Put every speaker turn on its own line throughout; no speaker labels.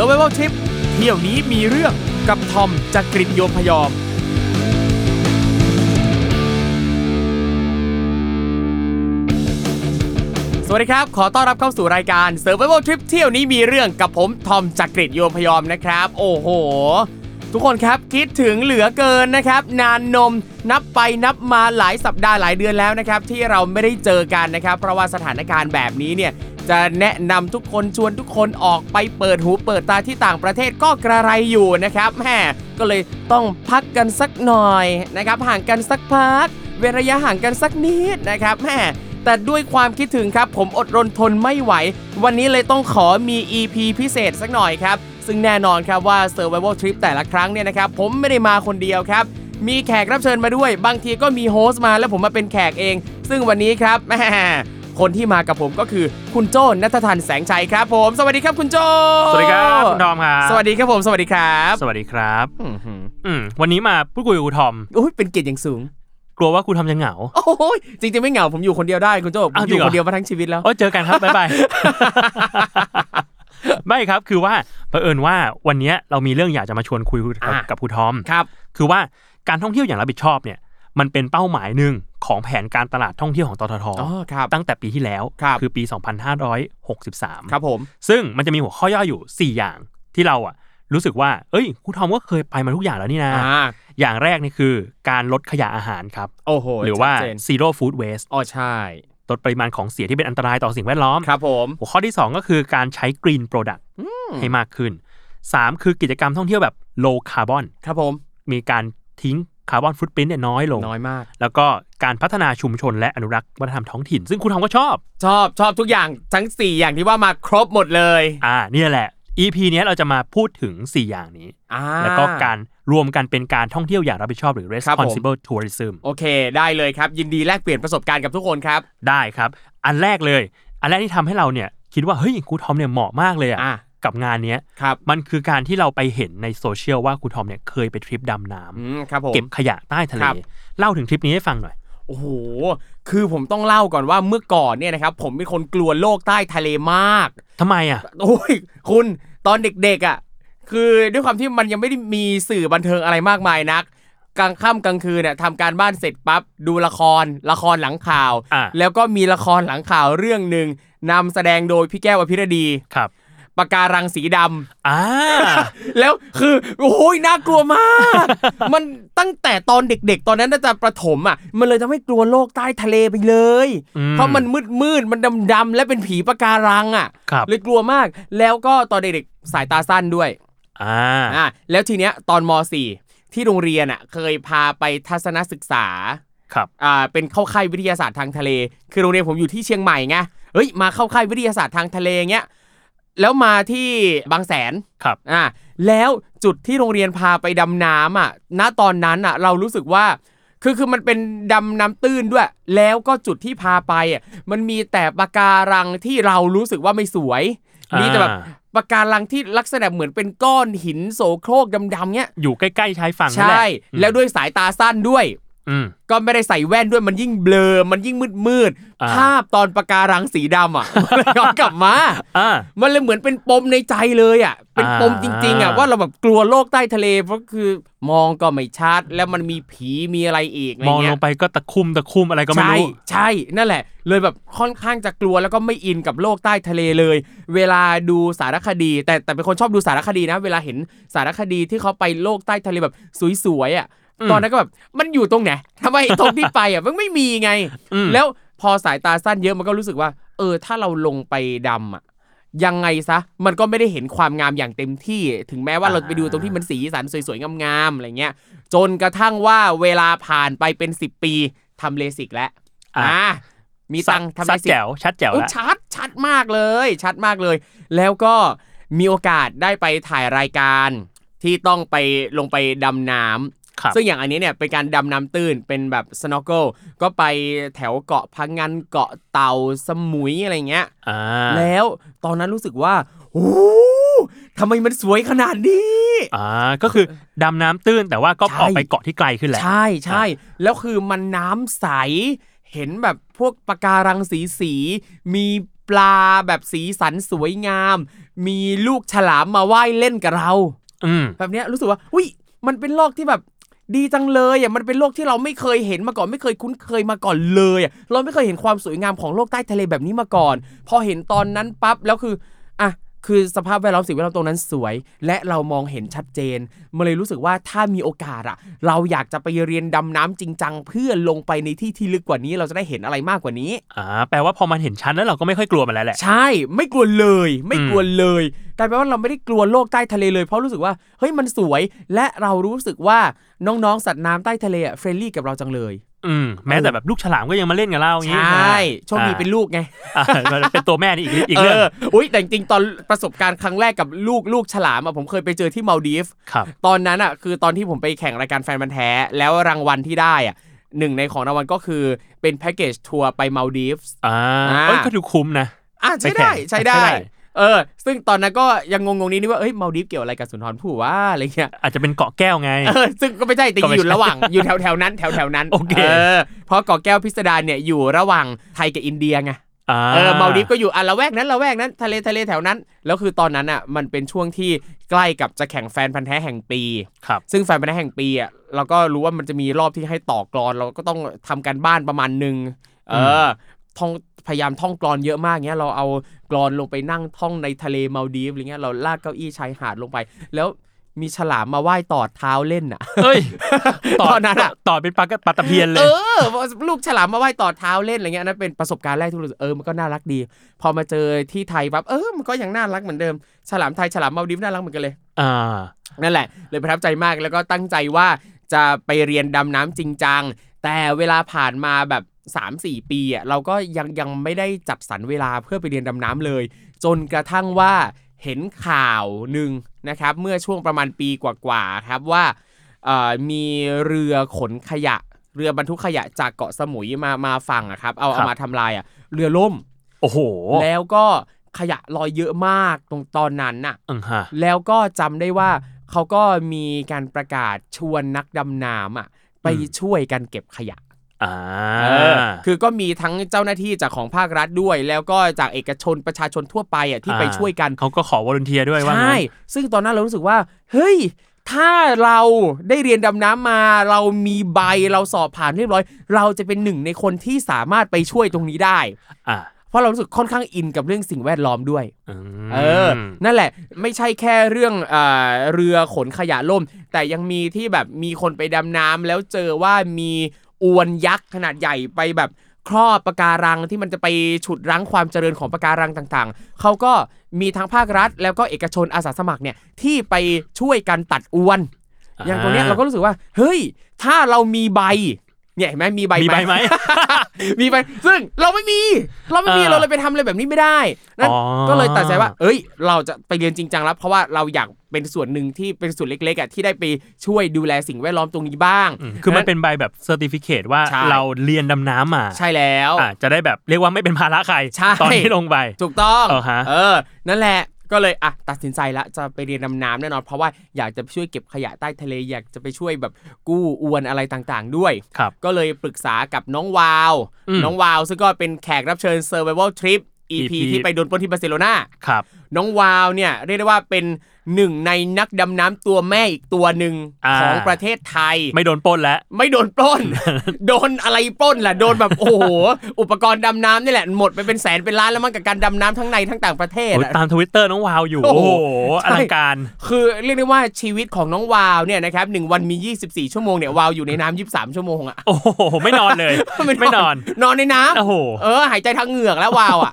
s u r v i v a l Trip เที่ยวนี้มีเรื่องกับทอมจากกริฑโยมพยอม สวัสดีครับ ขอต้อนรับเข้าสู่รายการ s u r v i v a l Trip เที่ยวนี้มีเรื่องกับผมทอมจากกริฑโยมพยอมนะครับ โอ้โห ทุกคนครับคิดถึงเหลือเกินนะครับ นานนมนับไปนับมาหลายสัปดาห์หลายเดือนแล้วนะครับ ที่เราไม่ได้เจอกันนะครับ เพราะว่าสถานการณ์แบบนี้เนี่ย จะแนะนำทุกคนชวนทุกคนออกไปเปิดหูเปิดตาที่ต่างประเทศก็กระไรอยู่นะครับแหมก็เลยต้องพักกันสักหน่อยนะครับห่างกันสักพัก เว้นระยะห่างกันสักนิดนะครับแหม แต่ด้วยความคิดถึงครับ ผมอดรนทนไม่ไหว วันนี้เลยต้องขอมี EP พิเศษสักหน่อยครับ ซึ่งแน่นอนครับว่า Survival Trip แต่ละครั้งเนี่ยนะครับ ผมไม่ได้มาคนเดียวครับ มีแขกรับเชิญมาด้วย บางทีก็มีโฮสต์มาแล้วผมมาเป็นแขกเอง ซึ่งวันนี้ครับ แหมคนที่มากับผมก็คือคุณโจ้นัททันแสงชัยครับ ผมสวัสดีครับคุณโจ้
สวัสดีครับคุณทอมครับ
สวัสดีครับผมสวัสดีครับ
สวัสดีครับ
อื้อหือ
อืมวันนี้มาพูดคุยกับครูทอม
อุ้ยเป็นเกียรติอย่างสูง
กลัวว่าครูทอมจะเหงา
โอ้ยจริงๆไม่เหงาผมอยู่คนเดียวได้คุณโจ้ผม
อ้าว
อ
จริ
ยู่
งเหรอ
คนเดียวมาทั้งชีวิตแล้ว
โอ้เจอกันครับ บ๊ายบาย ไม่ครับคือว่าเผอิญว่าวันเนี้ยเรามีเรื่องอยากจะมาชวนคุยกับ
อ่ะ
กับครูทอม
ครับ
คือว่าการท่องเที่ยวอย่างรับผิดชอบเนี่ย มันเป็นเป้าหมายหนึ่งของแผนการตลาดท่องเที่ยวของตทท
อ๋อครับ
ตั้งแต่ปีที่แล้ว
ครับ
อปี 2563
ครับผม
ซึ่งมันจะมีหัวข้อย่ออยู่ 4 อย่างที่เราอะรู้สึกว่า เอ้ยครูทอมก็เคยไปมาทุกอย่างแล้วนี่นะ
อ่า
อย่างแรกนี่คือการลดขยะอาหารครับ
โอ้โห
หรือว่า
ชัดเจน
zero food waste
อ๋อใช่
ลดปริมาณของเสียที่เป็นอันตรายต่อสิ่งแวดล้อม
ครับผม
หัวข้อที่ 2 ก็คือการใช้ green product ให้มากขึ้น 3 คือกิจกรรมท่องเที่ยวแบบ low carbon
ครับผม
มีการทิ้งคาร์บอนฟุตปรินต์เนี่ยน้อยลง
น้อยมาก
แล้วก็การพัฒนาชุมชนและอนุรักษ์วัฒนธรรมท้องถิ่น ซึ่งคุณทอมก็ชอบ
ชอบชอบทุกอย่างทั้ง 4 อย่างที่ว่ามาครบหมดเลย
อ่าเนี่ยแหละ EP เนี้ยเราจะมาพูดถึง 4 อย่างนี้
อ่า
แล้วก็การรวมกันเป็นการท่องเที่ยวอย่างรับผิดชอบหรือ
ครับผม
responsible tourism
โอเค ได้เลยครับ ยินดีแลกเปลี่ยนประสบการณ์กับทุกคนครับ
ได้ครับ อันแรกเลย อันแรกที่ทำให้เราเนี่ยคิดว่าเฮ้ยครูทอมเนี่ยเหมาะมากเลยอะ
อ่ะ
กับงานเนี้ย
ครับ
มันคือการที่เราไปเห็นในโซเชียลว่าครูทอมเนี่ยเคยไปทริปดำน้
อืม ครับผ
ำ
ม
เก็บขยะใต้ทะเล
ครับ
เล่าถึงทริปนี้ให้ฟังหน่อย
โอ้โห คือผมต้องเล่าก่อนว่าเมื่อก่อนเนี่ยนะครับ ผมเป็นคนกลัวโลกใต้ทะเลมาก
ทำไมอ่ะ
โอ้ย คุณตอนเด็กๆอ่ะ คือด้วยความที่มันยังไม่ได้มีสื่อบันเทิงอะไรมากมายนัก กลางค่ำกลางคืนเนี่ยทำการบ้านเสร็จปั๊บดูละคร ละครหลังข่าว
อ่ะ
แล้วก็มีละครหลังข่าวเรื่องหนึ่งนำแสดงโดยพี่แก้วอภิรดี
ครับ
ปะการังสีดำ
อ่า
แล้วคือโอ้ยน่ากลัวมาก มันตั้งแต่ตอนเด็ก ๆ ตอนนั้นน่าจะประถมอ่ะ มันเลยทำให้กลัวโลกใต้ทะเลไปเลย
อืม
เพราะมันมืดมืดๆมันดำดำๆและเป็นผีปะการังอ่ะ
ครับ
เลยกลัวมาก แล้วก็ตอนเด็กๆสายตาสั้นด้วย
อ่า
อ่ะแล้วทีเนี้ยตอนม .4 ที่โรงเรียนอ่ะเคยพาไปทัศนศึกษา
ครับ
อ่าเป็นเข้าค่ายวิทยาศาสตร์ทางทะเล คือโรงเรียนผมอยู่ที่เชียงใหม่ไงเฮ้ยมาเข้าค่ายวิทยาศาสตร์ทางทะเลเงี้ยแล้วมาที่บางแสน
ครับ
อ่าแล้วจุดที่โรงเรียนพาไปดำน้ำอ่ะณตอนนั้นอ่ะเรารู้สึกว่า คือคือมันเป็นดำน้ำตื้นด้วย แล้วก็จุดที่พาไปอ่ะมันมีแต่ปะการังที่เรารู้สึกว่าไม่สวย มีแต่แบบ
อ่า
ปะการังที่ลักษณะเหมือนเป็นก้อนหินโสโครกดำๆเงี้ย
อยู่ใกล้ ๆ ชายฝั่งนั่นแห
ใช่
ละอืม
แล้วด้วยสายตาสั้นด้วย
อืม
ก็ไม่ได้ใส่แว่นด้วยมันยิ่งเบลอ มันยิ่งมืดมืดๆ
อ่า
ภาพตอนปะการังสีดำอ่ะ มันย้อนกลับมา
อ่า
มันเลยเหมือนเป็นปมในใจเลยอ่ะ เป็นปมจริงๆอ่ะ
อ่า
ว่าเราแบบกลัวโลกใต้ทะเลเพราะคือมองก็ไม่ชัดแล้วมันมีผีมีอะไรอีกอะไร
มองล
เงี้ย
งไปก็ตะคุ่มตะคุ่มอะไรก็ไม่
ใช่
รู้
ใช่นั่นแหละ เลยแบบค่อนข้างจะกลัวแล้วก็ไม่อินกับโลกใต้ทะเลเลย เวลาดูสารคดี แต่แต่เป็นคนชอบดูสารคดีนะ เวลาเห็นสารคดีที่เขาไปโลกใต้ทะเลแบบสวยๆอ่ะ
อืม
ตอนนั้นก็แบบมันอยู่ตรงไหนทำไมตรงที่ไปอ่ะมันไม่มีไง
อืม
แล้วพอสายตาสั้นเยอะมันก็รู้สึกว่า เออ ถ้าเราลงไปดำอ่ะ ยังไงซะ มันก็ไม่ได้เห็นความงามอย่างเต็มที่ ถึงแม้ว่าเราจะไปดูตรงที่มันสีสันสวยๆ งามๆ อะไรเงี้ย จนกระทั่งว่าเวลาผ่านไปเป็น 10 ปีทำเลสิกแล้ว
อ่ะ
อ่า มีตังค์ทำเล
ชัด
สิก
แจ๋วชัดแจ๋ว
อุ๊ย
ละ
ชัดชัดมากเลย ชัดมากเลย แล้วก็มีโอกาสได้ไปถ่ายรายการที่ต้องไปลงไปดำน้
ครั
ำ
บ
ซึ่งอย่างอันนี้เนี่ยเป็นการดำน้ำตื้นเป็นแบบ snorkel ก็ไปแถวเกาะพังงันเกาะเต่าสมุยอะไรเงี้ย
อ่า
แล้วตอนนั้นรู้สึกว่าโอ้โหทำไมมันสวยขนาดนี้
อ่าก็คือดำน้ำตื้นแต่ว่าก็
ใช่
ออกไปเกาะที่ไกลขึ้นแหละ
ใช่ใช่แล้วคือมันน้ำใส เห็นแบบพวกปะการังสีสี มีปลาแบบสีสันสวยงาม มีลูกฉลามมาว่ายเล่นกับเรา
อืม
แบบเนี้ยรู้สึกว่าอุ้ยมันเป็นโลกที่แบบดีจังเลยอ่ะมันเป็นโลกที่เราไม่เคยเห็นมาก่อนไม่เคยคุ้นเคยมาก่อนเลยอ่ะเราไม่เคยเห็นความสวยงามของโลกใต้ทะเลแบบนี้มาก่อน พอเห็นตอนนั้นปั๊บแล้วคืออ่ะคือสภาพแวดล้อมสิ่งแวดล้อมตรงนั้นสวย และเรามองเห็นชัดเจนมันเลยรู้สึกว่าถ้ามีโอกาสอ่ะ เราอยากจะไปเรียนดำน้ำจริงจังเพื่อลงไปในที่ที่ลึกกว่านี้เราจะได้เห็นอะไรมากกว่านี้
อ่า แปลว่าพอมันเห็นชั้นแล้วเราก็ไม่ค่อยกลัวมันแล้วแหละ
ใช่ไม่กลัวเลย ไม่กลัวเลยแต่แปลว่าเราไม่ได้กลัวโลกใต้ทะเลเลยเพราะรู้สึกว่าเฮ้ยมันสวยและเรารู้สึกว่าน้องๆสัตว์น้ำใต้ทะเลอะเฟรนลี่กับเราจังเลย
อืม แม้แต่แบบลูกฉลามก็ยังมาเล่นกับเราอย่างงี้
ใช่
อ่า
โชคดีเป็นลูกไง
อ่า มันเป็นตัวแม่นี่อีกอีก
เอ
เรื่อง
ออุ้ยแต่จริงๆตอนประสบการณ์ครั้งแรกกับลูกลูกฉลามอะผมเคยไปเจอที่มาลดีฟ
ครับ
ตอนนั้นอ่ะคือตอนที่ผมไปแข่งรายการแฟนบันธุ์แท้ แล้วรางวัลที่ได้อ่ะหนึ่งในของรางวัลก็คือเป็นแพ็กเกจทัวร์ไปมาลดีฟ
อ่า
อ่า
เอ้ยก็ดูคุ้มนะ
อ่ะใช้
ไปแข่
ได้
ง
ใช้ได้
ใช้ได้
เออ ซึ่งตอนนั้นก็ยังงงๆนี้นี่ว่าเอ้ยมาดิฟเกี่ยวอะไรกับสุนทรภู่ว่าอะไรเงี้ย
อาจจะเป็นเกาะแก้วไง
เออซึ่งก็ไม่ใช่แต่
ก็ไม่
อ
ใช่
ยู่ระหว่างอยู่แถวแถวๆนั้นแถวแถวๆนั้น
โอเค
อเพราะเกาะแก้วพิสดารเนี่ยอยู่ระหว่างไทยกับอินเดียไง
อ่า
เออมาดิฟก็อยู่อ่ะละแวกนั้นละแวกนั้นทะเลทะเลแถวนั้นแล้วคือตอนนั้นอ่ะมันเป็นช่วงที่ใกล้กับจะแข่งแฟนพันธ์แท้แห่งปี
ครับ
ซึ่งแฟนพันธ์แท้แห่งปีอ่ะเราก็รู้ว่ามันจะมีรอบที่ให้ต่อกรอน เราก็ต้องทำการบ้านประมาณหนึ่งเอออท่องพยายามท่องกรอนเยอะมากเงี้ยเราเอากรอนลงไปนั่งท่องในทะเลมาลดีฟอะไรเงี้ยเราลากเก้าอี้ชายหาดลงไป แล้วมีฉลามมาว่ายตอดเท้าเล่นอ่ะ
เฮ้ย
ตอนนั้นอะ
ต่อเป็นปลากระปลาตะเพียนเล
เอย อลูกฉลามมาว่ายต่อเท้าเล่นอะไรเงี้ยอันนั่นเป็นประสบการณ์แรกที่รู้สึกเออมันก็น่ารักดี พอมาเจอที่ไทยปั๊บเออมันก็ยังน่ารักเหมือนเดิมฉลามไทยฉลามมาลดีฟน่ารักเหมือนกันเลย
อ่า
นั่นแหละเลยประทับใจมากแล้วก็ตั้งใจว่าจะไปเรียนดำน้ำจริงจัง แต่เวลาผ่านมาแบบ 3-4 ปีอ่ะเราก็ยังยังไม่ได้จัดสรรเวลาเพื่อไปเรียนดำน้ำเลย จนกระทั่งว่าเห็นข่าวหนึ่งนะครับ เมื่อช่วงประมาณปีกว่าๆครับว่าเอ่อมีเรือขนขยะ เรือบรรทุกขยะจากเกาะสมุยมามาฝั่งอะครับเอา
ครั
เอา
บ
มาทำลายอ่ะเรือล่ม
โอ้โห
แล้วก็ขยะลอยเยอะมากตรงตอนนั้นน่ะ
อือฮะ
แล้วก็จำได้ว่าเขาก็มีการประกาศชวนนักดำน้ำอ่ะไป
อืม
ช่วยกันเก็บขยะ
อ่า
เออคือก็มีทั้งเจ้าหน้าที่จากของภาครัฐด้วย แล้วก็จากเอกชนประชาชนทั่วไปอ่ะที่ไป
อ่า
ช่วยกัน
เขาก็ขอวอร์เนเทียด้วยว่างั้น
ใช่ซึ่งตอนนั้นเรารู้สึกว่า เฮ้ย ถ้าเราได้เรียนดำน้ำมา เรามีใบเราสอบผ่านเรียบร้อย เราจะเป็นหนึ่งในคนที่สามารถไปช่วยตรงนี้ได้
อ่า
เพราะเรารู้สึกค่อนข้างอินกับเรื่องสิ่งแวดล้อมด้วย
อืม
เออ นั่นแหละ ไม่ใช่แค่เรื่องเออเรือขนขยะล่ม แต่ยังมีที่แบบมีคนไปดำน้ำแล้วเจอว่ามีอวนยักษ์ขนาดใหญ่ไปแบบครอบปะการังที่มันจะไปฉุดรั้งความเจริญของปะการังต่างๆ เขาก็มีทั้งภาครัฐ แล้วก็เอกชนอาสาสมัครเนี่ยที่ไปช่วยกันตัดอวน
อ่า
อย่างตรงเนี้ยเราก็รู้สึกว่า เฮ้ย ถ้าเรามีใบ เนี่ยเห็นไหมมีใบ
มีใบไหม
มีใบ ซึ่งเราไม่มี เราไม่มี
เออ
เราเลยไปทำอะไรแบบนี้ไม่ได้ นั่น
อ๋อ
ก็เลยตัดใจว่า เอ้ย เราจะไปเรียนจริงจังแล้ว เพราะว่าเราอยากเป็นส่วนหนึ่งที่เป็นส่วนเล็กๆอ่ะที่ได้ไปช่วยดูแลสิ่งแวดล้อมตรงนี้บ้าง
อืมคือมันเป็นใบแบบเซอร์ติฟิเคตว่า
ใช่
เราเรียนดำน้ำมา
ใช่แล้ว
อ่าจะได้แบบเรียกว่าไม่เป็นภาระใคร
ใช่
ตอนที่ลงไป
ถูกต้อง
เออฮะ
นั่นแหละ ก็เลยอ่ะตัดสินใจละจะไปเรียนดำน้ำแน่นอน เพราะว่าอยากจะช่วยเก็บขยะใต้ทะเลอยากจะไปช่วยแบบกู้อวนอะไรต่างๆ ด้วย
ครับ
ก็เลยปรึกษากับน้องวาว
อืม
น้องวาว ซึ่งก็เป็นแขกรับเชิญ Survival Trip EP
EP
ที่ไปโดนปล้นที่บาร์เซโลนา
ครับ
น้องวาวเนี่ยเรียกได้ว่าเป็นหนึ่งในนักดำน้ำตัวแม่อีกตัวหนึ่ง
อ่า
ของประเทศไทย
ไม่โดนปล้นแล้ว
ไม่โดนปล้ น โดนอะไรปล้นล่ะ โดนแบบโอ้โห อุปกรณ์ดำน้ำนี่แหละหมดไปเป็นแสนเป็นล้านแล้วมั้งกับการดำน้ำทั้งในทั้งต่างประเทศ
โอ้ย
อะ
ตามทวิตเตอร์น้องวาวอยู่
โอ้
โอ้
โห
โห
ใช่
อลังการ
คือเรียกได้ว่าชีวิตของน้องวาวเนี่ยนะครับหนึ่งวันมี 24 ชั่วโมงเนี่ยวาวอยู่ในน้ำ23 ชั่วโมงอะ
โอ้โห ไม่นอนเลย ไม่นอน
นอนในน้ำ
โอ้โห
เออหายใจทางเหงือกแล้ววาวอ่ะ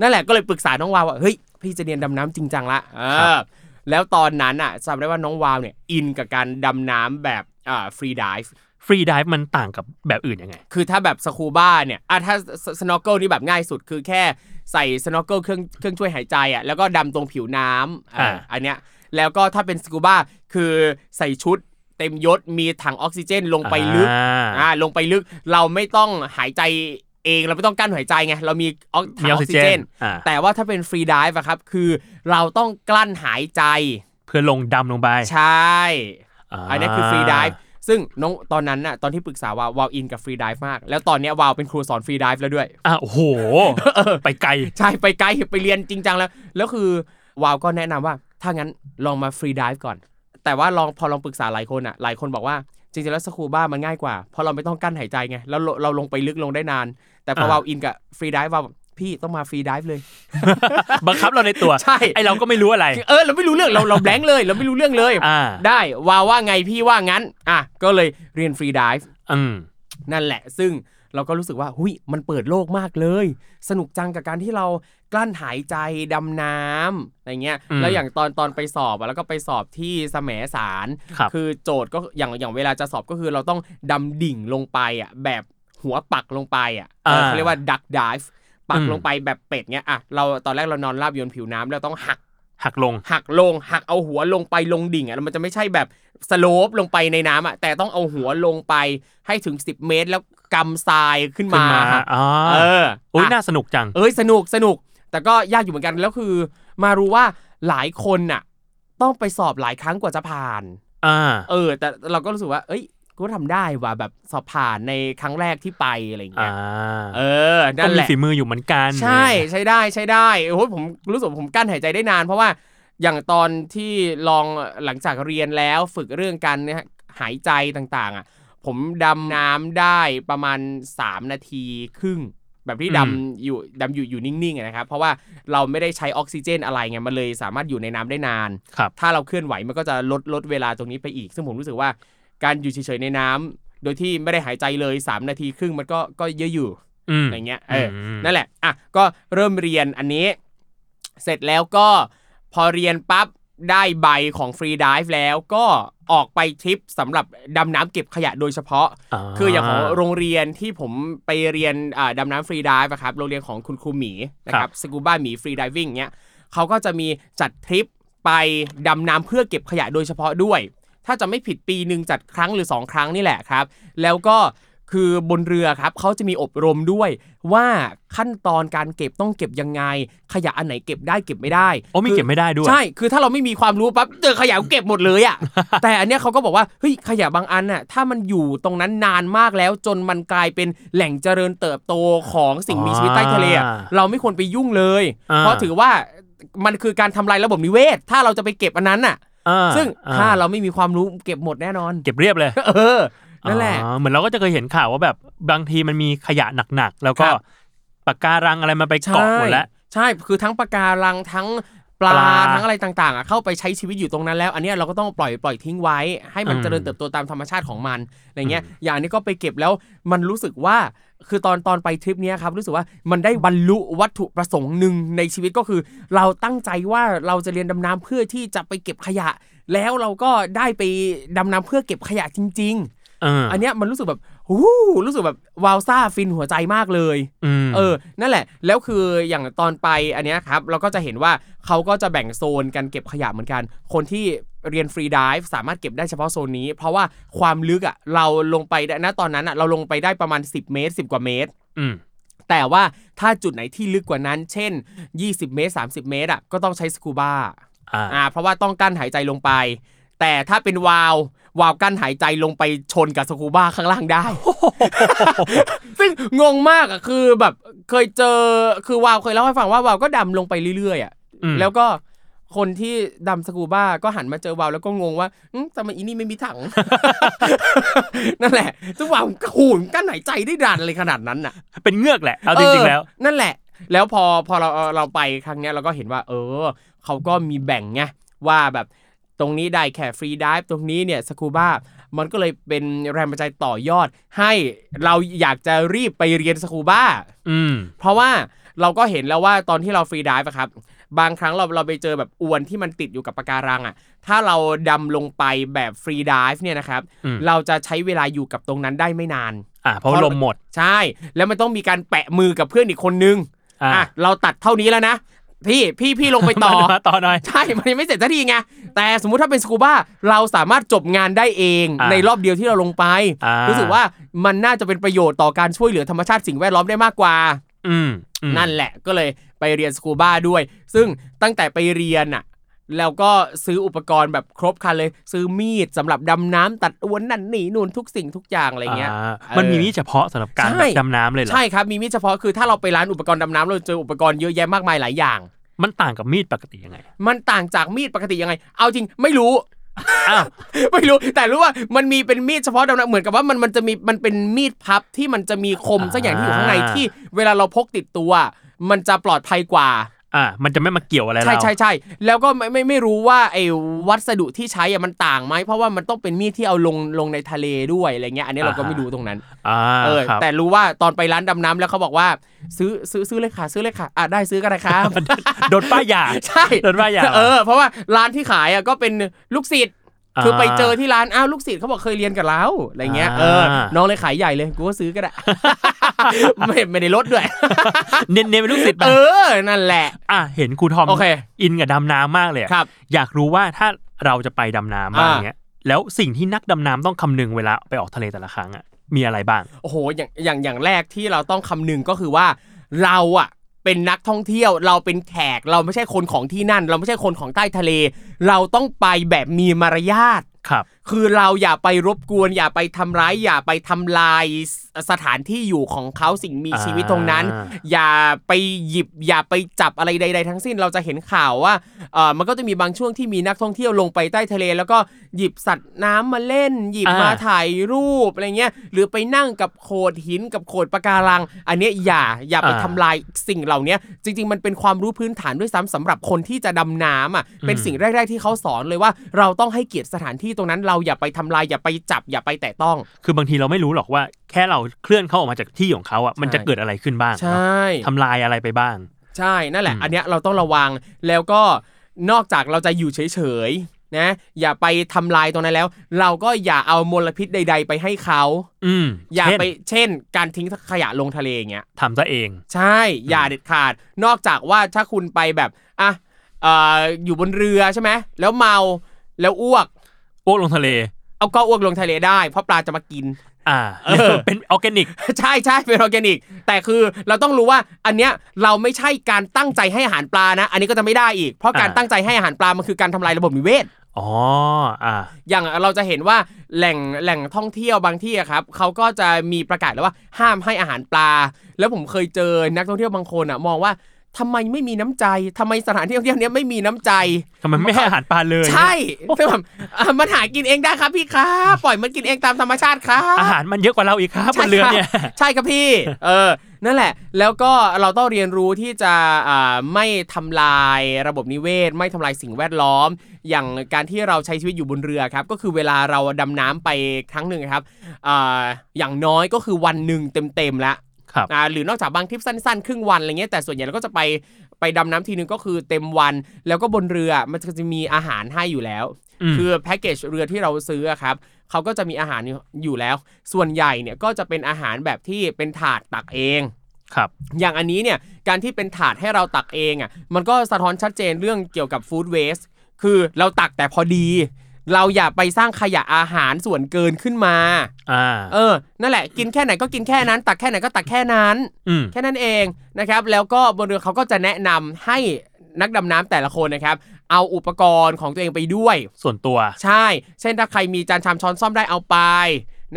นั่นแหละก็เลยปรึกษาน้องวาวว่าเฮ้ยพี่จะเรียนดำน้ำจริงจังละเออแล้วตอนนั้นอ่ะจำได้ว่าน้องวาวเนี่ยอินกับการดำน้ำแบบอ่าฟรีดิฟ
ฟรีดิฟมันต่างกับแบบอื่นยังไง
คือถ้าแบบสคูบ้าเนี่ยอ่ะถ้าสโนว์เกิลนี่แบบง่ายสุดคือแค่ใส่สโนว์เกิลเครื่องเครื่องช่วยหายใจอ่ะแล้วก็ดำตรงผิวน้ำอ่า
อ่า
อันเนี้ยแล้วก็ถ้าเป็นสกูบ้าคือใส่ชุดเต็มยศมีถังออกซิเจนลงไปลึก
อ่า
อ่าลงไปลึกเราไม่ต้องหายใจเองเราไม่ต้องกั้นหายใจไงเรามีออกถัง
มี
อ
อ
อ
อก กซิ
ซิ
เจน
เจน
อ่า
แต่ว่าถ้าเป็นฟรีดิฟอะครับ คือเราต้องกลั้นหายใจ
เพื่อลงดำลงไป
ใช่
า
อันนี้คือฟรีดิฟซึ่งน้องตอนนั้นน่ะตอนที่ปรึกษาวาววาวอินกับฟรีดิฟมาก แล้วตอนเนี้ยวาวเป็นครูสอนฟรีดิฟแล้วด้วย
อ่ะโอ้โห ไปไกล
ใช่ไปไกลไปเรียนจริงจังแล้ว แล้วคือวาวก็แนะนำว่า ถ้างั้นลองมาฟรีดิฟก่อน แต่ว่าลองพอลองปรึกษาหลายคนอ่ะ หลายคนบอกว่าจริงๆแล้วสคูบ้ามันง่ายกว่า เพราะเราไม่ต้องกั้นหายใจไง แล้วเราเราลงไปลึกลงได้นาน แต่พอ
อ่า
วาวอินกับฟรีดิฟวาวบอกพี่ต้องมาฟรีดิฟเลย
บังคับเราในตัว
ใช่
ไอเราก็ไม่รู้อะไร
เออเราไม่รู้เรื่องเราเราแบงค์เลยเราไม่รู้เรื่องเลย
อ่า
ได้วาวว่าไงพี่ว่างั้นอ่ะก็เลยเรียนฟรีดิฟ
อืม
นั่นแหละ ซึ่งเราก็รู้สึกว่าหุยมันเปิดโลกมากเลย สนุกจังกับการที่เรากลั้นหายใจดำน้ำอะไรเงี้ย
อืม
แล้วอย่างตอนตอนไปสอบอะแล้วก็ไปสอบที่แสมสาร
ครับ
อโจทย์ก็อย่างอย่างเวลาจะสอบก็คือเราต้องดำดิ่งลงไปอ่ะแบบหัวปักลงไปอ่ะเออเขาเรียกว่าดักดิฟปักลงไปแบบเป็ดเงี้ยอ่ะเราตอนแรกเรานอนราบอยบนผิวน้ำแล้วต้องหัก
หักลง
หักลงหักเอาหัวลงไปลงดิ่งอ่ะแล้วมันจะไม่ใช่แบบสโลปลงไปในน้ำอ่ะแต่ต้องเอาหัวลงไปให้ถึง 10 เมตร แล้วกำทรายขึ้น
ขึ้น
มา
มาอ๋อ
เออ
โอ้ย
อ่ะ
น่าสนุกจัง
เอ้ยสนุกสนุก แต่ก็ยากอยู่เหมือนกันแล้วคือ มารู้ว่าหลายคนน่ะ ต้องไปสอบหลายครั้งกว่าจะผ่าน
อ่า
เออ แต่เราก็รู้สึกว่า เอ้ยกูทำได้ว่ะแบบสอบผ่านในครั้งแรกที่ไปอะไรอย่าง
อ่า
เงี้ยเออ
ก็
นั่น
มี
แหละ
ฝีมืออยู่เหมือนกัน
ใช่ใช้ได้ใช้ได้โอ้ยผมรู้สึกผมกั้นหายใจได้นาน เพราะว่าอย่างตอนที่ลองหลังจากเรียนแล้วฝึกเรื่องการเนี่ยหายใจต่างๆอ่ะผมดำน้ำได้ประมาณ 3 นาทีครึ่ง แบบที่
อืม
ดำอยู่ดำอยู่อยู่นิ่งๆอะนะครับ เพราะว่าเราไม่ได้ใช้ออกซิเจนอะไรไงมันเลยสามารถอยู่ในน้ำได้นาน
ครับ
ถ้าเราเคลื่อนไหวมันก็จะลดลดเวลาตรงนี้ไปอีก ซึ่งผมรู้สึกว่าการอยู่เฉยๆในน้ำโดยที่ไม่ได้หายใจเลยสามนาทีครึ่งมันก็ก็เยอะอยู่
อืม
อย่างเงี้ย เอออ
ม
นั่นแหละ อ่ะ ก็เริ่มเรียนอันนี้ เสร็จแล้วก็พอเรียนปั๊บ ได้ใบของฟรีดิฟแล้วก็ออกไปทริปสำหรับดำน้ำเก็บขยะโดยเฉพาะ คืออย่างของโรงเรียนที่ผมไปเรียนอ่าดำน้ำฟรีดิฟอะครับโรงเรียนของคุณครูหมีนะค
ครั
รับบ สกูบ้าหมีฟรีดิวิ่งเนี้ยเขาก็จะมีจัดทริปไปดำน้ำเพื่อเก็บขยะโดยเฉพาะด้วย ถ้าจะไม่ผิดปีหนึ่งจัดครั้งหรือ 2 ครั้งนี่แหละครับ แล้วก็คือบนเรือครับเขาจะมีอบรมด้วย ว่าขั้นตอนการเก็บต้องเก็บยังไง ขยะอันไหนเก็บได้เก็บไม่ได้
โอ้มีเก็บไม่ได้ด้วย
ใช่ คือถ้าเราไม่มีความรู้ปั๊บเจอขยะเก็บหมด เลยอะ แต่อันเนี้ยเขาก็บอกว่า เฮ้ย ขยะบางอันน่ะ ถ้ามันอยู่ตรงนั้นนานมากแล้วจนมันกลายเป็นแหล่งเจริญเติบโตของสิ่งมีชีวิตใต้ทะเลอะ
อ่า
เราไม่ควรไปยุ่งเลย
อ่า
เพราะถือว่ามันคือการทำลายระบบนิเวศ ถ้าเราจะไปเก็บอันนั้นน่ะ
อ่า
ซึ่ง
อ่
ถ้าเราไม่มีความรู้เก็บหมดแน่นอน
เก็บเรียบเลย
เออ นั่นแหละ
อ๋อเหมือนเราก็จะเคยเห็นข่าวว่าแบบบางทีมันมีขยะหนักๆ แล้ว
ค
ก็
รับ
ปากการังอะไรมันไป
ใช่
เกาะหมดแล้ว
ใช่คือทั้งปะการังทั้งปลา
ปลา
ทั้งอะไรต่างๆอ่ะเข้าไปใช้ชีวิตอยู่ตรงนั้นแล้ว อันเนี้ยเราก็ต้องปล่อยปล่อยทิ้งไว้ ให้มัน
อืม
เจริญเติบโตตามธรรมชาติของมันอะไรเงี้ยอย่างนี้ก็ไปเก็บแล้วมันรู้สึกว่า คือตอนตอนไปทริปเนี้ยครับรู้สึกว่ามันได้บรรลุวัตถุประสงค์หนึ่งในชีวิตก็คือ เราตั้งใจว่าเราจะเรียนดำน้ำเพื่อที่จะไปเก็บขยะ แล้วเราก็ได้ไปดำน้ำเพื่อเก็บขยะจริง
า
ๆ อันเนี้ยมันรู้สึกแบบหู้รู้สึกแบบวาวซ่าฟินหัวใจมากเลย
ม
เออ นั่นแหละ แล้วคืออย่างตอนไปอันเนี้ยครับ เราก็จะเห็นว่าเขาก็จะแบ่งโซนการเก็บขยะเหมือนกัน คนที่เรียนฟรีดิฟสามารถเก็บได้เฉพาะโซนนี้ เพราะว่าความลึกอ่ะ เราลงไปได้นะตอนนั้นอ่ะ เราลงไปได้ประมาณ 10 เมตร 10 กว่าเมตร
อืม
แต่ว่าถ้าจุดไหนที่ลึกกว่านั้น เช่น 20 เมตร 30 เมตรอ่ะก็ต้องใช้สกูบา
อ่า
อ่าเพราะว่าต้องกั้นหายใจลงไป แต่ถ้าเป็นวาล์ววาล์วกั้นหายใจลงไปชนกับสกูบาข้างล่างได้ ซึ่งงงมากอ่ะคือแบบเคยเจอคือวาล์วเคยเล่าให้ฟังว่าวาล์วก็ดำลงไปเรื่อยๆอ่ะ
อืม
แล้วก็คนที่ดำสกูบ้าก็หันมาเจอวาวแล้วก็งงว่าอืมทำไมอีนี่ไม่มีถัง นั่นแหละซึ่งวาวมันก็โหูมนกั้นหายใจได้ดันเลยขนาดนั้นน่ะ
เป็นเงือกแหละ เอาจริง ๆ แล้ว
เออนั่นแหละ แล้วพอพอเราเราไปครั้งเนี้ยเราก็เห็นว่า เออ เขาก็มีแบ่งไงว่าแบบตรงนี้ได้แค่ฟรีดิฟตรงนี้เนี่ยสกูบ้ามันก็เลยเป็นแรงบันดาลใจต่อยอด ให้เราอยากจะรีบไปเรียนสกูบ้า
อืม
เพราะว่าเราก็เห็นแล้วว่าตอนที่เราฟรีดิฟอะครับ บางครั้งเราเราไปเจอแบบอวนที่มันติดอยู่กับปะการังอะถ้าเราดำลงไปแบบฟรีดิฟเนี่ยนะครับ
อืม
เราจะใช้เวลาอยู่กับตรงนั้นได้ไม่นาน
อ่าเพราะลมหมด
ใช่ แล้วมันต้องมีการแปะมือกับเพื่อนอีกคนนึง
อ่า
เราตัดเท่านี้แล้วนะ พี่พี่พี่ลงไปต่อ
มาต่อหน่อย
ใช่ มันยังไม่เสร็จสักทีไง แต่สมมุติถ้าเป็นสกูบ้าเราสามารถจบงานได้เอง
อ่า
ในรอบเดียวที่เราลงไป
อ่ารู้
รู้สึกว่ามันน่าจะเป็นประโยชน์ต่อการช่วยเหลือธรรมชาติสิ่งแวดล้อมได้มากกว่า
อืมอืม
นั่นแหละก็เลยไปเรียนสกูบ้าด้วย ซึ่งตั้งแต่ไปเรียนน่ะแล้วก็ซื้ออุปกรณ์แบบครบครันเลย ซื้อมีดสำหรับดำน้ำตัดอวนนั่นนี่นู่นทุกสิ่งทุกอย่างอะไรเงี้ยเ
า
ออ
มันมีนี่เฉพาะสำหรับการ
ใช่
แบบดำน้ำเลยเหรอ
ใช่ครับ มีมีดเฉพาะคือถ้าเราไปร้านอุปกรณ์ดำน้ำเราเจออุปกรณ์เยอะแยะมากมายหลายอย่าง
มันต่างกับมีดปกติยังไง
มันต่างจากมีดปกติยังไง เอาจริงไม่รู้
อ้าว
ไม่รู้แต่รู้ว่ามันมีเป็นมีดเฉพาะดำน้ำเหมือนกับว่ามันมันจะมีมันเป็นมีดพับที่มันจะมีคมสักอย่างที่อยู่ข้างใน
อ่า
ที่เวลาเราพกติดตัว มันจะปลอดภัยกว่า
อ่า มันจะไม่มาเกี่ยวอะไรเรา
ใช่ใช่ใช่แล้วก็ไม่ไม่ไม่รู้ว่าไอ้วัสดุที่ใช้อะมันต่างไหมเพราะว่ามันต้องเป็นมีดที่เอาลงลงในทะเลด้วยอะไรเงี้ยอันนี้เราก็ไม่รู้ตรงนั้น
อ่า
เออ
ครับ
แต่รู้ว่าตอนไปร้านดำน้ำแล้วเขาบอกว่า ซื้อซื้อซื้อเลยค่ะซื้อเลยค่ะอ่ะได้ซื้อกัน นะครับ
โดนป้ายยา
ใช่
โดนว่าอย่าง
เออเพราะว่าร้านที่ขายอ่ะก็เป็นลูกศิษย์
า
คือไปเจอที่ร้านอ้าวลูกศิษย์เขาบอกเคยเรียนกับเราอะไรเงี้ย
อ่า
เออน้องเลยขายใหญ่เลยกูก็ซื้อก็ได้ ไม่ไม่ได้ลดด้วย
เน้นเน้นเป็นลูกศิษย์ไป
เออนั่นแหละ
อ่ะเห็นครูทอม
โอเค
อินกับดำน้ำมากเลยอะ
ครับ
อยากรู้ว่าถ้าเราจะไปดำน้ำบ้าง
อ่า
เนี้ย แล้วสิ่งที่นักดำน้ำต้องคำนึงเวลาไปออกทะเลแต่ละครั้งอ่ะมีอะไรบ้าง
โอ้โหอย่างอย่างอย่างแรกที่เราต้องคำนึงก็คือว่า เราอ่ะเป็นนักท่องเที่ยวเราเป็นแขกเราไม่ใช่คนของที่นั่น เราไม่ใช่คนของใต้ทะเล เราต้องไปแบบมีมารยาท
ครับ
คือเราอย่าไปรบกวน อย่าไปทำร้าย อย่าไปทำลายสสถานที่อยู่ของเขาสิ่งมี
อ่า
ชีวิตตรงนั้น อย่าไปหยิบอย่าไปจับอะไรใด ๆ ทั้งสิ้นเราจะเห็นข่าวว่าเออมันก็จะมีบางช่วงที่มีนักท่องเที่ยวลงไปใต้ทะเล แล้วก็หยิบสัตว์น้ำมาเล่น หยิบ
อ่าม
มาถ่ายรูปอะไรเงี้ยหรือไปนั่งกับโขดหินกับโขดปะการัง อันเนี้ยอย่าอย่าไปทำลายสิ่งเหล่านี้จริง ๆ มันเป็นความรู้พื้นฐานด้วยซ้ำสำหรับคนที่จะดำน้ำอ่ะเป็นสิ่ง แรกๆที่เขาสอนเลยว่าเราต้องให้เกียรติสถานที่ตรงนั้นเราอย่าไปทำลายอย่าไปจับอย่าไปแตะต้อง
คือบางทีเราไม่รู้หรอกว่า แค่เราเคลื่อนเขาออกมาจากที่ของเขาอ่ะมันจะเกิดอะไรขึ้นบ้าง
ใช
เนาะ
่
ทำลายอะไรไปบ้าง
ใช่นั่นแหละ อันเนี้ยเราต้องระวังแล้วก็นอกจากเราจะอยู่เฉยๆนะอย่าไปทำลายตรงนั้นแล้ว เราก็อย่าเอามลพิษใด ๆ ไปให้เขา
อืม
อย่า
เช่น
ไปเช่น การทิ้งขยะลงทะเลอย่างเงี้ย
ทำซะเอง
ใช่ อย่าเด็ดขาด นอกจากว่าถ้าคุณไปแบบอ่ะเอ่ออยู่บนเรือใช่ไหมแล้วเมาแล้วอ้วก
โอ้วกลงทะเล
เอาก็อ้วกลงทะเลได้ เพราะปลาจะมากิน
อ่า
เออ
เป็นออร์แกนิก
ใช่ใช่เป็นออร์แกนิก แต่คือเราต้องรู้ว่าอันเนี้ยเราไม่ใช่การตั้งใจให้อาหารปลานะ อันนี้ก็จะไม่ได้อีก เพราะการ
อ่า
ตั้งใจให้อาหารปลามันคือการทำลายระบบนิเวศ
อ๋ออ่า
อย่างเราจะเห็นว่าแหล่งแหล่งท่องเที่ยวบางที่อะครับเขาก็จะมีประกาศแล้วว่าห้ามให้อาหารปลา แล้วผมเคยเจอนักท่องเที่ยวบางคนอ่ะมองว่าทำไมไม่มีน้ำใจทำไมสถานที่ท่องเที่ยวเนี้ยไม่มีน้ำใจ
ทำไมไม่ให้อาหารปลาเลย
ใช่ แต่แบบอ่ะมันหากินเองได้ครับพี่ครับปล่อยมันกินเองตามธรรมชาติครับ
อาหารมันเยอะกว่าเราอีกครับบ
ใช่
นเรือเนี่ย
ครับใช่ครับพี่ เออ นั่นแหละ แล้วก็เราต้องเรียนรู้ที่จะอ่าไม่ทำลายระบบนิเวศ ไม่ทำลายสิ่งแวดล้อม อย่างการที่เราใช้ชีวิตอยู่บนเรือครับ ก็คือเวลาเราดำน้ำไปครั้งหนึ่งครับอ่าอย่างน้อยก็คือวันหนึ่งเต็มๆแล้ว
ครับ
อ่าหรือนอกจากบางทริปสั้นๆ ครึ่งวันอะไรเงี้ย แต่ส่วนใหญ่เราก็จะไปไปดำน้ำทีนึงก็คือเต็มวัน แล้วก็บนเรือมันก็จะมีอาหารให้อยู่แล้ว
อืม
คือแพ็กเกจเรือที่เราซื้ออะครับเขาก็จะมีอาหารอยู่แล้ว ส่วนใหญ่เนี่ยก็จะเป็นอาหารแบบที่เป็นถาดตักเอง
ครับ
อย่างอันนี้เนี่ยการที่เป็นถาดให้เราตักเองอ่ะมันก็สะท้อนชัดเจนเรื่องเกี่ยวกับฟู้ดเวสคือเราตักแต่พอดี เราอย่าไปสร้างขยะอาหารส่วนเกินขึ้นมา
อ่า
เออ นั่นแหละ กินแค่ไหนก็กินแค่นั้น ตักแค่ไหนก็ตักแค่นั้น
อืม
แค่นั้นเองนะครับ แล้วก็บนเรือเขาก็จะแนะนำให้นักดำน้ำแต่ละคนนะครับ เอาอุปกรณ์ของตัวเองไปด้วย
ส่วนตัว
ใช่ เช่นถ้าใครมีจานชามช้อนซ่อมได้เอาไป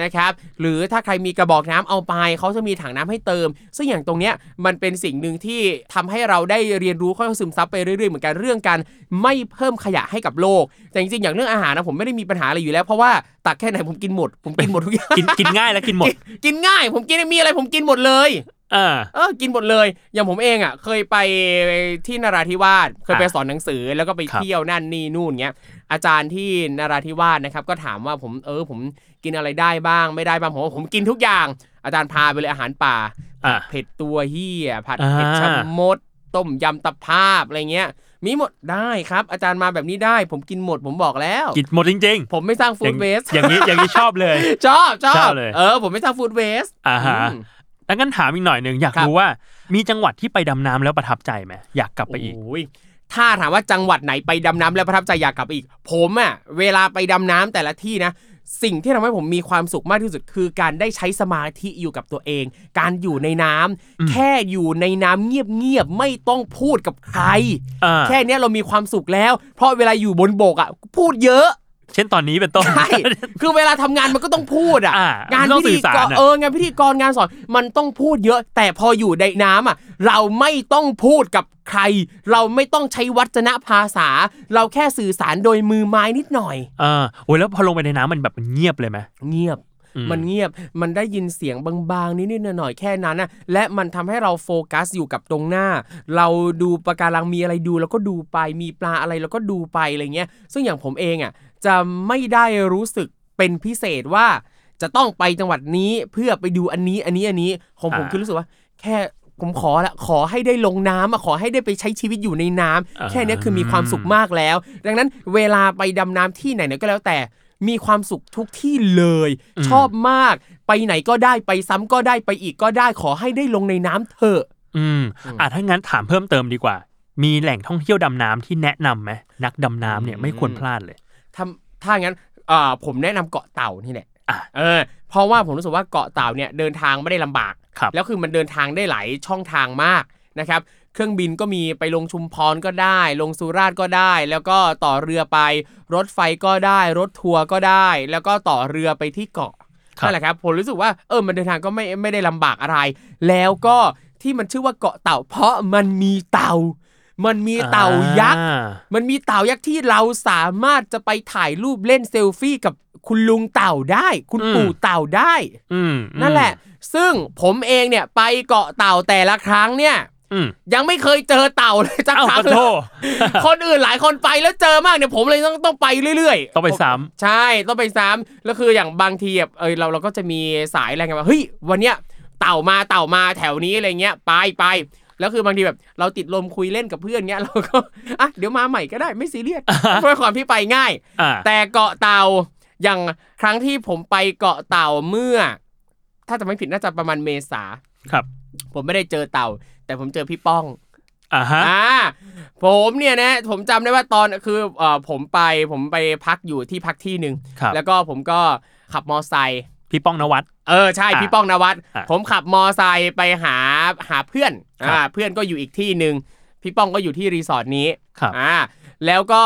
นะครับ หรือถ้าใครมีกระบอกน้ำเอาไปเขาจะมีถังน้ำให้เติม ซึ่งอย่างตรงเนี้ยมันเป็นสิ่งหนึ่งที่ทำให้เราได้เรียนรู้ค่อยๆซึมซับไปเรื่อยๆเหมือนกันเรื่องการไม่เพิ่มขยะให้กับโลก แต่จริงๆอย่างเรื่องอาหารนะผมไม่ได้มีปัญหาอะไรอยู่แล้วเพราะว่าตักแค่ไหนผมกินหมด ผมกินหมดทุกอย่าง
กิ นกินง่ายและกินหมด
กินง่าย ผมกินมีอะไรผมกินหมดเลย
อ่า
เออกินหมดเลย อย่างผมเองอ่ะ เคยไปที่นราธิวาสเคยไป
อ่ะ
สอนหนังสือแล้วก็ไป
ครับ
เที่ยวนั่นนี่นู่นเงี้ยอาจารย์ที่นราธิวาสนะครับก็ถามว่าผมเออผมกินอะไรได้บ้างไม่ได้บ้างผมบอกว่าผมกินทุกอย่าง อาจารย์พาไปเลยอาหารป่า
อ่า
เผ็ดตัวเฮียผัด
อ่า
เผ็ดชะมด ต้มยำตะภาพอะไรเงี้ย มีหมดได้ครับ อาจารย์มาแบบนี้ได้ ผมกินหมดผมบอกแล้ว
กินหมดจริงๆ
ผมไม่สร้างฟู้ดเวส
อย่างนี้อย่างนี้ชอบเลย
ชอบชอ
ชอ
บบ
เลย
เออผมไม่สร้างฟู้ดเวส
อ่าฮะแล้วงั้นถามอีกหน่อยหนึ่งอยาก
ครับ
รู้ว่า มีจังหวัดที่ไปดำน้ำแล้วประทับใจไหมอยากกลับไปอีก
โอ้ยถ้าถามว่าจังหวัดไหนไปดำน้ำแล้วประทับใจอยากกลับไปอีก ผมอะเวลาไปดำน้ำแต่ละที่นะ สิ่งที่ทำให้ผมมีความสุขมากที่สุด คือการได้ใช้สมาธิอยู่กับตัวเอง การอยู่ในน้
อืม
ำแค่อยู่ในน้ำเงียบๆไม่ต้องพูดกับใคร
อ่า
แค่เนี้ยเรามีความสุขแล้ว เพราะเวลาอยู่บนบกอะพูดเยอะ
เช่นตอนนี้เป็นต้น
ใช่ คือเวลาทำงานมันก็ต้องพูดอ่ะ
อ่าง
าน
ต้อง
พิ
สื่
ธี
อสาร
กร
อะ
เอองานพิธีกรงานสอนมันต้องพูดเยอะ แต่พออยู่ในน้ำอ่ะ เราไม่ต้องพูดกับใคร เราไม่ต้องใช้วัจนภาษา เราแค่สื่อสารโดยมือไม้นิดหน่อย
อ่าโอ้ยแล้วพอลงไปในน้ำมันแบบเงียบเลยไหม
เงียบ
อืม
มันเงียบ มันได้ยินเสียงบางๆ นิดๆหน่อยๆแค่นั้นนะและมันทำให้เราโฟกัสอยู่กับตรงหน้า เราดูปะการังมีอะไรดูเราก็ดูไป มีปลาอะไรเราก็ดูไปอะไรเงี้ย ซึ่งอย่างผมเองอ่ะจะไม่ได้รู้สึกเป็นพิเศษว่า จะต้องไปจังหวัดนี้เพื่อไปดูอันนี้อันนี้อันนี้ของผม
อ่า
คือรู้สึกว่า แค่ผมขอละขอให้ได้ลงน้ำอะขอให้ได้ไปใช้ชีวิตอยู่ในน้ำ
อ่า
แค่เนี้ยคือมีความสุขมากแล้ว ดังนั้นเวลาไปดำน้ำที่ไหนเนี่ยก็แล้วแต่ มีความสุขทุกที่เลย ชอบมาก ไปไหนก็ได้ไปซ้ำก็ได้ไปอีกก็ได้ขอให้ได้ลงในน้ำเถอะ
อืมอ่าถ้างั้นถามเพิ่มเติมดีกว่า มีแหล่งท่องเที่ยวดำน้ำที่แนะนำไหมนักดำน้ำเนี่ยไม่ควรพลาดเลย
ถ้าถ้างั้นเอ่อผมแนะนำเกาะเต่านี่แหละ
อ่ะ
เออ เพราะว่าผมรู้สึกว่าเกาะเต่าเนี่ยเดินทางไม่ได้ลำบาก
ครับ
แล้วคือมันเดินทางได้หลายช่องทางมากนะครับ เครื่องบินก็มีไปลงชุมพรก็ได้ ลงสุราษฎร์ก็ได้ แล้วก็ต่อเรือไป รถไฟก็ได้ รถทัวร์ก็ได้ แล้วก็ต่อเรือไปที่เกาะ
ครับ
นั่นแหละครับผมรู้สึกว่าเออมันเดินทางก็ไม่ไม่ได้ลำบากอะไร แล้วก็ที่มันชื่อว่าเกาะเต่า เพราะมันมีเต่า มันมีเต่ายักษ์
อ่า
มันมีเต่ายักษ์ที่เราสามารถจะไปถ่ายรูปเล่นเซลฟี่กับคุณลุงเต่าได้ คุณ
อืม
ปู่เต่าได้
อืม
นั่นแหละ ซึ่งผมเองเนี่ยไปเกาะเต่าแต่ละครั้งเนี่ย
อืม
ยังไม่เคยเจอเต่าเลยจัก
เอ้า
ครั้
ข
ง
อโทษ
คนอื่นหลายคนไปแล้วเจอมากเนี่ยผมเลยต้องต้องไปเรื่อยๆ
ต้องไปซ้
ใช่ต้องไปซ้ำแล้วคืออย่างบางทีแบบเออเราเราก็จะมีสายอะไรกันว่าเฮ้ยวันเนี้ยเต่ามาเต่ามาแถวนี้อะไรเงี้ยไปไปแล้วคือบางทีแบบเราติดลมคุยเล่นกับเพื่อนเงี้ยเราก็ อ่ะเดี๋ยวมาใหม่ก็ได้ไม่ซีเรียส เพราะความที่ไปง่าย
อ่า
แต่เกาะเต่าอย่างครั้งที่ผมไปเกาะเต่าเมื่อ ถ้าจะไม่ผิดน่าจะประมาณเมษา
ำครับ
ผมไม่ได้เจอเต่า แต่ผมเจอพี่ป้อง
อ่าฮะ
อ่าผมเนี่ยนะผมจำได้ว่าตอนคือเอ่อผมไปผมไปพักอยู่ที่พักที่หนึ่ง
ครับ
แล้วก็ผมก็ขับมอไซค์
พี่ป้องนวัด
เออใช่
อ่ะ
พี่ป้องนวัด
อ่ะ
ผมขับมอไซค์ไปหาหาเพื่อน
ครับ
อ่าเพื่อนก็อยู่อีกที่หนึ่งพี่ป้องก็อยู่ที่รีสอร์ทนี้
ครับ
อ่าแล้วก็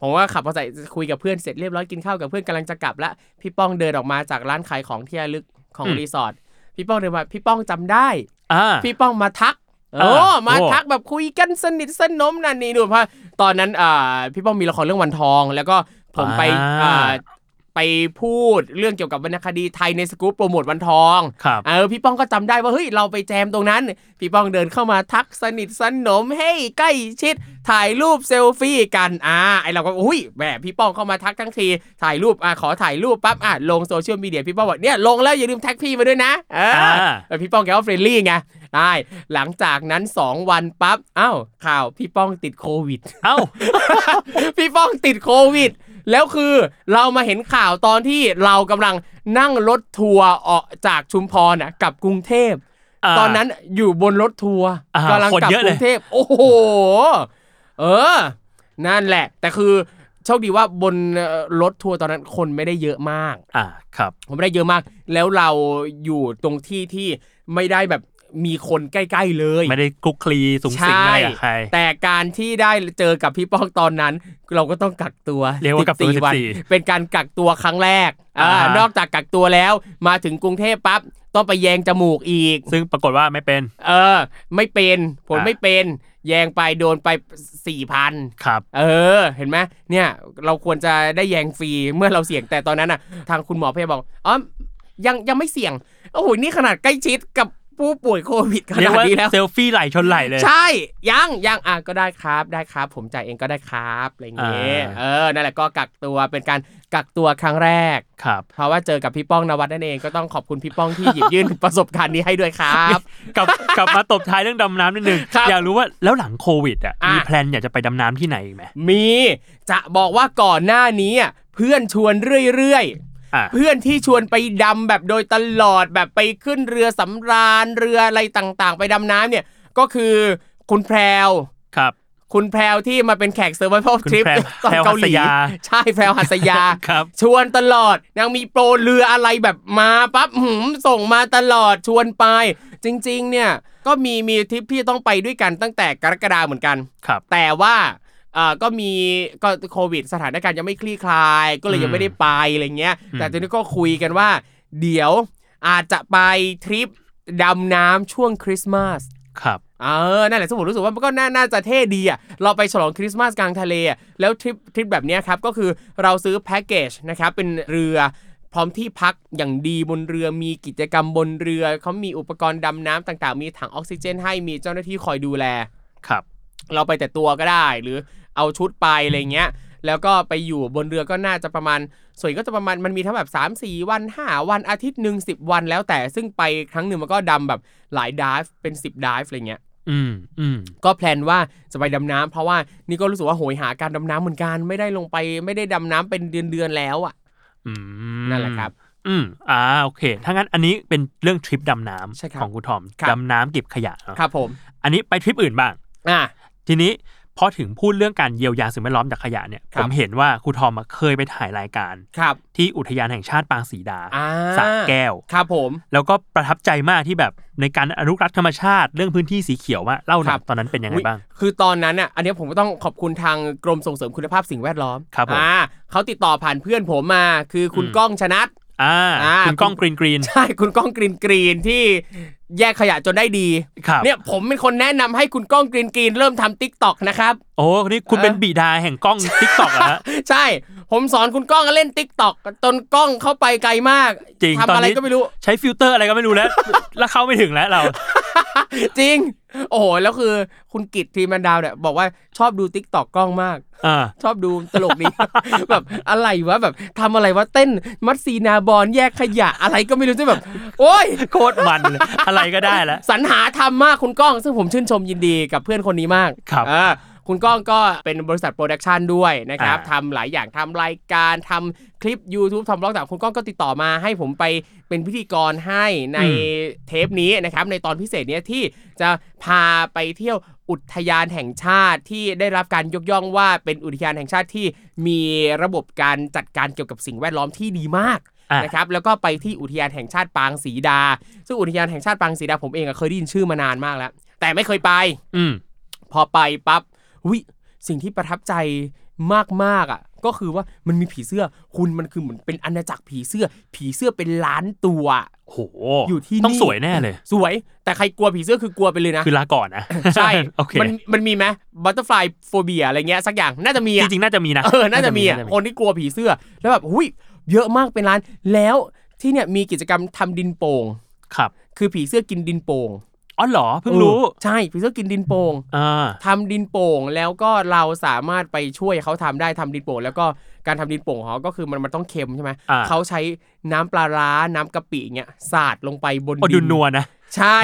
ผมก็ขับมอไซค์คุยกับเพื่อนเสร็จเรียบร้อยกินข้าวกับเพื่อนกำลังจะกลับละพี่ป้องเดินออกมาจากร้านขายของที่ระลึกของ
อืม
รีสอร์ทพี่ป้องเดินมาพี่ป้องจำได้
อ่า
พี่ป้องมาทัก
เออ
โอ้มา
โอ้
ทักแบบคุยกันสนิทสนมนั่นนี่ดูเพราะตอนนั้นอ่าพี่ป้องมีละครเรื่องวันทอง แล้วก็ผมไปอ่าไปพูดเรื่องเกี่ยวกับวรรณคดีไทยในสกู๊ปโปรโมทวันทอง
ครับ
เออพี่ป้องก็จำได้ว่าเฮ้ยเราไปแจมตรงนั้น พี่ป้องเดินเข้ามาทักสนิทสนมเฮ้ยใกล้ชิด ถ่ายรูปเซลฟี่กันอ่าไอเราก็อุ้ยแหมพี่ป้องเข้ามาทักทั้งทีถ่ายรูปอ่ะขอถ่ายรูปปั๊บอ่ะลงโซเชียลมีเดียพี่ป้องบอกเนี่ยลงแล้วอย่าลืมแท็กพี่มาด้วยนะเอออา แต่พี่ป้องแกก็เฟรนลี่ไงได้หลังจากนั้น 2 วันปั๊บอ้าวข่าวพี่ป้องติดโควิด
เอ้า
พี่ป้องติดโควิด แล้วคือเรามาเห็นข่าวตอนที่เรากำลังนั่งรถทัวร์ออกจากชุมพรน่ะกลับกรุงเทพ
อ่า
ตอนนั้นอยู่บนรถทัวร์
อ่าก
กำลัง
คน
กลับ
เยอะ
ก
เลย
รุงเทพโอ้โห เออ นั่นแหละ แต่คือ โชคดีว่าบนเอ่อรถทัวร์ตอนนั้นคนไม่ได้เยอะมาก
อ่าครับ
ผมไม่ได้เยอะมาก แล้วเราอยู่ตรงที่ที่ไม่ได้แบบมีคนใกล้ๆเลย
ไม่ได้คลุกคลีสูงสิงอะไรกับใคร
แต่การที่ได้เจอกับพี่ป้องตอนนั้น เราก็ต้องกักตัว
เรียกว่ากักตัว
14
14
เป็นการกักตัวครั้งแรก
อ่าฮะ
อ่านอกจากกักตัวแล้วมาถึงกรุงเทพปั๊บต้องไปแยงจมูกอีก
ซึ่งปรากฏว่าไม่เป็น
เออ ไม่เป็นผล
อ่า
ไม่เป็น แยงไปโดนไปสี่พัน
ครับ
เออ เห็นไหมเนี่ยเราควรจะได้แยงฟรีเมื่อเราเสี่ยงแต่ตอนนั้นอ่ะ ทางคุณหมอพยาบาลบอกอ๋อยังยังไม่เสี่ยงโอ้โหนี่ขนาดใกล้ชิดกับผู้ป่วยโควิดข
เรีย
นากด
ว่า
นี้แล้ว
เซลฟี่ไหลชนไหลเลย
ใช่ ยังยังอ่ะก็ได้ครับได้ครับ ผมจ่ายเองก็ได้ครับอะไรอย่างเงี้ย
อ่า
เออนั่นแหละก็กักตัวเป็นการกักตัวครั้งแรก
ครับ
เพราะว่าเจอกับพี่ป้องนวัดนั่นเองก็ต้องขอบคุณพี่ป้องที่หยิบยื่น ประสบการณ์นี้ให้ด้วยครับ
กลับกลับมาตบท้ายเรื่องดำน้ำนิดนึง
ครับ
อยากรู้ว่าแล้วหลังโควิดอ่ะ
อ่ะ
มีแพลนอยากจะไปดำน้ำที่ไหนอีกไหม
มีจะบอกว่าก่อนหน้านี้อ่ะเพื่อนชวนเรื่อยๆ
อ่ะ
เพื่อนที่ชวนไปดำแบบโดยตลอดแบบไปขึ้นเรือสำราญเรืออะไรต่างๆ ไปดำน้ำเนี่ย ก็คือคุณแพรว
ครับ
คุณแพรวที่มาเป็นแขกเซอร์ไว l ล
คุณ
ทริป
แพรว
ตอนเกาหลี
แพรวหัสยา
ใช่แพรวหัสยา
ครับ
ชวนตลอดนางมีโปรเรืออะไรแบบมาปั๊บหืมส่งมาตลอดชวนไป จริงๆ เนี่ย ก็มีมีทริปที่ต้องไปด้วยกันตั้งแต่กรกฎาเหมือนกัน
ครับ
แต่ว่าเอ่อก็มีก็โควิดสถานการณ์ยังไม่คลี่คลาย ก็เลยยังไม่ได้ไปอะไรเงี้ย แต่ตอนนี้ก็คุยกันว่า เดี๋ยวอาจจะไปทริปดำน้ำช่วงคริสต์มาส
ครับ
เออ นั่นแหละซึ่งผมรู้สึกว่ามันก็น่าน่าจะเท่ดีอ่ะ เราไปฉลองคริสต์มาสกลางทะเลอะแล้วทริปทริปแบบเนี้ยครับ ก็คือเราซื้อแพ็กเกจนะครับ เป็นเรือพร้อมที่พักอย่างดีบนเรือมีกิจกรรมบนเรือ เขามีอุปกรณ์ดำน้ำต่างๆ มีถังออกซิเจนให้มีเจ้าหน้าที่คอยดูแล
ครับ
เราไปแต่ตัวก็ได้ หรือเอาชุดไปอะไรเงี้ย แล้วก็ไปอยู่บนเรือก็น่าจะประมาณ ส่วนใหญ่ก็จะประมาณมันมีทั้งแบบ3 4 วัน 5 วันอาทิตย์หนึ่ง10 วันแล้วแต่ซึ่งไปครั้งหนึ่งมันก็ดำแบบหลายดิฟเป็น 10ดิฟอะไรเงี้ย
อืมอืม
ก็แพลนว่าจะไปดำน้ำเพราะว่านี่ก็รู้สึกว่าโหยหาการดำน้ำเหมือนกันไม่ได้ลงไปไม่ได้ดำน้ำเป็นเดือนๆแล้วอ่ะ
อืม
นั่นแหละครับ
อืมอ่าโอเค ถ้างั้นอันนี้เป็นเรื่องทริปดำน้
ใช่ครับ
ำของคุณทอม
ครับ
ดำน้ำเก็บขยะเนอะ
ครับผม
อันนี้ไปทริปอื่นบ้าง
อ่ะ
ทีนี้พอถึงพูดเรื่องการเยียวยาสิ่งแวดล้อมจากขยะเนี่ย
ค
ผ
รับ
มเห็นว่าครูทอมอะเคยไปถ่ายรายการ
ครับ
ที่อุทยานแห่งชาติปางสีดา
อ่า
สระแก้ว
ครับผม
แล้วก็ประทับใจมากที่แบบในการอนุรักษ์ธรรมชาติเรื่องพื้นที่สีเขียวว่าเล่าห
ค
น่อ
รั
ย
บ
ตอนนั้นเป็นยังไง
อุ๊ย
บ้าง
คือตอนนั้นอ่ะอันเนี้ยผมก็ต้องขอบคุณทางกรมส่งเสริมคุณภาพสิ่งแวดล้อม
ครับผม
อ่าเขาติดต่อผ่านเพื่อนผมมา คือคุณก้องช นัด
อ่า
อ่า
คุณก้องกรีนกรีน
ใช่คุณก้องกรีนกรีนที่แยกขยะจนได้ดี
ครับ
เนี่ยผมเป็นคนแนะนำให้คุณก้องกรีนกรีนเริ่มทำติ๊กต็อกนะครับ
โอ้นี่คุณเป็นบิดาแห่งกล้องทิกตอกอะฮะ
ใช่ ผมสอนคุณก้องเล่นติ๊กต็อกจนกล้องเข้าไปไกลมาก
จริง
ทำอะไรก็ไม่รู้
ใช้ฟิลเตอร์อะไรก็ไม่รู้แล้ว แล้วเข้าไม่ถึงแล้วเรา
จริง โอ้โห แล้วคือคุณกิตทีมันดาวเนี่ยบอกว่าชอบดูติ๊กต็อกกล้องมาก
อ่า
ชอบดูตลกดี แบบอะไรวะแบบทำอะไรวะเต้น มัดซีนาบอลแยกขยะอะไรก็ไม่รู้จะแบบ โอ้ย
โคตรมันเลยอะไรก็ได้แล้ว
สรรหาทำมากคุณก้อง ซึ่งผมชื่นชมยินดีกับเพื่อนคนนี้มาก
ครับ
อ่าคุณก้องก็เป็นบริษัทโปรดักชันด้วยนะครับ
อ่า
ทำหลายอย่างทำรายการทำคลิป YouTube ทำบล็อกต่างคุณก้องก็ติดต่อมาให้ผมไปเป็นพิธีกรให้ในเทปนี้นะครับ ในตอนพิเศษเนี้ยที่จะพาไปเที่ยวอุทยานแห่งชาติที่ได้รับการยกย่องว่าเป็นอุทยานแห่งชาติที่มีระบบการจัดการเกี่ยวกับสิ่งแวดล้อมที่ดีมาก
อ่ะ
นะครับแล้วก็ไปที่อุทยานแห่งชาติปางศรีดา ซึ่งอุทยานแห่งชาติปางศรีดาผมเองอะเคยได้ยินชื่อมานานมากแล้ว แต่ไม่เคยไป
อืม
พอไปปั๊บวิสิ่งที่ประทับใจมากๆอ่ะ ก็คือว่ามันมีผีเสื้อคุณมันคือเหมือนเป็นอาณาจักรผีเสื้อ ผีเสื้อเป็นล้านตัว
โห
อยู่ที่
ต้อง
นี่
สวยแน่เลย
สวย แต่ใครกลัวผีเสื้อคือกลัวไปเลยนะ
คือลาก่อนนะ
ใช่
โอเค
มันมันมีไหมบัตเตอร์ฟลายโฟเบียอะไรเงี้ยสักอย่างน่าจะมี
จ
อะ
ริงๆน่าจะมีนะ
เออ น่าจะมีอ่ะ คนที่กลัวผีเสื้อ แล้วแบบหุยเยอะมากเป็นร้าน แล้วที่เนี่ยมีกิจกรรมทำดินโป่ง
ครับ
คือผีเสื้อกินดินโป่ง
อ๋อเหรอเพิ่งรู้
เออใช่ ผีเสื้อกินดินโป่ง
อ่า
ทำดินโป่ง แล้วก็เราสามารถไปช่วยเขาทำได้ทำดินโป่ง แล้วก็การทำดินโป่งของเขาก็คือมันมันต้องเค็มใช่ไหม
อ่า
เขาใช้น้ำปลาร้า น้ำกะปิเงี้ยสาดลงไปบน
โอ
ดิ
ดูนัวนะ
ใช่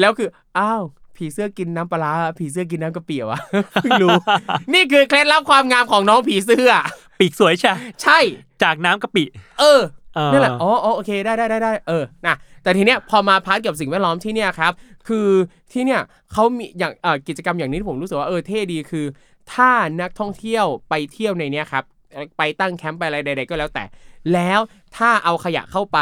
แล้วคือ อ้าว ผีเสื้อกินน้ำปลาร้า ผีเสื้อกินน้ำกะปิเหรอ วะ เพิ่งรู้ นี่คือเคล็ดลับความงามของน้องผีเสื้อ
ปีกสวยใช่
ใช่
จากน้ำกะปิ
เออ
เออ
นั่นแหละ อ๋ออ๋อโอเค ได้ได้ได้ได้เออ นะ แต่ทีเนี้ยพอมาพาร์ทเกี่ยวกับสิ่งแวดล้อมที่เนี่ยครับ คือที่เนี่ยเขามีอย่างเอ่อกิจกรรมอย่างนี้ที่ผมรู้สึกว่าเออเท่ดีคือ ถ้านักท่องเที่ยวไปเที่ยวในเนี้ยครับ ไปตั้งแคมป์ไปอะไรใด ๆ ก็แล้วแต่ แล้วถ้าเอาขยะเข้าไป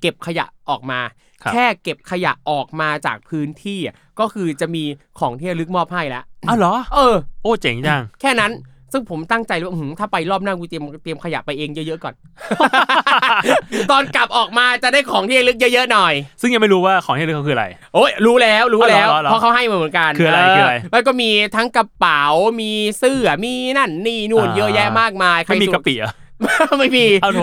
เก็บขยะออกมา
ครับ
แค่เก็บขยะออกมาจากพื้นที่อ่ะก็คือจะมีของที่ระลึกมอบให้แล้ว
อ้าวเหรอ
เออ
โอ้เจ๋งจัง
แค่นั้น ซึ่งผมตั้งใจเลยว่าอื้อหือถ้าไปรอบหน้ากูเตรียมเตรียมขยะไปเองเยอะๆก่อน ตอนกลับออกมาจะได้ของที่ระลึกเยอะๆหน่อย
ซึ่งยังไม่รู้ว่าของที่ระลึกเขาคืออะไร
โอ้ยรู้แล้วรู้แล้ว
อ๋อเหรอเหรอ
เพราะเขาให้มาเหมือนกัน
คืออะไรคืออะไร
เมันก็มีทั้งกระเป๋ามีเสื้อมีนั่นนี่นู่นเยอะแยะมากมายใคร
ไม่มี
สุด
กะปิเหรอ่ะ
ไม่มี
เอาโถ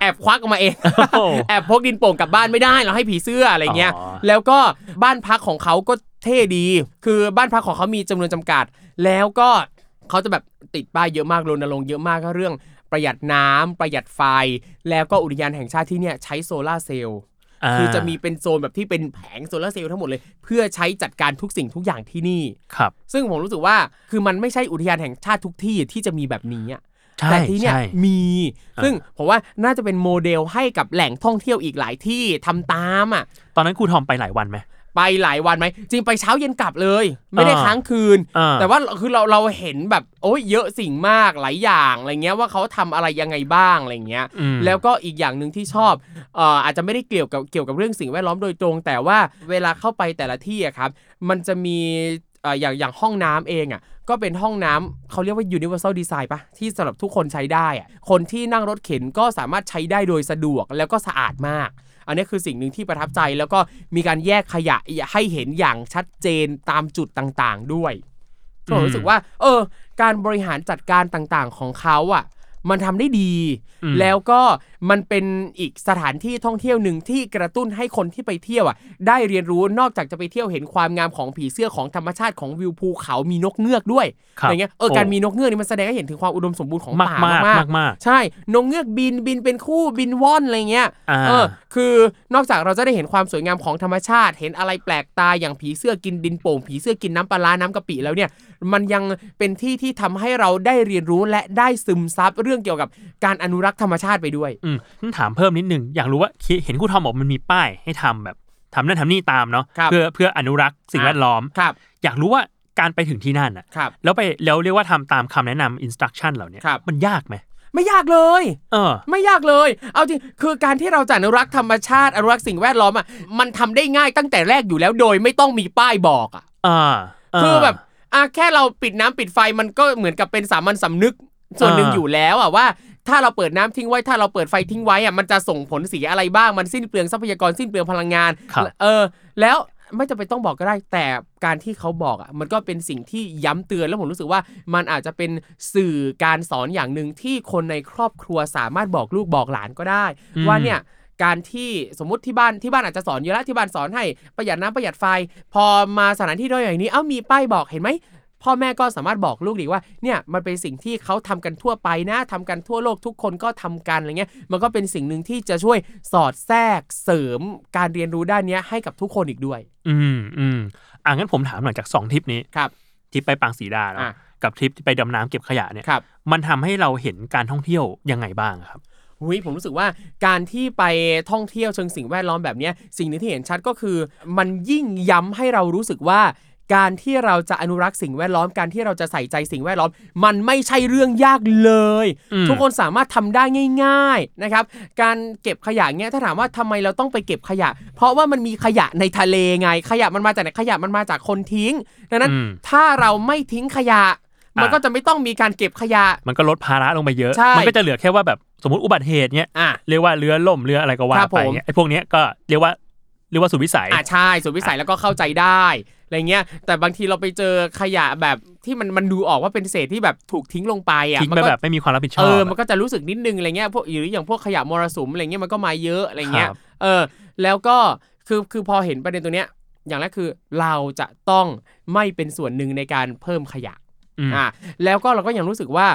แอบควักออกมาเอง
โอ้
แอบพกดินโป่งกลับบ้านไม่ได้เราให้ผีเสื้ออะไรเงี้ย
อ๋อ
แล้วก็บ้านพักของเขาก็เท่ดี คือบ้านพักของเขามีจำนวนจำกัด แล้วก็เขาจะแบบติดป้ายเยอะมากรณรงค์เยอะมากก็เรื่องประหยัดน้ำประหยัดไฟ แล้วก็อุทยานแห่งชาติที่เนี่ยใช้โซลาร์เซลล์ คือจะมีเป็นโซนแบบที่เป็นแผงโซลาร์เซลล์ทั้งหมดเลย เพื่อใช้จัดการทุกสิ่งทุกอย่างที่นี่
ครับ
ซึ่งผมรู้สึกว่าคือมันไม่ใช่อุทยานแห่งชาติทุกที่ที่จะมีแบบนี้อะ
ใช่
แต่ที่เนี่ย
ใช่
มี ซึ่งผมว่าน่าจะเป็นโมเดลให้กับแหล่งท่องเที่ยวอีกหลายที่ทำตามอ่ะ
ตอนนั้นครูทอมไปหลายวันไหม
ไปหลายวันไหมจริงไปเช้าเย็นกลับเลย ไม่ได้
อ่า
ค้างคืน
อ่า
แต่ว่าคือเราเราเห็นแบบโอ้ยเยอะสิ่งมากหลายอย่างอะไรเงี้ยว่าเขาทำอะไรยังไงบ้างอะไรเงี้ย
อืม
แล้วก็อีกอย่างหนึ่งที่ชอบเอ่ออาจจะไม่ได้เกี่ยวกับเกี่ยวกับเรื่องสิ่งแวดล้อมโดยตรง แต่ว่าเวลาเข้าไปแต่ละที่อะครับ มันจะมีเอ่ออย่างอย่างห้องน้ำเองอ่ะก็เป็นห้องน้ำเขาเรียกว่า universal design ปะที่สำหรับทุกคนใช้ได้อ่ะคนที่นั่งรถเข็นก็สามารถใช้ได้โดยสะดวกแล้วก็สะอาดมาก อันนี้คือสิ่งหนึ่งที่ประทับใจแล้วก็มีการแยกขยะให้เห็นอย่างชัดเจนตามจุดต่างๆด้วยผมรู้สึกว่า เออ การบริหารจัดการต่างๆของเขาอ่ะ มันทำได้ดี
อืม
แล้วก็มันเป็นอีกสถานที่ท่องเที่ยวหนึ่งที่กระตุ้นให้คนที่ไปเที่ยวอ่ะ ได้เรียนรู้นอกจากจะไปเที่ยวเห็นความงามของผีเสื้อของธรรมชาติของวิวภูเขามีนกเงือกด้วย
ค
อะ
รับ
ไรเงี้ยเออการมีนกเงือกนี่มันแสดงให้เห็นถึงความอุดมสมบูรณ์ของ
มา
ป่าม
กา
มาม
กาก ก
ๆ
มาก
ใช่นกเงือกบินบินเป็นคู่บินว่อนอะไรเงี้ย
อ่า
เออ คือนอกจากเราจะได้เห็นความสวยงามของธรรมชาติ เห็นอะไรแปลกตาอย่างผีเสื้อกินดินโป่ง ผีเสื้อกินน้ำปลาร้าน้ำกะปิแล้วเนี่ย มันยังเป็นที่ที่ทำให้เราได้เรียนรู้และได้ซึมซับเรื่องเกี่ยวกับการอนุรักษ์ธรรมชาติไปด้วย
อืมงั้นถามเพิ่มนิดนึง อยากรู้ว่าเห็นครูทอมบอกมันมีป้ายให้ทำแบบทำนั่นทำนี่ตามเนาะ
ครับ
เพื่อเพื่ออนุรักษ์สิ่งแวดล้อม
ครับ
อยากรู้ว่าการไปถึงที่นั่นอ่ะ
ครับ
แล้วไปแล้วเรียกว่าทำตามคำแนะนำอินสต u ักชั่นเหล่าเนี้ย
ครับ
มันยากไหม
ไม่ยากเลย
เออ
ไม่ยากเลย เอาจริง คือการที่เราจะอนุรักษ์ธรรมชาติอนุรักษ์สิ่งแวดล้อมอ่ะ มันทำได้ง่ายตั้งแต่แรกอยู่แล้วโดยไม่ต้องมีป้ายบอกอ่ะ
อ่าา
คือแบบอ่ะแค่เราปิดน้ำปิดไฟมันก็เหมือนกับเป็นสามัญสำนึกส่วนหนึ่ง
อ่า
อยู่แล้วอ่ะว่า ถ้าเราเปิดน้ำทิ้งไว้ถ้าเราเปิดไฟทิ้งไว้อ่ะมันจะส่งผลเสียอะไรบ้างมันสิ้นเปลืองทรัพยากรสิ้นเปลืองพลังงาน
ครับ
เออ แล้วไม่จำเป็นต้องบอกก็ได้ แต่การที่เขาบอกอ่ะมันก็เป็นสิ่งที่ย้ำเตือนแล้วผมรู้สึกว่า มันอาจจะเป็นสื่อการสอนอย่างหนึ่งที่คนในครอบครัวสามารถบอกลูกบอกหลานก็ได้
อืม
ว่าเนี่ยการที่สมมติที่บ้านที่บ้านอาจจะสอนอยู่แล้วที่บ้านสอนให้ประหยัดน้ำประหยัดไฟ พอมาสถานที่ด้วยอย่างนี้เอ้ามีป้ายบอกเห็นไหมพ่อแม่ก็สามารถบอกลูกดีว่าเนี่ยมันเป็นสิ่งที่เขาทำกันทั่วไปนะทำกันทั่วโลกทุกคนก็ทำกันอะไรเงี้ยมันก็เป็นสิ่งหนึ่งที่จะช่วยสอดแทรกเสริมการเรียนรู้ด้านเนี้ยให้กับทุกคนอีกด้วย
อืมอืมอ่ะงั้นผมถามหน่อยจากสองทริปนี้
ครับ
ทริปไปปางสีดาเนาะ
อ่ะ
กับทริปที่ไปดำน้ำเก็บขยะเนี่ย
ครับ
มันทำให้เราเห็นการท่องเที่ยวยังไงบ้างครับ
หุยผมรู้สึกว่าการที่ไปท่องเที่ยวเชิงสิ่งแวดล้อมแบบเนี้ยสิ่งหนึ่งที่เห็นชัดก็คือ มันยิ่งย้ำให้เรารู้สึกว่า การที่เราจะอนุรักษ์สิ่งแวดล้อมการที่เราจะใส่ใจสิ่งแวดล้อม มันไม่ใช่เรื่องยากเลย
อืม
ทุกคนสามารถทำได้ง่าย ๆนะครับ การเก็บขยะเนี้ยถ้าถามว่าทำไมเราต้องไปเก็บขยะ เพราะว่ามันมีขยะในทะเลไง ขยะมันมาจากไหนขยะมันมาจากคนทิ้ง ดังนั้น
อืม
ถ้าเราไม่ทิ้งขยะ มัน
อ่ะ
ก็จะไม่ต้องมีการเก็บขยะ
มันก็ลดภาระลงไปเยอะ
ใช่
มัก็จะเหลือแค่ว่าแบบสมมติอุบัติเหตุเนี่ย
อ่ะ
เรียกว่าเรือล่มเรืออะไรก็ว่า
ครับ
ไป
ผม
เนี่ยไอ้พวกเนี้ยก็เรียกว่าเรียกว่าสุดวิสัย
อ่ะใช่ส่วนวิสัยแล้วก็เข้าใจได้อะไรเงี้ยแต่บางทีเราไปเจอขยะแบบที่มันมันดูออกว่าเป็นเศษที่แบบถูกทิ้งลงไปอ่ะ
ทิ้ง
มั
ไป
ก็
แบบไม่มีความรับผิดช
เอ
อบ
อมันก็จะรู้สึกนิดนึงอะไรเงี้ยพวกหรืออย่างพวกขยะมรสุมอะไรเงี้ยมันก็มาเยอะอะไรเงี้ย
ครับ
เออแล้วก็คือคือพอเห็นประเด็นตัวเนี้ยอย่างแรกคือเราจะต้องไม่เป็นส่วนหนึ่งในการเพิ่มขยะ
อืม
อ่ะแล้วก็เราก็ยังรู้สึกว่า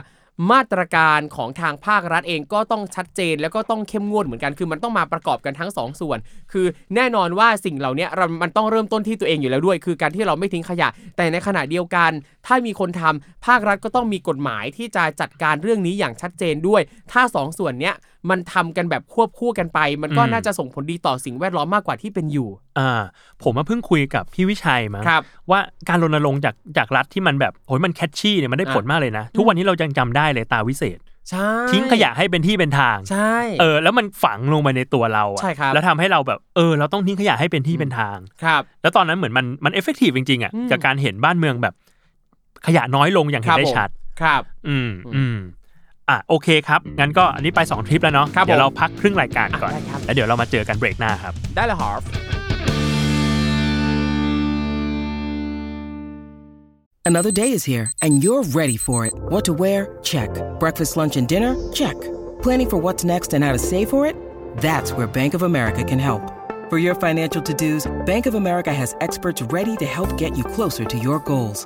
มาตรการของทางภาครัฐเองก็ต้องชัดเจนแล้วก็ต้องเข้มงวดเหมือนกันคือมันต้องมาประกอบกันทั้งสองส่วน คือแน่นอนว่าสิ่งเหล่านี้เรามันต้องเริ่มต้นที่ตัวเองอยู่แล้วด้วย คือการที่เราไม่ทิ้งขยะ แต่ในขณะเดียวกัน ถ้ามีคนทำภาครัฐก็ต้องมีกฎหมายที่จะจัดการเรื่องนี้อย่างชัดเจนด้วย ถ้าสองส่วนเนี้ย มันทำกันแบบควบคู่กันไป มันก็
อืม
น่าจะส่งผลดีต่อสิ่งแวดล้อมมากกว่าที่เป็นอยู่
อ่าผมมาเพิ่งคุยกับพี่วิชัยมา
ครับ
ว่าการรณรงค์จากจากรัฐที่มันแบบโอ้ยมันแคชชี่เนี่ยมันได้
อ่ะ
ผลมากเลยนะ ทุกวันนี้เรายังจำได้เลยตาวิเศษ
ใช่
ทิ้งขยะให้เป็นที่เป็นทาง
ใช่
เออแล้วมันฝังลงไปในตัวเราอะ
ใช่ครับ
แล้วทำให้เราแบบเออ เราต้องทิ้งขยะให้เป็นที่เป็นทาง
ครับ
แล้วตอนนั้นเหมือนมันมันเอฟเฟกตีฟจริงๆอ่ะ
อืม
จากการเห็นบ้านเมืองแบบ ขยะน้อยลงอย่าง
ค
เห็
รั
นได้
ผม
ชัด
ครับ
อืมอืมอ่ะโอเคครับ งั้นก็อันนี้ไป 2 ทริปแล้วเนาะ
ครับผม
เดี๋ยวเราพักครึ่งรายการก่อน
อ่ะได้ครับ
แล้วเดี๋ยวเรามาเจอกันเบรกหน้าครับ
ได้เลยฮอฟ
Another day is here, and you're ready for it. What to wear? Check. Breakfast, lunch, and dinner? Check. Planning for what's next and how to save for it? That's where Bank of America can help. For your financial to dos, Bank of America has experts ready to help get you closer to your goals.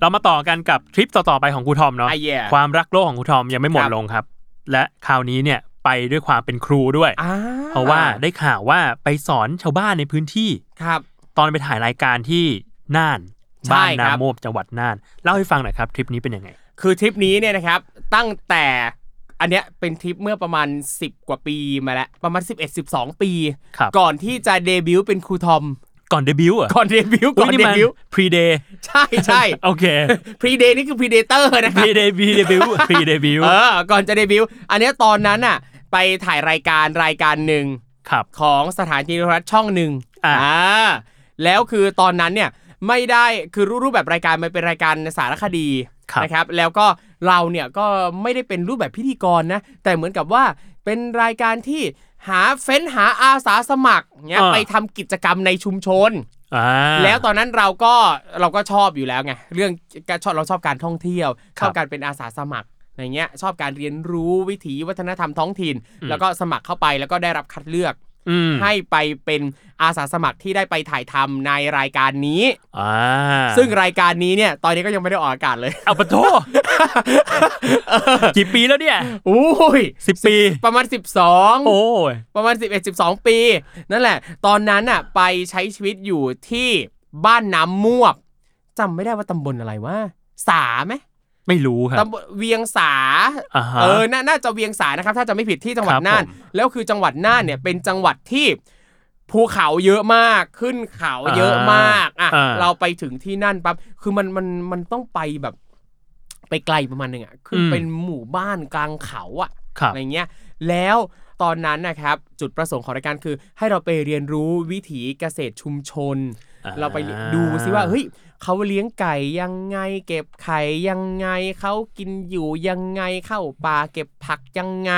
เรามาต่อกันกับทริปต่อๆไปของครูทอมเนาะ
อ่ะ yeah
ความรักโลกของครูทอมยังไม่หม
ค
ด
รับ
ลงครับ และคราวนี้เนี่ยไปด้วยความเป็นครูด้วย
อ่า
เพราะว่าได้ข่าวว่าไปสอนชาวบ้านในพื้นที่
ครับ
ตอนไปถ่ายรายการที่น่าน
ใช่
บ้าน
ค
นา
รับ
โมบจังหวัดน่านเล่าให้ฟังหน่อยครับทริปนี้เป็นยังไง
คือทริปนี้เนี่ยนะครับตั้งแต่อันเนี้ยเป็นทริปเมื่อประมาณ 10 กว่าปีมาแล้ว ประมาณ 11 12 ปี
ครับ
ก่อนที่จะเดบิวต์เป็นครูทอม
ก่อนเดบิวต์เหรอ่ะ
ก่อนเดบิวต์ก่อนเดบิวต์
พรีเดย์
ใช่ใช่
โอเค
พรีเดย์นี่คือพรีเดเตอร์นะ
พ
ครับ
รีเดบิวต์พรีเดบิว
เออ ก่อนจะเดบิวต์อันเนี้ยตอนนั้นอ่ะไปถ่ายรายการรายการหนึ่ง
ครับ
ของสถานีโทรทัศน์ช่องหนึ่ง
อ่า
แล้วคือตอนนั้นเนี่ยไม่ได้คือรูรูปแบบรายการมันเป็นรายการสารคดี
ครับ
นะครับแล้วก็เราเนี่ยก็ไม่ได้เป็นรูปแบบพิธีกรนะแต่เหมือนกับว่าเป็นรายการที่หาเฟ้นหาอาสาสมัครเนี่ย
อ่า
ไปทำกิจกรรมในชุมชน
อ่า
แล้วตอนนั้นเราก็เราก็ชอบอยู่แล้วไงเรื่องการชอบเราชอบการท่องเที่ยว
ค
ช
รับ
อบการเป็นอาสาสมัครอะไรเงี้ยชอบการเรียนรู้วิถีวัฒนธรรมท้องถิ่น
อืม
แล้วก็สมัครเข้าไปแล้วก็ได้รับคัดเลือก
อืม
ให้ไปเป็นอาสาสมัครที่ได้ไปถ่ายทำในรายการนี้
อ่า
ซึ่งรายการนี้เนี่ยตอนนี้ก็ยังไม่ได้ออกอากาศเลย
เอา ปะโทกี่ปีแล้วเนี่ย
อุ้ย
สิบปี
ประมาณ
โอ้
12
ย
ประมาณ 11 12 ปี นั่นแหละ ตอนนั้นอ่ะไปใช้ชีวิตอยู่ที่บ้านน้ำมวบจำไม่ได้ว่าตำบลอะไรว่า สาไหม
ไม่รู้ครับ
ตำบลเวียงสา
อ่าฮะ
เออนาน่าจะเวียงสานะครับ ถ้าจะไม่ผิดที่จังหวัด
ครับ
น่าน
ผม
แล้วคือจังหวัดน่านเนี่ยเป็นจังหวัดที่ภูเขาเยอะมากขึ้นเขาเยอะมากอ่ะ
อ่า
เราไปถึงที่นั่นปั๊บคือมันมันมันต้องไปแบบ ไปไกลประมาณหนึงอ่ะคืออ
ม
เป็นหมู่บ้านกลางเขาอ่ะ
ครับ
อะไรเงี้ย แล้วตอนนั้นนะครับจุดประสงค์ของรายการคือ ให้เราไปเรียนรู้วิถีเกษตรชุมชน
อ่า
เราไปดูซิว่าเฮ้ยเขาเลี้ยงไก่ยังไง เก็บไข่ยังไงเขากินอยู่ยังไงเข้าป่าเก็บผักยังไง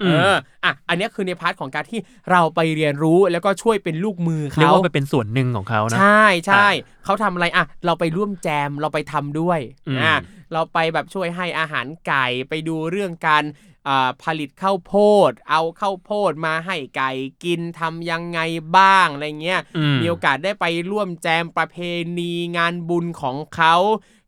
เอออ่ะอันเนี้ยคือในพาร์ทของการที่เราไปเรียนรู้แล้วก็ช่วยเป็นลูกมือ
เรียก
เขา
ว่าไปเป็นส่วนหนึ่งของเขานะ
ใช่ใช่เขาทำอะไรอ่ะเราไปร่วมแจมเราไปทำด้วย
อืม
อ่ะเราไปแบบช่วยให้อาหารไก่ไปดูเรื่องการ อ่าผลิตข้าวโพด เอาข้าวโพดมาให้ไก่กินทำยังไงบ้างอะไรเงี้ย
อืม
มีโอกาสได้ไปร่วมแจมประเพณีงานบุญของเขา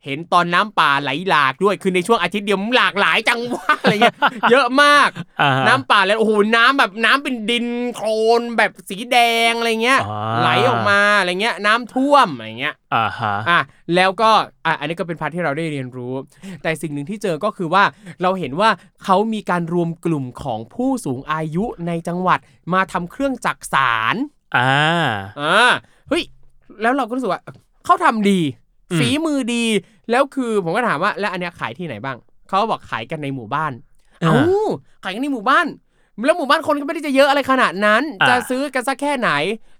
เห็นตอนน้ำป่าไหลหลากด้วย คือในช่วงอาทิตย์เดียวมันหลากหลายจังวะ อะไร เงี้ย เยอะมาก
อ่าฮะ
น้ำป่าแล้วโอ้โหน้ำแบบน้ำเป็นดินโคลนแบบสีแดงอะไรเงี้ย
อ่า
ไหลออกมาอะไรเงี้ย น้ำท่วมอะไรเงี้ย
อ่าฮะ
อ่ะแล้วก็อ่ะอันนี้ก็เป็นพาร์ทที่เราได้เรียนรู้ แต่สิ่งหนึ่งที่เจอก็คือว่าเราเห็นว่าเขามีการรวมกลุ่มของผู้สูงอายุในจังหวัดมาทำเครื่องจักสาร
อ่า
อ่าเฮ้ยแล้วเราก็รู้สึกว่าเขาทำดี
อืม
ฝีมือดี แล้วคือผมก็ถามว่า แล้วอันเนี้ยขายที่ไหนบ้าง เขาบอกขายกันในหมู่บ้าน เอ้าขายกันในหมู่บ้าน แล้วหมู่บ้านคนก็ไม่ได้จะเยอะอะไรขนาดนั้น
อ่า
จะซื้อกันสักแค่ไหน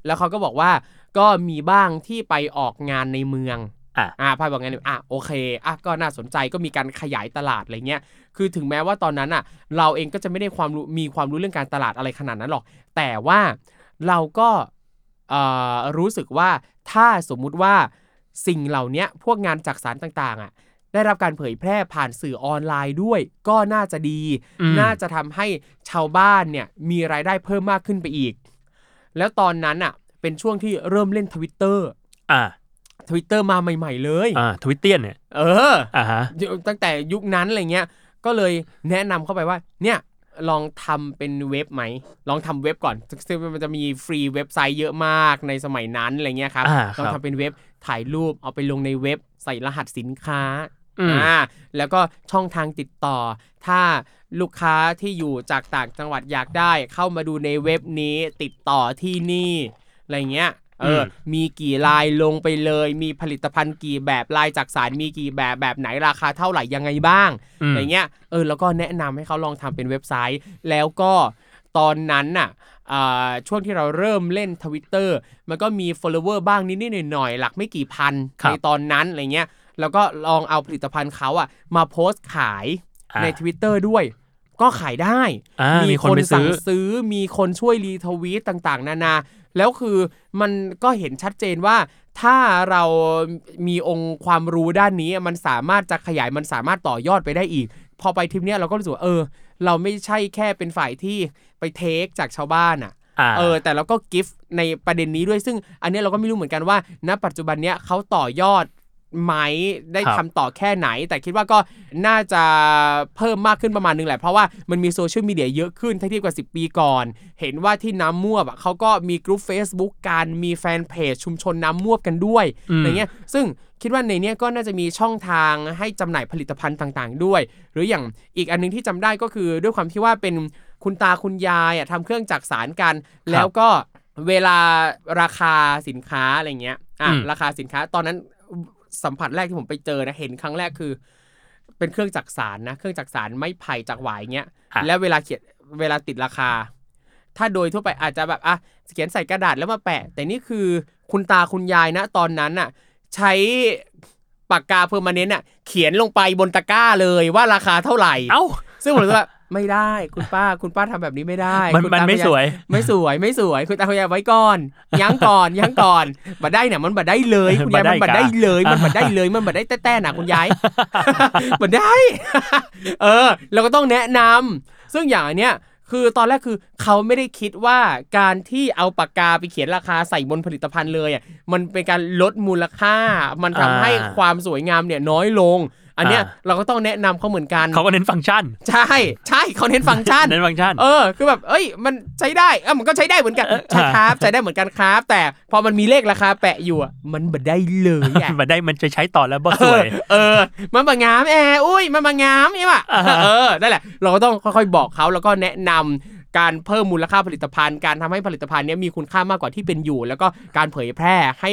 แล้วเขาก็บอกว่าก็มีบ้างที่ไปออกงานในเมือง
อ่ะ
อ่าพายบอกไงเนี่ยอ่ะโอเคอ่ะก็น่าสนใจก็มีการขยายตลาดอะไรเงี้ยคือถึงแม้ว่าตอนนั้นอ่ะ เราเองก็จะไม่ได้ความรู้มีความรู้เรื่องการตลาดอะไรขนาดนั้นหรอก แต่ว่าเราก็เอ่อรู้สึกว่าถ้าสมมุติว่าสิ่งเหล่าเนี้ยพวกงานจักสารต่างๆอ่ะได้รับการเผยแพร่ผ่านสื่อออนไลน์ด้วย ก็น่าจะดี
อืม
น่าจะทำให้ชาวบ้านเนี่ยมีรายได้เพิ่มมากขึ้นไปอีก แล้วตอนนั้นอ่ะ เป็นช่วงที่เริ่มเล่นทวิตเตอร์
อ่า
ทวิตเตอร์มาใหม่ ๆ เลย
อ่าทวิตเตียนเนี่ย
เออ
อ่าฮะ
ตั้งแต่ยุคนั้นอะไรเงี้ย ก็เลยแนะนำเข้าไปว่า เนี่ย ลองทำเป็นเว็บไหม ลองทำเว็บก่อนซึ่งมันจะมีฟรีเว็บไซต์เยอะมากในสมัยนั้นอะไรเงี้ยครับ
อ่าค
ล
รับ
องทำเป็นเว็บ ถ่ายรูปเอาไปลงในเว็บ ใส่รหัสสินค้า
อืม
อ่า แล้วก็ช่องทางติดต่อ ถ้าลูกค้าที่อยู่จากต่างจังหวัดอยากได้ เข้ามาดูในเว็บนี้ ติดต่อที่นี่ อะไรเงี้ย เอออ
ม
มีกี่ลายลงไปเลย มีผลิตภัณฑ์กี่แบบลายจากสารมีกี่แบบแบบไหนราคาเท่าไหร่ยังไงบ้าง
อืม
อะไรเงี้ย เออ แล้วก็แนะนำให้เขาลองทำเป็นเว็บไซต์ แล้วก็ตอนนั้นน่ะอ่าช่วงที่เราเริ่มเล่นทวิตเตอร์มันก็มี follower บ้างนิดๆหน่อยๆ หลักไม่กี่พัน
ครับ
ในตอนนั้นอะไรเงี้ย แล้วก็ลองเอาผลิตภัณฑ์เขาอ่ะมาโพสต์ขาย
อ่า
ใน Twitter ด้วย ก็ขายได้
อ่ามี
มี
คนไปซื้
สั่ง
อ
ซื้อ มีคนช่วยรีทวีตต่างๆ นานา แล้วคือมันก็เห็นชัดเจนว่า ถ้าเรามีองค์ความรู้ด้านนี้มันสามารถจะขยายมันสามารถต่อยอดไปได้อีก พอไปทริปเนี้ยเราก็รู้สึกว่าเออ เราไม่ใช่แค่เป็นฝ่ายที่ไปเทคจากชาวบ้านอ่ะ
อ่า
เออแต่เราก็กิฟต์ในประเด็นนี้ด้วยซึ่ง อันเนี้ยเราก็ไม่รู้เหมือนกันว่า ณ ปัจจุบันเนี้ยเขาต่อยอดไหมได้
ครั
ทำ
บ
ต่อแค่ไหน แต่คิดว่าก็น่าจะเพิ่มมากขึ้นประมาณนึงแหละ เพราะว่ามันมีโซเชียลมีเดียเยอะขึ้นถ้าเทียบกับ 10 ปีก่อน เห็นว่าที่น้ำมั่วบอะเขาก็มีกลุ่ม Facebook การมีแฟนเพจชุมชนน้ำมั่วบกันด้วยอะไรเงี้ยซึ่งคิดว่าในเนี้ยก็น่าจะมีช่องทางให้จำหน่ายผลิตภัณฑ์ต่างๆ ด้วย หรืออย่างอีกอันนึงที่จำได้ก็คือด้วยความที่ว่าเป็น คุณตาคุณยายอ่ะทำเครื่องจักสารกัน แล้วก็เวลาราคาสินค้าอะไรเงี้ยอ่ะ
อืม
ราคาสินค้าตอนนั้นสัมผัสแรกที่ผมไปเจอนะเห็นครั้งแรกคือ เป็นเครื่องจักสารนะเครื่องจักสารไม้ไผ่จากหวายเงี้ยแล้วเวลาเขียนเวลาติดราคา ถ้าโดยทั่วไปอาจจะแบบอ่ะเขียนใส่กระดาษแล้วมาแปะ แต่นี่คือคุณตาคุณยายนะ ตอนนั้นน่ะ ใช้ปากกาเพอร์มาเนนต์น่ะเขียนลงไปบนตะกร้าเลยว่าราคาเท่าไหร่
เอ้า
ซึ่งผมรู้สึกว่า ไม่ได้คุณป้าคุณป้าทำแบบนี้ไม่ได้
มัน
คุณ
มัน
ตา
ไม่
คุณา
สวย
ไม่สวยไม่สวย คุณตาคุณยายไว้ก่อนยั้งก่อนยั้งก่อนบัดได้เนี่ยมันบัดได้เลยคุณยายมัน
บั
บั
ด
ด
ได้
ได้
อีกอ่ะ
เลยมันบัดได้เลยมันบัดได้แต้ๆนะคุณยาย บัดได้ เออเราก็ต้องแนะนำซึ่งอย่างอันเนี้ยคือตอนแรกคือเขาไม่ได้คิดว่าการที่เอาปากกาไปเขียนราคาใส่บนผลิตภัณฑ์เลยอ่ะมันเป็นการลดมูลค่า มันทำให้
อ่า
ความสวยงามเนี่ยน้อยลง อันเนี้ย
อ่า
เราก็ต้องแนะนำเขาเหมือนกัน
เขาก็เน้นฟังก์ชัน
ใช่ใช่เขาเน้นฟังก์ชัน
เน้นฟังก์ชัน
เออ คือแบบ เอ้ย มันใช้ได้เออมันก็ใช้ได้เหมือนกันใช่ครับใช้ได้เหมือนกันครับ แต่พอมันมีเลขราคาแปะอยู่อะมันบัดได้เลยอะ
มันได้มันจะใช้ต่อแล้วบ่
เอ
สว
อย เออ มันบางงามแอร์อุ้ย มันบางงามใช่ปะ
อ่าฮะ
เออ นั่นแหละ เราก็ต้องค่อยๆ บอกเขาแล้วก็แนะนำการเพิ่มมูลค่าผลิตภัณฑ์ การทำให้ผลิตภัณฑ์เนี้ยมีคุณค่ามากกว่าที่เป็นอยู่ แล้วก็การเผยแพร่ให้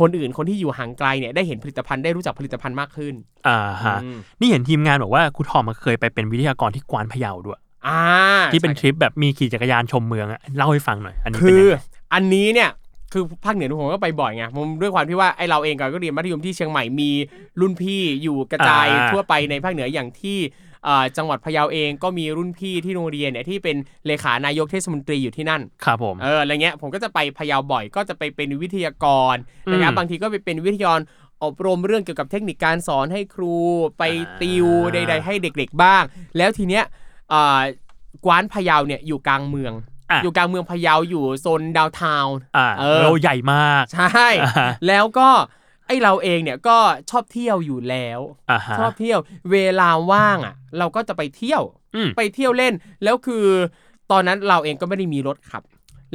คนอื่น คนที่อยู่ห่างไกลเนี่ยได้เห็นผลิตภัณฑ์ได้รู้จักผลิตภัณฑ์มากขึ้น
อ่าฮะ
อืม
นี่เห็นทีมงานบอกว่าครูทอมมาเคยไปเป็นวิทยากรที่กวานพะเยาด้วย
อ่า
ที่เป็นทริปแบบมีขี่จักรยานชมเมืองอะเล่าให้ฟังหน่อย อันนี้
คื
เป็
อ
นยังไง
อันนี้เนี่ยคือภาคเหนือผมก็ไปบ่อยไงผมด้วยความที่ว่าไอเราเองก่อนก็เรียนมัธยมที่เชียงใหม่มีรุ่นพี่อยู่กระจาย
อ่า
ทั่วไปในภาคเหนืออย่างที่เอ่อจังหวัดพะเยาเองก็มีรุ่นพี่ที่โรงเรียนเนี่ยที่เป็นเลขานายกเทศมนตรีอยู่ที่นั่น
ครับผม
เอออะไรเงี้ยผมก็จะไปพะเยาบ่อยก็จะไปเป็นวิทยากรนะครับ
อืม
บางทีก็ไปเป็นวิทยากรอบรมเรื่องเกี่ยวกับเทคนิคการสอนให้ครูไปติว
อ่า
ใด ๆ ให้เด็กๆบ้าง แล้วทีเนี้ยเอ่อกวานพะเยาเนี่ยอยู่กลางเมือง
อ่ะ
อยู่กลางเมืองพะเยาอยู่โซนดาวน์ทาวน์
อ่า
เออ
เราใหญ่มาก
ใช่
อ่าฮะ
แล้วก็ไอเราเองเนี่ยก็ชอบเที่ยวอยู่แล้ว
อ่าฮะ
ชอบเที่ยวเวลาว่างอ่ะ เราก็จะไปเที่ยว
อืม
ไปเที่ยวเล่น แล้วคือตอนนั้นเราเองก็ไม่ได้มีรถขับ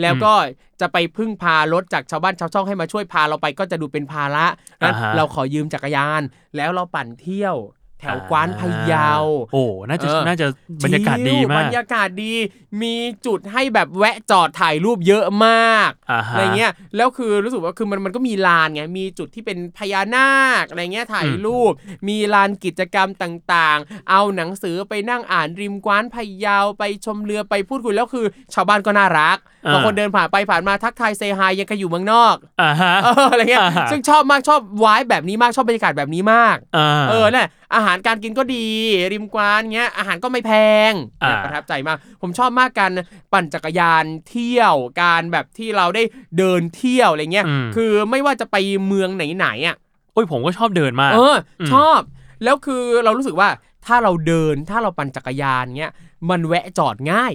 แล้วก็จะไปพึ่งพารถจากชาวบ้านชาวช่องให้มาช่วยพาเราไปก็จะดูเป็นภาระนั้น
อ่าฮะ
เราขอยืมจักรยาน แล้วเราปั่นเที่ยว แถวกวานพะเยา
โอ้น่าจะ
เออ
น่าจะบรรยากาศดี
ชิลบ
มาร ก
รยากาศดีมีจุดให้แบบแวะจอดถ่ายรูปเยอะมาก
อ่าฮะ
อะไรเงี้ยแล้วคือรู้สึกว่าคือมันมันก็มีลานไงมีจุดที่เป็นพญานาคอะไรเงี้ยถ่ายรูป มีลานกิจกรรมต่างๆ เอาหนังสือไปนั่งอ่านริมกว้านพะเยาไปชมเรือไปพูดคุยแล้วคือ ชาวบ้านก็น่ารัก
อ่า
บางคนเดินผ่านไปผ่านมาทักทายเซฮายยังก็อยู่เมืองนอก
อ่าฮะ
เอออะไรเงี้ย
อ่าฮะ
ซึ่งชอบมากชอบวายแบบนี้มากชอบบรรยากาศแบบนี้มาก
อ่า
เออเนี่ยอาหารการกินก็ดี ริมกวานเงี้ยอาหารก็ไม่แพง
อ่า
เนี่ยประทับใจมาก ผมชอบมากการปั่นจักรยานเที่ยวการแบบที่เราได้เดินเที่ยวอะไรเงี้ยคือไม่ว่าจะไปเมืองไหนๆอ่ะ
โอ้ยผมก็ชอบเดินมาก
เอออ ชอบ แล้วคือเรารู้สึกว่าถ้าเราเดินถ้าเราปั่นจักรยานเงี้ยมันแวะจอดง่าย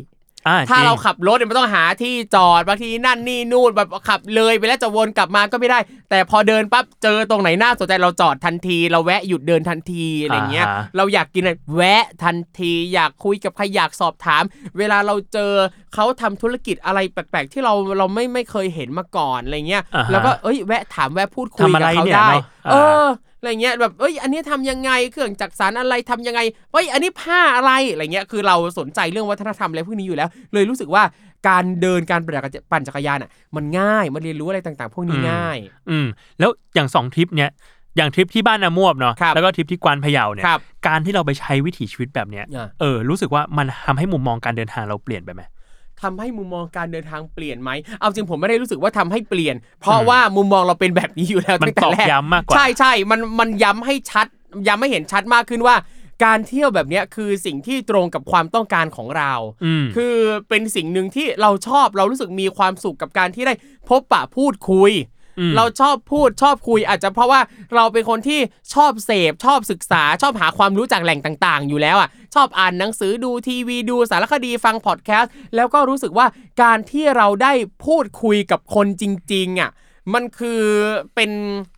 อ่า
ถ้า
จง
เราขับรถเนี่ยมันต้องหาที่จอดบางทีนั่นนี่นู่นแบบขับเลยไปแล้วจะวนกลับมาก็ไม่ได้ แต่พอเดินปั๊บเจอตรงไหนน่าสนใจเราจอดทันที เราแวะหยุดเดินทันทีอะไรเงี้ย
าฮะ
เราอยากกินอะไรแวะทันทีอยากคุยกับใครอยากสอบถาม เวลาเราเจอเขาทำธุรกิจอะไรแปลกๆ ที่เราเราไม่ไม่เคยเห็นมาก่อนอะไรเงี้ย
อ่าฮะ
แล้วก็เอ้ยแวะถามแวะพูดคุย
ทำอะ
กับ
ไร
เขา
เนี่ย
ได้
เนอะอ่า
เอออะไรเงี้ยแบบเอ้ยอันนี้ทำยังไงเครื่องจักสารอะไรทำยังไงเอ้ยอันนี้ผ้าอะไรอะไรเงี้ยคือเราสนใจเรื่องวัฒนธรรมอะไรพวกนี้อยู่แล้ว เลยรู้สึกว่าการเดินการปั่นจักรยานอ่ะมันง่ายมันเรียนรู้อะไรต่างๆ พวกนี้ง่าย
อืมแล้วอย่างสองทริปเนี้ยอย่างทริปที่บ้านนามวบเนาะ
ครับ
แล้วก็ทริปที่กวานพะเยาเนี่ย
ครับ
การที่เราไปใช้วิถีชีวิตแบบเนี้ย
อ่า
เออรู้สึกว่ามันทำให้มุมมองการเดินทางเราเปลี่ยนไปไหม
ทำให้มุมมองการเดินทางเปลี่ยนไหม เอาจริงผมไม่ได้รู้สึกว่าทำให้เปลี่ยน เพราะว่ามุมมองเราเป็นแบบนี้อยู่แล้ว
มัน
ตั้งแต่แร
ตอก กย้ำมากกว่า
ใช่ใช่มันมันย้ำให้ชัด ย้ำให้เห็นชัดมากขึ้นว่า การเที่ยวแบบเนี้ยคือสิ่งที่ตรงกับความต้องการของเรา
อืม
คือเป็นสิ่งหนึ่งที่เราชอบเรารู้สึกมีความสุขกับการที่ได้พบปะพูดคุย
อืม
เราชอบพูดชอบคุยอาจจะเพราะว่าเราเป็นคนที่ชอบเสพชอบศึกษาชอบหาความรู้จากแหล่งต่างๆ อยู่แล้วอ่ะชอบอ่านหนังสือดูทีวีดูสารคดีฟังพอดแคสต์แล้วก็รู้สึกว่าการที่เราได้พูดคุยกับคนจริงๆอ่ะมันคือเป็น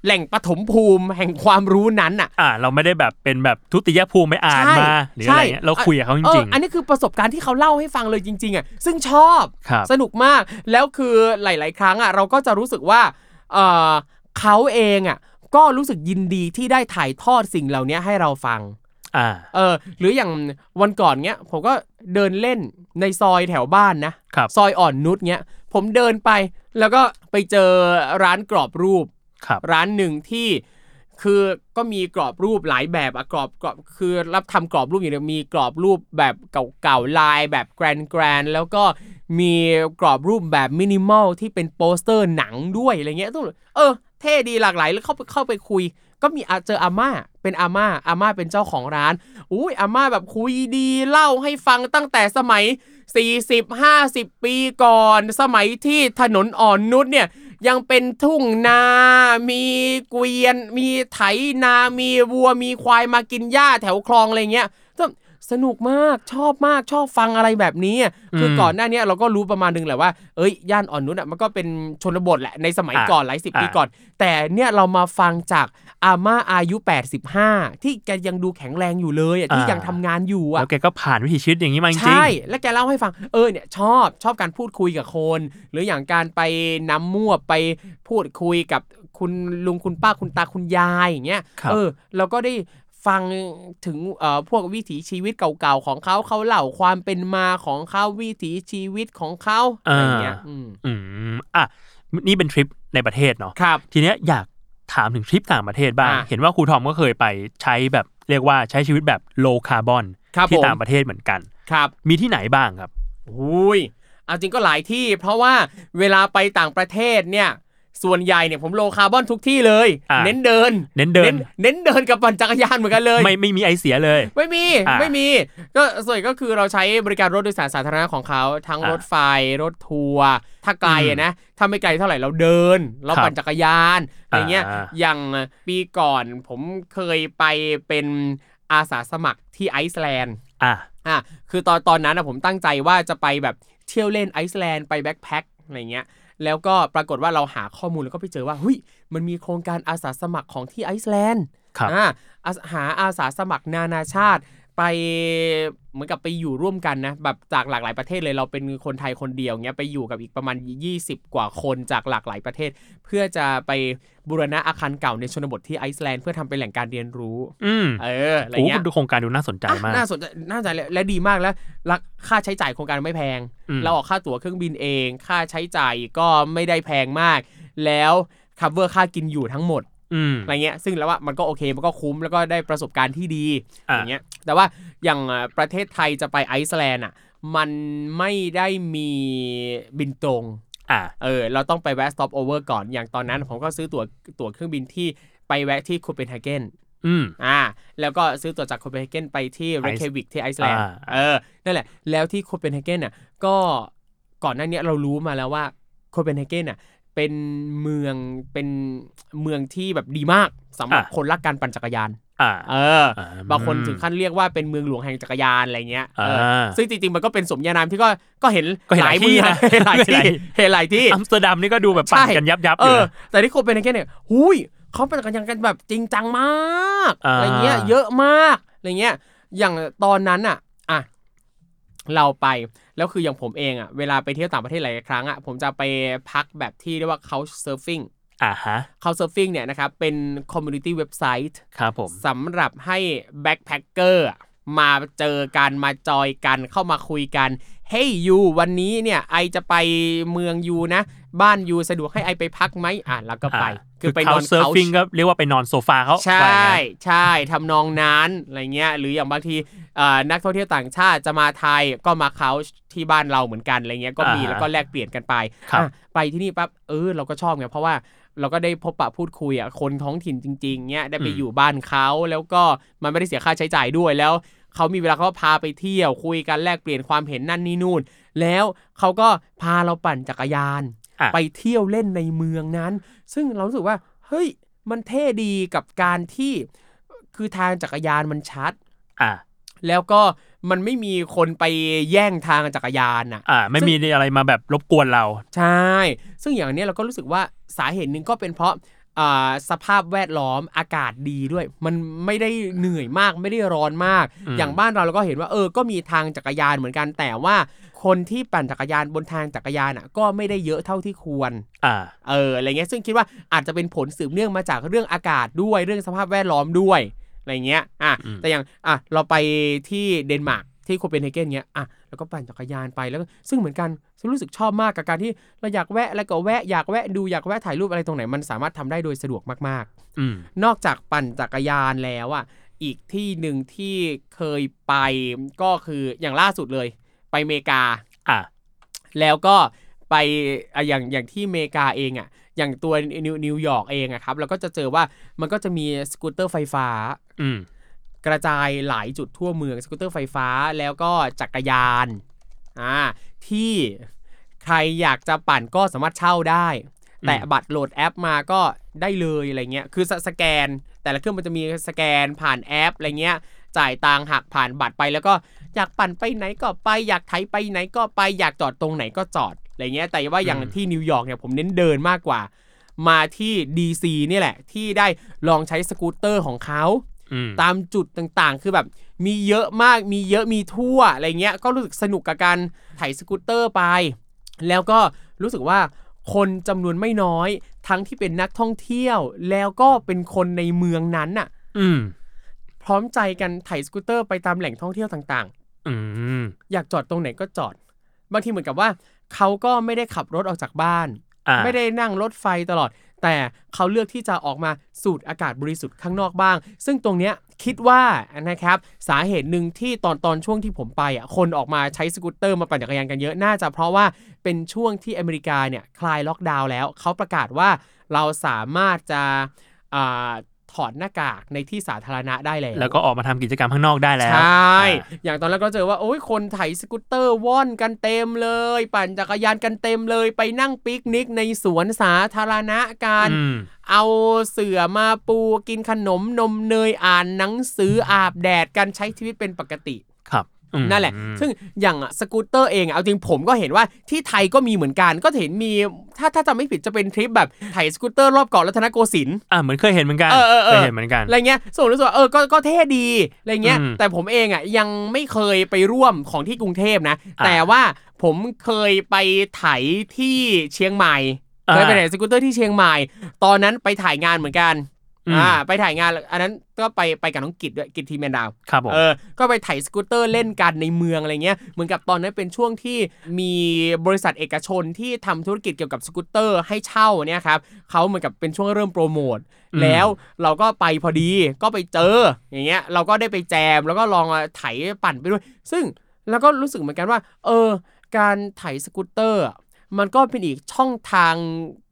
แหล่งปฐมภูมิแห่งความรู้นั้นอ่ะ
อ่า เราไม่ได้แบบเป็นแบบทุติยภูมิไปอ่าน
ใช่
มาหรืออะไรเงี้ย
ใช่
เราคุยกับเขาจ
อ
ริ
อง อันนี้คือประสบการณ์ที่เขาเล่าให้ฟังเลยจริง ๆอ่ะซึ่งชอบ
ครับ
สนุกมากแล้วคือหลาย ๆ ครั้งอ่ะเราก็จะรู้สึกว่าเอ่อเขาเองอ่ะก็รู้สึกยินดีที่ได้ถ่ายทอดสิ่งเหล่านี้ให้เราฟัง
ๆ อ่า
เออหรืออย่างวันก่อนเนี้ยผมก็เดินเล่นในซอยแถวบ้านนะ
ครับ
ซอยอ่อนนุชเนี้ยผมเดินไปแล้วก็ไปเจอร้านกรอบรูป
ครับ
ร้านหนึ่งที่คือก็มีกรอบรูปหลายแบบอะกรอบกรอบคือรับทำกรอบรูปอยู่เนี่ยมีกรอบรูปแบบเก่าๆลายแบบแกรนแกรนแล้วก็มีกรอบรูปแบบมินิมอลที่เป็นโปสเตอร์หนังด้วยอะไรเงี้ยต้องเออเท่ดีหลากหลายแล้วเข้าไปเข้าไปคุย ก็มีอ่ะเจออาม่าเป็นอาม่าอาม่าเป็นเจ้าของร้านอุ้ยอาม่าแบบคุยดีเล่าให้ฟังตั้งแต่สมัย 40-50 ปีก่อน สมัยที่ถนนอ่อนนุชเนี่ย ยังเป็นทุ่งนา มีเกวียน มีไถนา มีวัว มีควายมากินหญ้าแถวคลองอะไรเงี้ยซึ่งสนุกมาก ชอบมาก ชอบฟังอะไรแบบนี้อะคือ
ม
ก่อนหน้าเนี้ยเราก็รู้ประมาณนึงแหละว่า เอ้ย ย่านอ่อนนุชอ่ะ มันก็เป็นชนบทแหละ ในสมัย
อ่ะ
ก่อนหลายสิบปี
อ่ะ
ก่อน แต่เนี่ยเรามาฟังจากอาม่าอายุ 85 ที่แกยังดูแข็งแรงอยู่เลยอะที่ยังทำงานอยู่อ่ะ
แล้วแกก็ผ่านวิถีชีวิตอย่างนี้มาจริง
ใช่ แล้วแกเล่าให้ฟัง เออเนี่ยชอบชอบการพูดคุยกับคน หรืออย่างการไปน้ำมั่วไปพูดคุยกับคุณลุงคุณป้าคุณตาคุณยายอย่างเงี้ย
ๆครับ
เออเราก็ได้ฟังถึงเอ่อพวกวิถีชีวิตเก่าๆของเขาเขาเล่าความเป็นมาของเขาวิถีชีวิตของเขาอะไรอย่างเงี้ย
อ่า
อืม
อืมอ่ะนี่เป็นทริปในประเทศเนาะ
ครับ
ทีเนี้ยอยากถามถึงทริปต่างประเทศบ้าง
อ่ะ
เห็นว่าครูทอมก็เคยไปใช้แบบเรียกว่าใช้ชีวิตแบบโลคาร์บอน
ครับ
ที่
ผม
ต่างประเทศเหมือนกัน
ครับ
มีที่ไหนบ้างครับ
อุ้ยเอาจริงก็หลายที่ เพราะว่าเวลาไปต่างประเทศเนี่ย ส่วนใหญ่เนี่ยผมโลคาร์บอนทุกที่เลย
อ่ะ
เน้นเดิน
เน้นเดิน
เน้นเดินกับปั่นจักรยานเหมือนกันเลย
ไม่ไม่มีไอเสียเลย
ไม่มี
อ่า
ไม่มีก็ส่วนใหญ่ก็คือเราใช้บริการรถโดยสารสาธารณะของเขาทั้ง
อ่าร
ถไฟรถทัวร์ถ้าไกลอะนะถ้าไม่ไกลเท่าไหร่เราเดิน เรา
ครับ
ปั่นจักรยานอะไรเงี้ย
อ่า
อย่างปีก่อนผมเคยไปเป็นอาสาสมัครที่ไอซ์แลนด์
อ่ะ
อ่ะคือตอนตอนนั้นนะผมตั้งใจว่าจะไปแบบเที่ยวเล่นไอซ์แลนด์ไปแบ็คแพ็คอะไรเงี้ย แล้วก็ปรากฏว่าเราหาข้อมูลแล้วก็ไปเจอว่าเฮ้ยมันมีโครงการอาสาสมัครของที่ไอซ์แลนด์
ครับ
อ่ะอาสหาอาสาสมัครนานาชาติ ไปเหมือนกับไปอยู่ร่วมกันนะแบบจากหลากหลายประเทศเลยเราเป็นคนไทยคนเดียวเงี้ยไปอยู่กับอีกประมาณ 20 กว่าคนจากหลากหลายประเทศ เพื่อจะไปบูรณะอาคารเก่าในชนบทที่ไอซ์แลนด์เพื่อทำเป็นแหล่งการเรียนรู้
อืม
เอออะไร
โอ้
เงี้ย
ดูโครงการดูน่าสนใจมาก
อ่ะน่าสนใจน่าสนใจและและดีมากแล้วรักค่าใช้จ่ายโครงการไม่แพง
อืม
เราออกค่าตั๋วเครื่องบินเอง ค่าใช้จ่ายก็ไม่ได้แพงมาก แล้ว cover ค่ากินอยู่ทั้งหมด
อืม
อะไรเงี้ย ซึ่งแล้วว่ามันก็โอเค มันก็คุ้ม แล้วก็ได้ประสบการณ์ที่ดี
อ่ะ
อย่างเงี้ย แต่ว่าอย่างเอ่อประเทศไทยจะไปไอซ์แลนด์อ่ะ มันไม่ได้มีบินตรง
อ่ะ
เออ เราต้องไปแวะ stop over ก่อน อย่างตอนนั้นผมก็ซื้อตั๋วตั๋วเครื่องบินที่ไปแวะที่โคเปนเฮเกน
อืม
อ่าแล้วก็ซื้อตั๋วจากโคเปนเฮเกนไปที่เรค e วิกที่ไอซ์แลนด์
อ่า
เออนั่นแหละ แล้วที่โคเปนเฮเกนน่ะก็ก่อนหน้าเนี้ยเรารู้มาแล้วว่าโคเปนเฮเกนน่ะเป็นเมืองเป็นเมืองที่แบบดีมากสำหรับคนรักการปั่นจักรยาน
อ่า
เอออ
า
บางคนถึงขั้นเรียกว่าเป็นเมืองหลวงแห่งจักรยานอะไรเงี้ยเอออา ซึ่งจริงๆ มันก็เป็นสมญานามที่ก็ก็เห็น
ก็เห็นหลายที่
เมือง
นะ
เห็นหลายที่
เห็นหลายที่
เห็นหลายที่
อัมสเตอร์ดัมนี่ก็ดูแบบปั่นกันยับยับ
เอ
อยู่
อ
นะ
แต่ที่โคเปนเฮเกนเนี่ยหุยเขาปั่นกันยังกันแบบจริงจังมาก
อ่า
อะไรเงี้ยเยอะมากอะไรเงี้ยอย่างตอนนั้นอ่ะอ่ะเราไปแล้วคืออย่างผมเองอ่ะเวลาไปเที่ยวต่างประเทศหลายครั้งอ่ะผมจะไปพักแบบที่เรียกว่า couch surfing
อ่าฮะ
couch surfing เนี่ยนะครับเป็น community website
ครับผม
สำหรับให้แบ็คแพคเกอร์มาเจอกันมาจอยกันเข้ามาคุยกัน เฮ้ยยูวันนี้เนี่ยไอจะไปเมืองยูนะ บ้านยูสะดวกให้ไอไปพักไหมอ่ะแล้วก็ไป
า
คือไปน
เขา
อน
เซิร์ฟ
เขา
ฟิงก็เรียกว่าไปนอนโซฟาเขาว่า
ใช่
งั้น
ใช่ทำนองนั้นอะไรเงี้ยหรืออย่างบางทีเอ่อนักท่องเที่ยวต่างชาติจะมาไทยก็มาเขาที่บ้านเราเหมือนกันอะไรเงี้ยก็มี
อ่าฮะ
แล้วก็แลกเปลี่ยนกันไป
ครับ
อ่ะไปที่นี่ปั๊บเออเราก็ชอบไงเพราะว่า เราก็ได้พบปะพูดคุยอ่ะคนท้องถิ่นจริง ๆเนี้ยได้ไปอยู่บ้านเขาแล้วก็มันไม่ได้เสียค่าใช้จ่ายด้วยแล้วเขามีเวลาเขาก็พาไปเที่ยวคุยกันแลกเปลี่ยนความเห็นนั่นนี่นู่น แล้วเขาก็พาเราปั่นจักรยาน
อ่ะ
ไปเที่ยวเล่นในเมืองนั้น ซึ่งเรารู้สึกว่าเฮ้ยมันเท่ดีกับการที่คือทางจักรยานมันชัด
อ่า
แล้วก็มันไม่มีคนไปแย่งทางจักรยานอ่ะ
อ่า ไม่มีอะไรมาแบบรบกวนเรา
ใช่ ซึ่งอย่างเนี้ยเราก็รู้สึกว่าสาเหตุหนึ่งก็เป็นเพราะอ่าสภาพแวดล้อมอากาศดีด้วย มันไม่ได้เหนื่อยมากไม่ได้ร้อนมาก
อืม
อย่างบ้านเราเราก็เห็นว่าเออก็มีทางจักรยานเหมือนกัน แต่ว่าคนที่ปั่นจักรยานบนทางจักรยานอ่ะก็ไม่ได้เยอะเท่าที่ควร
อ่า
เอออะไรเงี้ยซึ่งคิดว่าอาจจะเป็นผลสืบเนื่องมาจากเรื่องอากาศด้วยเรื่องสภาพแวดล้อมด้วยอะไรเงี้ยอ่ะ
อืม
แต่อย่างอ่ะเราไปที่เดนมาร์กที่โคเปนเฮเกนเงี้ยอ่ะแล้วก็ปั่นจักรยานไปแล้วก็ซึ่งเหมือนกันรู้สึกชอบมากกับการที่เราอยากแวะแล้วก็แวะอยากแวะดูอยากแวะถ่ายรูปอะไรตรงไหนมันสามารถทำได้โดยสะดวกมากๆ
อืม
นอกจากปั่นจักรยานแล้วอ่ะอีกที่หนึ่งที่เคยไปก็คืออย่างล่าสุดเลย ไปอเมริกา
อ่า
แล้วก็ไปอ่ะอย่างอย่างที่อเมริกาเองอ่ะอย่างตัวนิวนิวยอร์กเองอะครับเราก็จะเจอว่ามันก็จะมีสกูตเตอร์ไฟฟ้า
อืม
กระจายหลายจุดทั่วเมืองสกูตเตอร์ไฟฟ้าแล้วก็จักรยานอ่าที่ใครอยากจะปั่นก็สามารถเช่าได้
อืม
แต่บัตรโหลดแอปมาก็ได้เลยอะไรเงี้ยคือสสแกน แต่ละเครื่องมันจะมีสแกนผ่านแอปอะไรเงี้ยจ่ายตังค์หักผ่านบัตรไปแล้วก็อยากปั่นไปไหนก็ไป อยากไถไปไหนก็ไปอยากจอดตรงไหนก็จอดอะไรเงี้ยแต่ว่าอย่างที่นิวยอร์กเนี่ยผมเน้นเดินมากกว่า มาที่ DC นี่แหละ ที่ได้ลองใช้สกูตเตอร์ของเขา
อืม
ตามจุดต่างๆ คือแบบมีเยอะมาก มีเยอะมีทั่วอะไรเงี้ย ก็รู้สึกสนุกกับการถ่ายสกูตเตอร์ไป แล้วก็รู้สึกว่าคนจำนวนไม่น้อย ทั้งที่เป็นนักท่องเที่ยว แล้วก็เป็นคนในเมืองนั้นน่ะ
อืม
พร้อมใจกันถ่ายสกูตเตอร์ไปตามแหล่งท่องเที่ยวต่าง
อืม
ๆ อยากจอดตรงไหนก็จอด บางทีเหมือนกับว่า เขาก็ไม่ได้ขับรถออกจากบ้าน
อ่า
ไม่ได้นั่งรถไฟตลอด แต่เขาเลือกที่จะออกมาสูดอากาศบริสุทธิ์ข้างนอกบ้าง ซึ่งตรงเนี้ยคิดว่านะครับสาเหตุหนึ่งที่ตอนตอนช่วงที่ผมไปอ่ะคนออกมาใช้สกูตเตอร์มาปั่นจักรยานกันเยอะน่าจะเพราะว่าเป็นช่วงที่อเมริกาเนี่ยคลายล็อกดาวน์แล้ว เขาประกาศว่าเราสามารถจะอ่าถอดหน้ากากในที่สาธารณะได้แล้ว
แล้วก็ออกมาทำกิจกรรมข้างนอกได้แล้ว
ใช่
อ่า
อย่างตอนแรกก็เจอว่าโอ้ยคนไถสกูตเตอร์ว่อนกันเต็มเลย ปั่นจักรยานกันเต็มเลย ไปนั่งปิกนิกในสวนสาธารณะกัน
อืม
เอาเสื่อมาปูกินขนมนมเนยอ่านหนังสืออาบแดดกันใช้ชีวิตเป็นปกติ
ครับอืม
นั่นแหละ ซึ่งอย่างสกูตเตอร์เองอะเอาจริงผมก็เห็นว่าที่ไทยก็มีเหมือนกัน ก็เห็นมีถ้าถ้าจำไม่ผิดจะเป็นทริปแบบไถสกูตเตอร์รอบเกาะรัตนโกสินทร์
อ่าเหมือนเคยเห็นเหมือนกัน
เออเออเออ
ยเห็นเหมือนกัน
อะไรเงี้ยส่วนรู้สึกว่าเออก็ก็เท่ดี อะไรเงี้ย
อืม
แต่ผมเองอ่ะยังไม่เคยไปร่วมของที่กรุงเทพนะ
อ่า
แต่ว่าผมเคยไปไถที่เชียงใหม่
อ่า
เคยไปไถสกูตเตอร์ที่เชียงใหม่ ตอนนั้นไปถ่ายงานเหมือนกัน
อืม
อ่า ไปถ่ายงาน อันนั้นก็ไปไปกับน้องกิจด้วย กิจทีแมนดาว
ครับผม
เออ ก็ไปไถสกูตเตอร์เล่นกันในเมืองอะไรเงี้ย เหมือนกับตอนนั้นเป็นช่วงที่มีบริษัทเอกชนที่ทำธุรกิจเกี่ยวกับสกูตเตอร์ให้เช่าเนี่ยครับเขาเหมือนกับเป็นช่วงเริ่มโปรโมท
อืม
แล้วเราก็ไปพอดี ก็ไปเจอ อย่างเงี้ย เราก็ได้ไปแจม แล้วก็ลองไถปั่นไปด้วย ซึ่งแล้วก็รู้สึกเหมือนกันว่า เออ การไถสกูตเตอร์อะมันก็เป็นอีกช่องทาง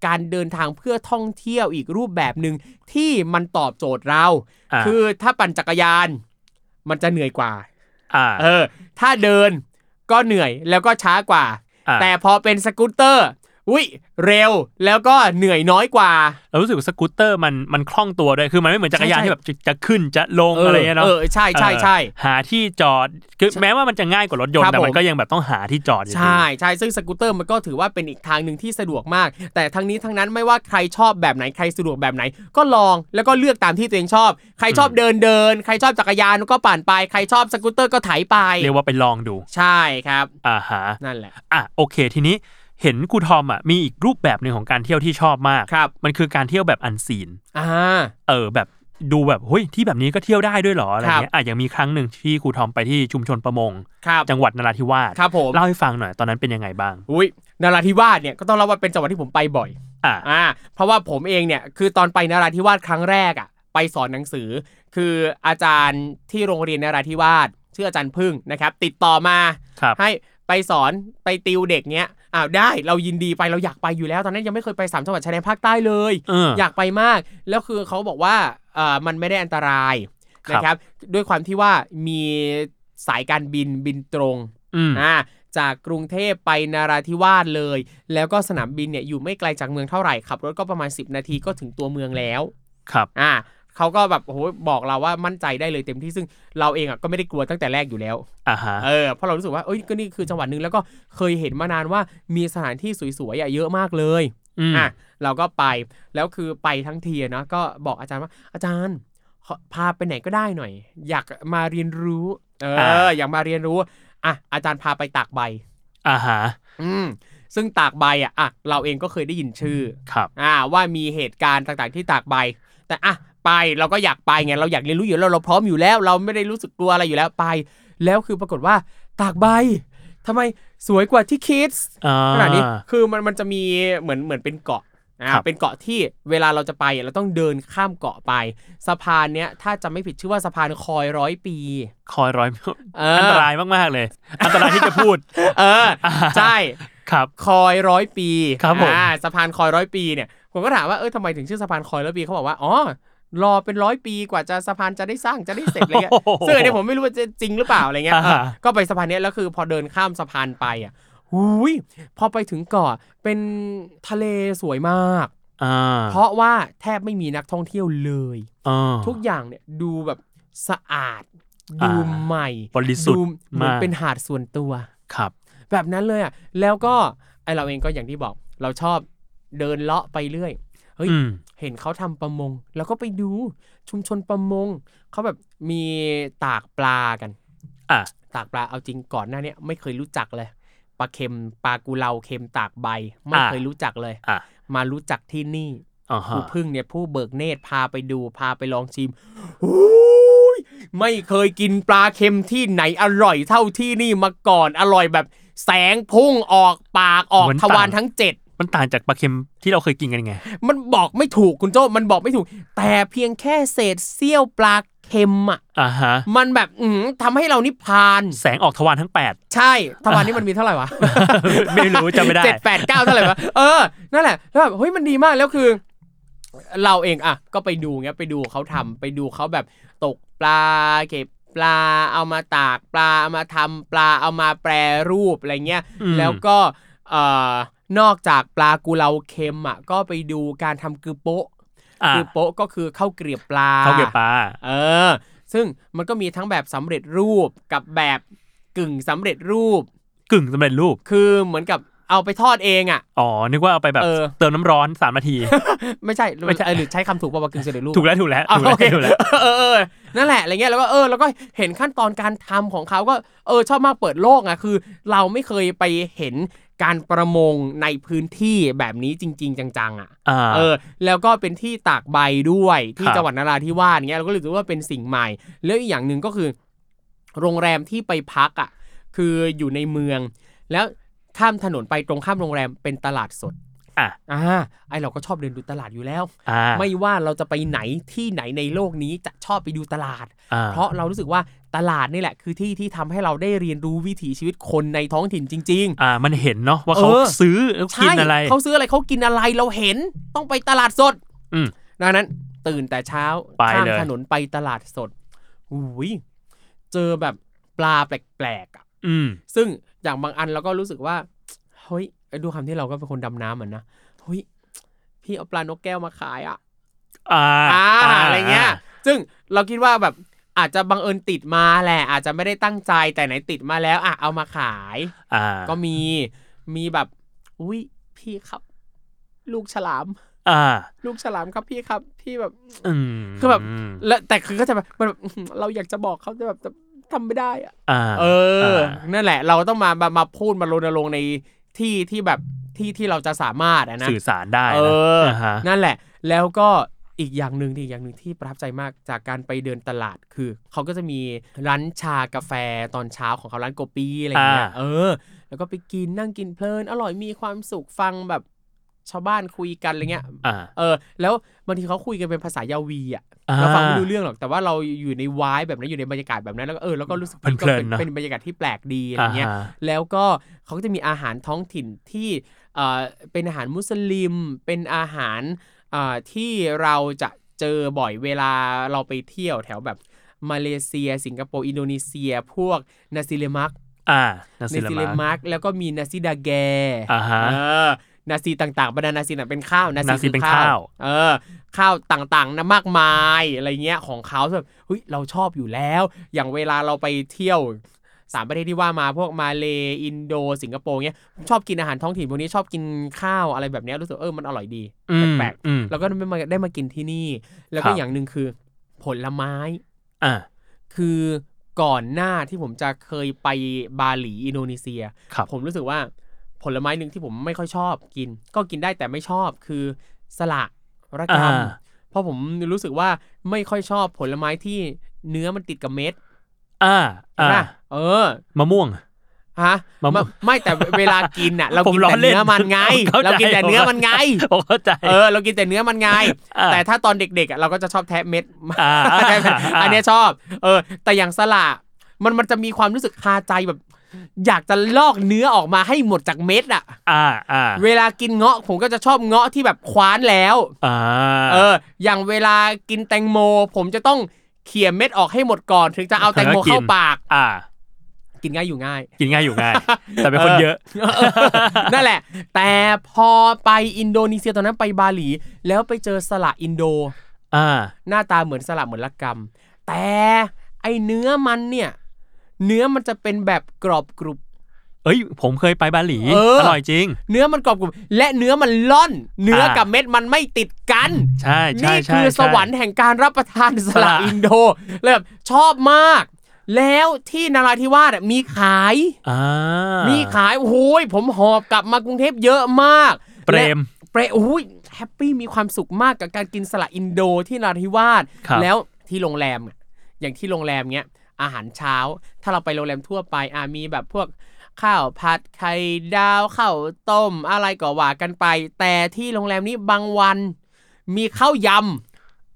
การเดินทางเพื่อท่องเที่ยวอีกรูปแบบหนึ่งที่มันตอบโจทย์เรา
า
คือถ้าปั่นจักรยาน มันจะเหนื่อยกว่า
อ่า
เออ ถ้าเดินก็เหนื่อยแล้วก็ช้ากว่า
อ่า
แต่พอเป็นสกูตเตอร์ อุ้ยเร็วแล้วก็เหนื่อยน้อยกว่า
เรารู้สึกว่าสกูตเตอร์มันมันคล่องตัวด้วยคือมันไม่เหมือนจักรยาน
ใช่ใช่
ที่แบบจะจะขึ้นจะลง
เออ
อะไรเงี้ยเนาะ
เออใช่ใช่ใช่
เออหาที่จอดคือแม้ว่ามันจะง่ายกว่ารถยน
ครั
ต์
บ
แต่มั
ผ
น
ม
ก็ยังแบบต้องหาที่จอดอยู่ดี
ใช่ใช่ซึ่งสกูตเตอร์มันก็ถือว่าเป็นอีกทางหนึ่งที่สะดวกมาก แต่ทั้งนี้ทั้งนั้นไม่ว่าใครชอบแบบไหนใครสะดวกแบบไหน ก็ลองแล้วก็เลือกตามที่ตัวเองชอบ ใครชอบเดินเดิน ใครชอบจักรยานก็ปั่นไปใครชอบสกูตเตอร์ก็ไถไป
เรียกว่าไปลองดู
ใช่ครับ
อ่าฮะ
นั่นแหละ
อ่ะโอเค ทีนี้เห็นครูทอมอ่ะมีอีกรูปแบบหนึ่งของการเที่ยวที่ชอบมาก
ครับ
มันคือการเที่ยวแบบอันซีน
อ่า
เออแบบดูแบบเฮ้ยที่แบบนี้ก็เที่ยวได้ด้วยเหรออะไร
ครับ
เงี้ยอ่ะอย่างมีครั้งหนึ่งที่ครูทอมไปที่ชุมชนประมง
ครับ
จังหวัดนราธิวาส
ครับผม
เล่าให้ฟังหน่อยตอนนั้นเป็นยังไงบ้าง
อุ้ยนราธิวาสเนี่ยก็ต้องเล่าว่าเป็นจังหวัดที่ผมไปบ่อย
อ่ะ
อ่าเพราะว่าผมเองเนี่ยคือตอนไปนราธิวาสครั้งแรกอ่ะไปสอนหนังสือ คืออาจารย์ที่โรงเรียนนราธิวาสชื่ออาจารย์พึ่งนะครับ ติดต่อมา
ครับ
ให้ไปสอนไปติวเด็กเนี้ยอ้าวได้เรายินดีไปเราอยากไปอยู่แล้ว ตอนนั้นยังไม่เคยไปสามจังหวัดชายแดนภาคใต้เลย
เอออ
อยากไปมาก แล้วคือเขาบอกว่าเอ่อมันไม่ได้อันตราย
ครับ
นะครับ ด้วยความที่ว่ามีสายการบินบินตรง
อืม
อ่าจากกรุงเทพไปนาราธิวาสเลย แล้วก็สนามบินเนี่ยอยู่ไม่ไกลจากเมืองเท่าไหร่ขับรถก็ประมาณ 10 นาทีก็ถึงตัวเมืองแล้ว
ครับ
อ่าเขาก็แบบโอ้โหบอกเราว่ามั่นใจได้เลยเต็มที่ซึ่งเราเองอ่ะก็ไม่ได้กลัวตั้งแต่แรกอยู่แล้ว
อ่าฮะ
เออเพราะเรารู้สึกว่าเอ้ยก็นี่คือจังหวัดหนึ่งแล้วก็เคยเห็นมานานว่ามีสถานที่สวยๆอ่ะเยอะมากเลย
อืม
อ่ะเราก็ไปแล้วคือไปทั้งทีอะนะก็บอกอาจารย์ว่าอาจารย์ขอพาไปไหนก็ได้หน่อย อยากมาเรียนรู้เออ
อ่า
อยากมาเรียนรู้อ่ะอาจารย์พาไปตากใบ
อ่าฮะ
อืมซึ่งตากใบอ่ะอ่ะเราเองก็เคยได้ยินชื่อ
ครับ
อ่าว่ามีเหตุการณ์ต่างๆที่ตากใบ แต่อ่ะไปเราก็อยากไปไงเราอยากเรียนรู้อยู่แล้วเราพร้อมอยู่แล้ว เราไม่ได้รู้สึกกลัวอะไรอยู่แล้วไป แล้วคือปรากฏว่าตากใบทำไมสวยกว่าที่คิด
อ่า
ขนาดนี้คือมันมันจะมีเหมือนเหมือนเป็นเกาะอ่า
ครับ
เป็นเกาะที่เวลาเราจะไปอ่ะเราต้องเดินข้ามเกาะไป สะพานเนี้ยถ้าจะไม่ผิดชื่อว่าสะพานคอยร้อยปี
คอย ร้อย
เอออั
อันตรายมากๆเลย อันตรายที่จะพูด
เออใช่
ครับ
คอยร้อยปี
ครับผม
อ่าสะพานคอยร้อยปีเนี่ยผมก็ถามว่าเออทำไมถึงชื่อสะพานคอยร้อยปีเขาบอกว่าอ๋อรอเป็นร้อยปีกว่าจะสะพานจะได้สร้างจะได้เสร็จอะไรเงี้ยซึ่งอันนี้ผมไม่รู้ว่าจะจริงหรือเปล่าอะไรเงี้ย
อ่าฮะ
เออก็ไปสะพานเนี้ยแล้วคือพอเดินข้ามสะพานไปอ่ะหุยพอไปถึงเกาะเป็นทะเลสวยมาก
อ่า
เพราะว่าแทบไม่มีนักท่องเที่ยวเลย
อ่า
ทุกอย่างเนี่ยดูแบบสะอาด ดู
อ่า
ใหม่
บริสุทธิ์
ดูเหมือน
มาก
เป็นหาดส่วนตัว
ครับ
แบบนั้นเลยอ่ะ แล้วก็ไอเราเองก็อย่างที่บอก เราชอบเดินเลาะไปเรื่อย เฮ้ย
อืม
เห็นเขาทำประมง แล้วก็ไปดูชุมชนประมง เขาแบบมีตากปลากัน
อ่ะ
ตากปลาเอาจริงก่อนหน้าเนี้ยไม่เคยรู้จักเลย ปลาเค็มปลากุเลาเค็มตากใบ ไม่
อ่ะ
เคยรู้จักเลย
อ่ะ
มารู้จักที่นี่
อ่า
ค
ฮะ
รูพึ่งเนี่ยผู้เบิกเนตรพาไปดูพาไปลองชิมอุ๊ยไม่เคยกินปลาเค็มที่ไหนอร่อยเท่าที่นี่มาก่อนอร่อยแบบแสงพุ่งออกปากออก
เหมือน
ทวาร
ต่าง
ทั้งเจ็ด
มันต่างจากปลาเค็มที่เราเคยกินกันไง
มันบอกไม่ถูกคุณโจ้มันบอกไม่ถูก แต่เพียงแค่เศษเสี้ยวปลาเค็มอ่ะ
อ่าฮะ
มันแบบอือหือทำให้เรานิพพาน
แสงออกทวารทั้งแปด
ใช่ทวารนี่มันมีเท่าไหร่วะ
ไม่รู้จำไม่ได้
เจ็ดแปดเก้าเท่าไหร่วะ เออ นั่นแหละ แล้วแบบเฮ้ยมันดีมาก แล้วคือ เราเองอ่ะ ก็ไปดูเงี้ย ไปดูเขาทำไปดูเขาแบบตกปลา เก็บปลา เอามาตากปลา เอามาทำปลา เอามาแปรรูปอะไรเงี้ย
อืม
แล้วก็เอ่อนอกจากปลากุเลาเค็มอ่ะ ก็ไปดูการทำกือโปะ
อ่ะ
กือโปะก็คือข้าวเกรียบปลา
เขาวเก็บปลา
เออ ซึ่งมันก็มีทั้งแบบสำเร็จรูปกับแบบกึ่งสำเร็จรูป
กึ่งสำเร็จรูป
คือเหมือนกับเอาไปทอดเองอ่ะ
อ๋อ นึกว่าเอาไปแบบ
เออ
เติมน้ำร้อนสาม นาที
ไม่ใช่หรือเออหรือใช้คำถูกป่าวว่ากึ่งสำเร็จรูป
ถูกแล้วถูกแล้ว
อ่ะ
ถูก
โอเค
แล้วถูกแล้ว
เออเออนั่นแหละอะไรเงี้ยแล้วก็เออแล้วก็เห็นขั้นตอนการทำของเขาก็เออชอบมากเปิดโลกอ่ะคือ เราไม่เคยไปเห็นการประมงในพื้นที่แบบนี้จริง ๆ จังๆอ่ะ
อ่า
เออแล้วก็เป็นที่ตากใบด้วยที่
ครับ
จังหวัดนราธิวาสเงี้ยเราก็รู้สึกว่าเป็นสิ่งใหม่ แล้วอีกอย่างหนึ่งก็คือ โรงแรมที่ไปพักอ่ะคืออยู่ในเมือง แล้วข้ามถนนไปตรงข้ามโรงแรมเป็นตลาดสด
อ่ะ
อ่าไอเราก็ชอบเดินดูตลาดอยู่แล้ว
อ่า
ไม่ว่าเราจะไปไหนที่ไหนในโลกนี้จะชอบไปดูตลาด
อ่
เพราะเรารู้สึกว่าตลาดนี่แหละ คือที่ที่ทำให้เราได้เรียนรู้วิถีชีวิตคนในท้องถิ่นจริง ๆ
อ่า มันเห็นเนาะว่าเขา
เออ
ซื้อแล้วกิน
ใช่
อะไร
เขาซื้ออะไรเขากินอะไรเราเห็นต้องไปตลาดสด
อืม
ดังนั้นตื่นแต่เช้า
ไป
ข้าม
เลย
ถนนไปตลาดสดอุ้ยเจอแบบปลาแปลกๆอะ
อืม
ซึ่งอย่างบางอันเราก็รู้สึกว่า เฮ้ย เอ้ยด้วยความที่เราก็เป็นคนดำน้ำเหมือนนะเฮ้ยพี่เอาปลานกแก้วมาขายอ่ะ
อ่า
อ่า
า
อะไรเงี้ย ซึ่งเราคิดว่าแบบอาจจะบังเอิญติดมาแหละ อาจจะไม่ได้ตั้งใจแต่ไหนติดมาแล้วอ่ะเอามาขาย
อ่า
ก็มีมีแบบ อุ้ยพี่ครับ ลูกฉลาม
อ่า
ลูกฉลามครับพี่ครับพี่แบบ
อืม
คือแบบ และแต่คือก็จะแบบมันแบบ อื้อหือเราอยากจะบอกเขาแต่แบบแต่ทำไม่ได้อะ
อ่า
เออ
า
นั่นแหละ เราต้องมามามาพูดมารณรงค์ในที่ที่แบบที่ที่เราจะสามารถอะนะ
สื่อสารได้นะ
เออ
ฮะ
นั่นแหละ แล้วก็อีกอย่างหนึ่งที่อีกอย่างหนึ่งที่ประทับใจมากจากการไปเดินตลาดคือ เขาก็จะมีร้านชากาแฟตอนเช้าของเขาร้านโกปีอะไรอย่างเงี้ยเออ แล้วก็ไปกินนั่งกินเพลิน อร่อยมีความสุขฟังแบบชาวบ้านคุยกันอะไรเงี้ย
อ่า
เออ แล้วบางทีเขาคุยกันเป็นภาษายาวีอ่ะ
อ่า
เราฟังไม่รู้เรื่องหรอกแต่ว่าเราอยู่ในวายแบบนั้นอยู่ในบรรยากาศแบบนั้นแล้วก็เออแล้วก็รู้สึก
เพลินๆ
ก็
เนอะ
เป็นบรรยากาศที่แปลกดีอะไรเงี้ย
อ่าฮะ
แล้วก็เขาก็จะมีอาหารท้องถิ่นที่เอ่อเป็นอาหารมุสลิม เป็นอาหารเอ่อที่เราจะเจอบ่อยเวลาเราไปเที่ยวแถวแบบมาเลเซีย สิงคโปร์ อินโดนีเซีย พวกนาซิเลมัก
อ่านาซิ
นา
ล
ซิเล
เลมา
มัก แล้วก็มีนาซิดาแก
อ่าฮะ
เออนาซีต่างๆบรรดานาซีน่ะเป็นข้าวนา
นาซี
ซี
เป็น
คือ
ข้าว
เออ ข้าวต่างๆนะมากมายอะไรเงี้ยของเขาแบบเฮ้ยเราชอบอยู่แล้ว อย่างเวลาเราไปเที่ยว สามประเทศที่ว่ามาพวกมาเลอินโด สิงคโปร์เงี้ยผมชอบกินอาหารท้องถิ่นพวกนี้ชอบกินข้าวอะไรแบบเนี้ยรู้สึกเออมันอร่อยดี
อืม
แปลก
อืม
ๆแล้วก็ได้มาได้มากินที่นี่ แล้วก็
ครับ
อย่างหนึ่งคือ ผลไม้
อ่า
คือก่อนหน้าที่ผมจะเคยไปบาหลีอินโดนีเซีย
ครับ
ผมรู้สึกว่าผลไม้หนึ่งที่ผมไม่ค่อยชอบกิน ก็กินได้แต่ไม่ชอบคือสละระกรรม
อ่า
เพราะผมรู้สึกว่าไม่ค่อยชอบผลไม้ที่เนื้อมันติดกับเม็ด
อ่า
เห็
อ่าน
ป่ะเออ
มะม่วง
ฮะ
มะม่วง
ไม่ไม่แต่เวลากินอ่ะ เรา
ผม
กิน
ล้อ
แต่
เล่น
เนื้อมันไง
ผมข้ใจ
เรากินแต่เนื้อมันไง
ผมเข้าใจ
เออเรากินแต่เนื้อมันไง
อ่า
แต่ถ้าตอนเด็กๆอ่ะเราก็จะชอบแทะเม็ด
อ่า
แทะเม็ด
อ่า
อันเนี้ยชอบ เออ แต่อย่างสละมันมันจะมีความรู้สึกคาใจแบบ อยากจะลอกเนื้อออกมาให้หมดจากเม็ดอ่ะ
อ่าอ่า
เวลากินเงาะผมก็จะชอบเงาะที่แบบคว้านแล้ว
อ่า
เออ อย่างเวลากินแตงโม ผมจะต้องเขี่ยเม็ดออกให้หมดก่อน ถึงจะเอาแตงโมเข้าปาก
อ่า
กินง่ายอยู่ง่าย
กินง่ายอยู่ง่าย แต่เป็นคนเยอะ
นั่นแหละ แต่พอไปอินโดนีเซียตอนนั้นไปบาหลี แล้วไปเจอสละอินโด
อ่า
หน้าตาเหมือนสละเหมือนละกรรม แต่ไอเนื้อมันเนี่ย เนื้อมันจะเป็นแบบกรอบกรุบ
เอ้ย ผมเคยไปบาหลี
เอออ
ร่อยจริง
เนื้อมันกรอบกรุบ และเนื้อมันล่อน เนื้อกับเม็ดมันไม่ติดกัน
ใช่ใช่
นี่
ใช่
คือส
ใช่
วรรค์แห่งการรับประทานส
ส
ละ
ละ
อินโดแล้วแบบชอบมาก แล้วที่นาราธิวาสอะมีขาย
อ่า
มี
มี
ขายโอ้โหยผมหอบกลับมากรุงเทพเยอะมาก
เปรม
และเปรมโอ้ยแฮปปี้มีความสุขมากกับการกินสละอินโดที่นราธิวาส
ครับ
แล้วที่โรงแรมอะอย่างที่โรงแรมเนี้ยอาหารเช้า ถ้าเราไปโรงแรมทั่วไปอ่ะมีแบบพวกข้าวผัดไข่ดาวข้าวต้ม อะไรก็ว่ากันไป แต่ที่โรงแรมนี้บางวัน มีข้าวย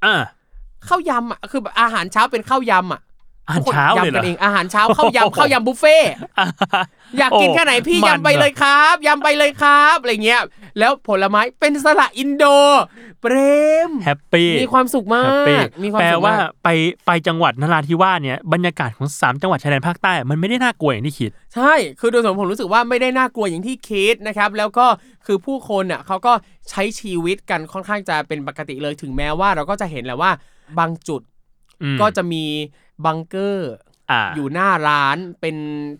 อ่า
ำข้าวยำอ่ะคือแบบอาหารเช้าเป็นข้าวยำอ่ะ
อาหารเช้า
ทุกคน
เลยเหร
กั
อ
นเองอาหาร เช้าข้าวยำข้าวยำบุฟเฟ่
อ่ะ
อยากกิน
โ
แค่ไหนพี่
มัน
ยำไปเลยครับยำไปเลยครับอะไรเงี้ยแล้วผลไม้เป็นสละอินโด เปรม
แฮปปี้
มีความสุขมา
แฮปปี้
กมีความ
แปล
สุขมก
ว่าไปไปจังหวัดนราธิวาสเนี่ยบรรยากาศของสามจังหวัดชายแดนภาคใต้ มันไม่ได้น่ากลัวอย่างที่คิด
ใช่คือโดยส่วนตัวผมรู้สึกว่าไม่ได้น่ากลัวอย่างที่คิดนะครับ แล้วก็คือผู้คนอ่ะเขาก็ใช้ชีวิตกันค่อนข้างจะเป็นปกติเลยถึงแม้ว่าเราก็จะเห็นแหละว่า บางจุด
อืม
ก็จะมีบังเกอร์
อ่า
อยู่หน้าร้านเป็น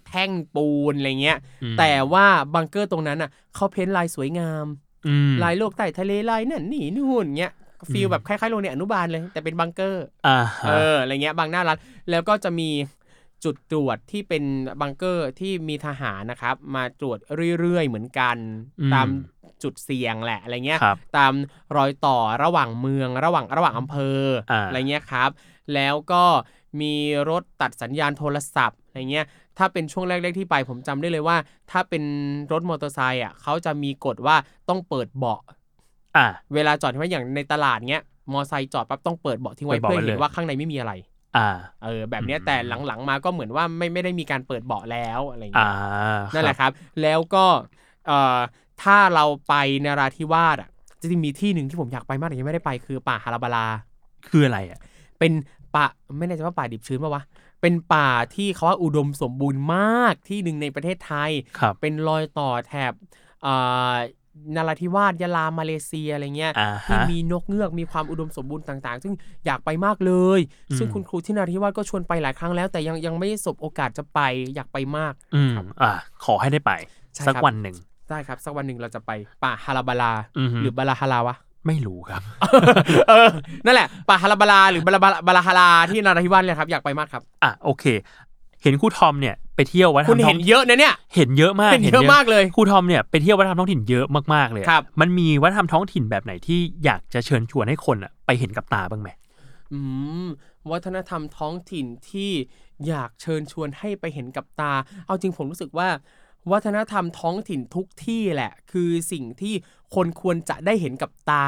แท่งปูนอะไรเงี้ย
อืม
แต่ว่าบังเกอร์ตรงนั้นอ่ะเขาเพ้นท์ลายสวยงาม
อืม
ลายโลกใต้ทะเลลายนั่นนี่นู่นเงี้ยฟีลแบบคล้ายๆโรงเรียนอนุบาลเลย แต่เป็นบังเกอร์
อ่า
เอ
ฮะ
ออะไรเงี้ยบางหน้าร้านแล้วก็จะมีจุดตรวจที่เป็นบังเกอร์ที่มีทหารนะครับ มาตรวจเรื่อยๆเหมือนกัน ตามจุดเสี่ยงแหละอะไรเงี้ย
ครับ
ตามรอยต่อระหว่างเมืองระหว่างระหว่างอำเภอ
อ่า
อะไรเงี้ยครับ แล้วก็มีรถตัดสัญญาณโทรศัพท์อะไรเงี้ยถ้าเป็นช่วงแรก ๆ ที่ไปผมจำได้เลยว่า ถ้าเป็นรถมอเตอร์ไซค์อ่ะเขาจะมีกฎว่าต้องเปิดเบาะ
อ่า
เวลาจอดใช่ไหมอย่างในตลาดเงี้ยมอไซค์จอดปั๊บต้องเปิดเบาะทิ้งไว้
เปิดเบาะ
เพื่อ
ไว้
เห็น
เลย
ว่าข้างในไม่มีอะไร
อ่า
เออแบบเนี้ย
อืม
แต่หลังๆมาก็เหมือนว่าไม่ไม่ได้มีการเปิดเบาะแล้วอะไรเงี้
อ่าย
นั่นแหละครับ แล้วก็เอ่อถ้าเราไปนราธิวาสอ่ะจริงๆมีที่หนึ่งที่ผมอยากไปมากแต่ยังไม่ได้ไปคือป่าฮาราบาลา
คืออะไรอ่ะ
เป็นป่าไม่แน่ใจว่าป่าดิบชื้นปะวะ เป็นป่าที่เขาว่าอุดมสมบูรณ์มากที่หนึ่งในประเทศไทย
ครับ
เป็นรอยต่อแถบ อ่านราธิวาสยะลามาเลเซียอะไรเงี้ย
อ่าฮะ
ที่มีนกเงือกมีความอุดมสมบูรณ์ต่าง ๆ ซึ่งอยากไปมากเลย
อืม
ซึ่งคุณครูที่นราธิวาสก็ชวนไปหลายครั้งแล้ว แต่ยังยังไม่สบโอกาสจะไปอยากไปมาก
อืมอ่าขอให้ได้ไป
ใช่
สัก
ครับ
วันหนึ่ง
ได้ครับ สักวันหนึ่งเราจะไปป่าฮาราบาลา
อือฮึ
หรือบาลาฮาราวะ
ไม่รู้ครับ
เออนั่นแหละป่าฮาราบาลาหรือบาลาบาลาบาลาฮาราที่นราธิวาสเลยครับอยากไปมากครับ
อ่ะโอเค เห็นครูทอมเนี่ยไปเที่ยววัด
คุณ
ทำท้
เห็
อน ง
เยอะนะเนี่ย
เห็นเยอะมาก
เห็นเยอะมากเลย
ครูทอมเนี่ยไปเที่ยววัฒนธรรมท้องถิ่นเยอะมากๆเลย
ครับ
มันมีวัฒนธรรมท้องถิ่นแบบไหนที่อยากจะเชิญชวนให้คนอะไปเห็นกับตาบ้างไหม
อืมวัฒนธรรมท้องถิ่นที่อยากเชิญชวนให้ไปเห็นกับตา เอาจริงผมรู้สึกว่า วัฒนธรรมท้องถิ่นทุกที่แหละ คือสิ่งที่คนควรจะได้เห็นกับตา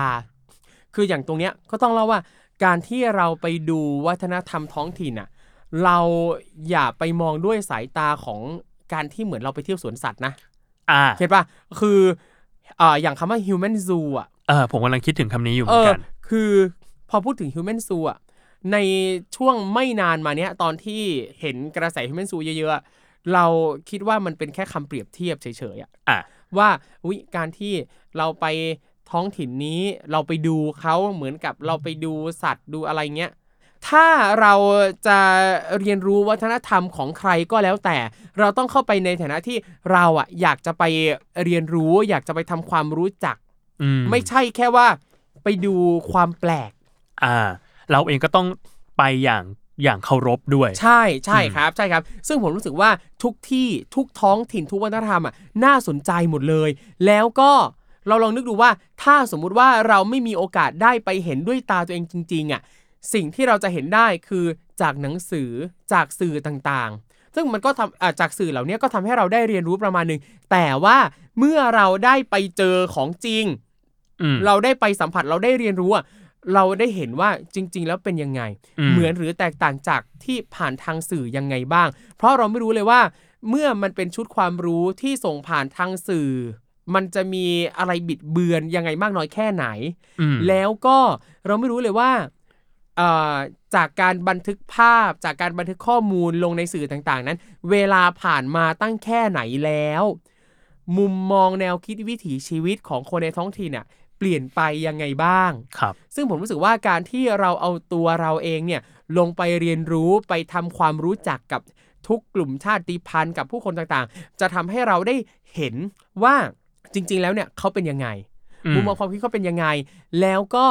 คืออย่างตรงเนี้ยก็ต้องเล่าว่า การที่เราไปดูวัฒนธรรมท้องถิ่นอ่ะ เราอย่าไปมองด้วยสายตาของการที่เหมือนเราไปเที่ยวสวนสัตว์นะ
อ่า
เข็ดป่ะ คืออ่าอย่างคำว่า human zoo อ่ะ
เออผมกำลังคิดถึงคำนี้อยู่เห
เออ
มือนกัน
คือพอพูดถึง human zoo อ่ะ ในช่วงไม่นานมาเนี้ย ตอนที่เห็นกระแส human zoo เยอะๆอะเราคิดว่ามันเป็นแค่คำเปรียบเทียบเฉยๆอ่ะ
อ่ะ
ว่าอุ๊ยการที่เราไปท้องถิ่นนี้เราไปดูเขาเหมือนกับเราไปดูสัตว์ดูอะไรเงี้ย ถ้าเราจะเรียนรู้วัฒนธรรมของใครก็แล้วแต่ เราต้องเข้าไปในฐานะที่เราอะอยากจะไปเรียนรู้ อยากจะไปทำความรู้จัก
อืม
ไม่ใช่แค่ว่าไปดูความแปลก
อ่า เราเองก็ต้องไปอย่างอย่างเคารพด้วย
ใช่ใช่ครับใช่ครับ ซึ่งผมรู้สึกว่าทุกที่ทุกท้องถิ่นทุกวัฒนธรรมอ่ะน่าสนใจหมดเลย แล้วก็เราลองนึกดูว่าถ้าสมมุติว่าเราไม่มีโอกาสได้ไปเห็นด้วยตาตัวเองจริงๆอ่ะสิ่งที่เราจะเห็นได้คือจากหนังสือจากสื่อต่างๆ ซึ่งมันก็ทำอ่ะจากสื่อเหล่านี้ก็ทำให้เราได้เรียนรู้ประมาณหนึ่งแต่ว่าเมื่อเราได้ไปเจอของจริง
อืม
เราได้ไปสัมผัสเราได้เรียนรู้อะเราได้เห็นว่าจริง ๆ แล้วเป็นยังไง
อืม
เหมือนหรือแตกต่างจากที่ผ่านทางสื่อยังไงบ้าง เพราะเราไม่รู้เลยว่า เมื่อมันเป็นชุดความรู้ที่ส่งผ่านทางสื่อ มันจะมีอะไรบิดเบือนยังไงมากน้อยแค่ไหน
อืม
แล้วก็เราไม่รู้เลยว่าเอ่อจากการบันทึกภาพจากการบันทึกข้อมูลลงในสื่อต่างๆ นั้น เวลาผ่านมาตั้งแค่ไหนแล้ว มุมมองแนวคิดวิถีชีวิตของคนในท้องถิ่นน่ะเปลี่ยนไปยังไงบ้าง
ครับ
ซึ่งผมรู้สึกว่าการที่เราเอาตัวเราเองเนี่ยลงไปเรียนรู้ไปทำความรู้จักกับทุกกลุ่มชาติพันธุ์กับผู้คนต่างๆ จะทำให้เราได้เห็นว่าจริง ๆ แล้วเนี่ยเขาเป็นยังไง
อืม
มุมมองความคิดเขาเป็นยังไง แล้วก็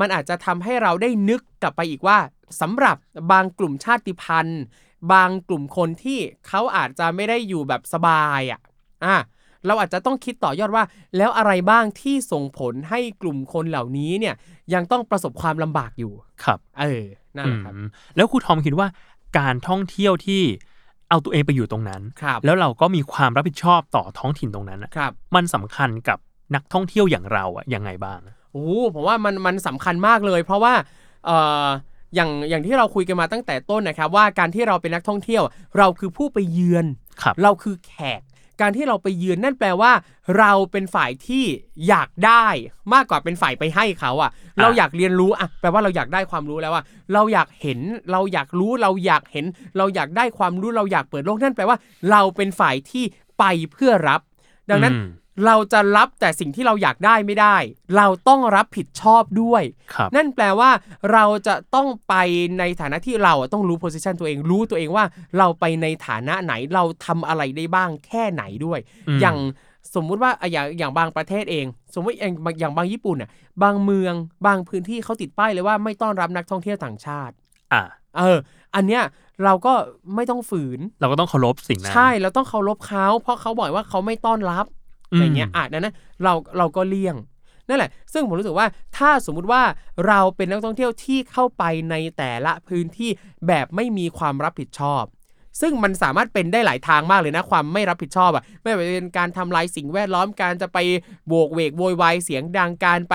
มันอาจจะทำให้เราได้นึกกลับไปอีกว่าสำหรับบางกลุ่มชาติพันธุ์ บางกลุ่มคนที่เขาอาจจะไม่ได้อยู่แบบสบายอ่ะอ่ะ เราอาจจะต้องคิดต่อยอดว่า แล้วอะไรบ้างที่ส่งผลให้กลุ่มคนเหล่านี้เนี่ยยังต้องประสบความลำบากอยู่
ครับ
เออนั่นแหละครับ
อืมแล้วครูทอมคิดว่าการท่องเที่ยวที่เอาตัวเองไปอยู่ตรงนั้น
ครับ
แล้วเราก็มีความรับผิดชอบต่อท้องถิ่นตรงนั้นอะ
ครับ
มันสำคัญกับนักท่องเที่ยวอย่างเราอะยังไงบ้าง
โอ้โหผมว่ามันมันสำคัญมากเลย เพราะว่าเอ่ออย่างอย่างที่เราคุยกันมาตั้งแต่ต้นนะครับ ว่าการที่เราเป็นนักท่องเที่ยว เราคือผู้ไปเยือน
ครับ
เราคือแขก การที่เราไปเยือนนั่นแปลว่า เราเป็นฝ่ายที่อยากได้มากกว่าเป็นฝ่ายไปให้เขาอะ่ะ เราอยากเรียนรู้อ่ะแปลว่าเราอยากได้ความรู้แล้วว่า เราอยากเห็นเราอยากรู้เราอยากเห็น เราอยากได้ความรู้เราอยากเปิดโลกนั่นแปลว่า เราเป็นฝ่ายที่ไปเพื่อรับ ดังนั้น
อืม
เราจะรับแต่สิ่งที่เราอยากได้ไม่ได้ เราต้องรับผิดชอบด้วย
ครับ
นั่นแปลว่าเราจะต้องไปในฐานะที่เราอะต้องรู้ position ตัวเองรู้ตัวเองว่าเราไปในฐานะไหนเราทำอะไรได้บ้างแค่ไหนด้วย
อืม
อย่างสมมุติว่าอ่ะอย่างอย่างบางประเทศเอง สมมติอย่างอย่างบางญี่ปุ่นอ่ะบางเมืองบางพื้นที่เขาติดป้ายเลยว่าไม่ต้อนรับนักท่องเที่ยวต่างชาติ
อ่ะ
เออ อันเนี้ยเราก็ไม่ต้องฝืน
เราก็ต้องเคารพสิ่งนั้น
ใช่เราต้องเคารพเขาเพราะเขาบอกว่าเขาไม่ต้อนรับ
อืม
อย่างเงี้ยอ่ะดังนั้นเราเราก็เลี่ยงนั่นแหละ ซึ่งผมรู้สึกว่าถ้าสมมุติว่าเราเป็นนักท่องเที่ยวที่เข้าไปในแต่ละพื้นที่แบบไม่มีความรับผิดชอบ ซึ่งมันสามารถเป็นได้หลายทางมากเลยนะความไม่รับผิดชอบอ่ะไม่ว่าจะเป็นการทำลายสิ่งแวดล้อมการจะไปโบกเวกโวยวายเสียงดังการไป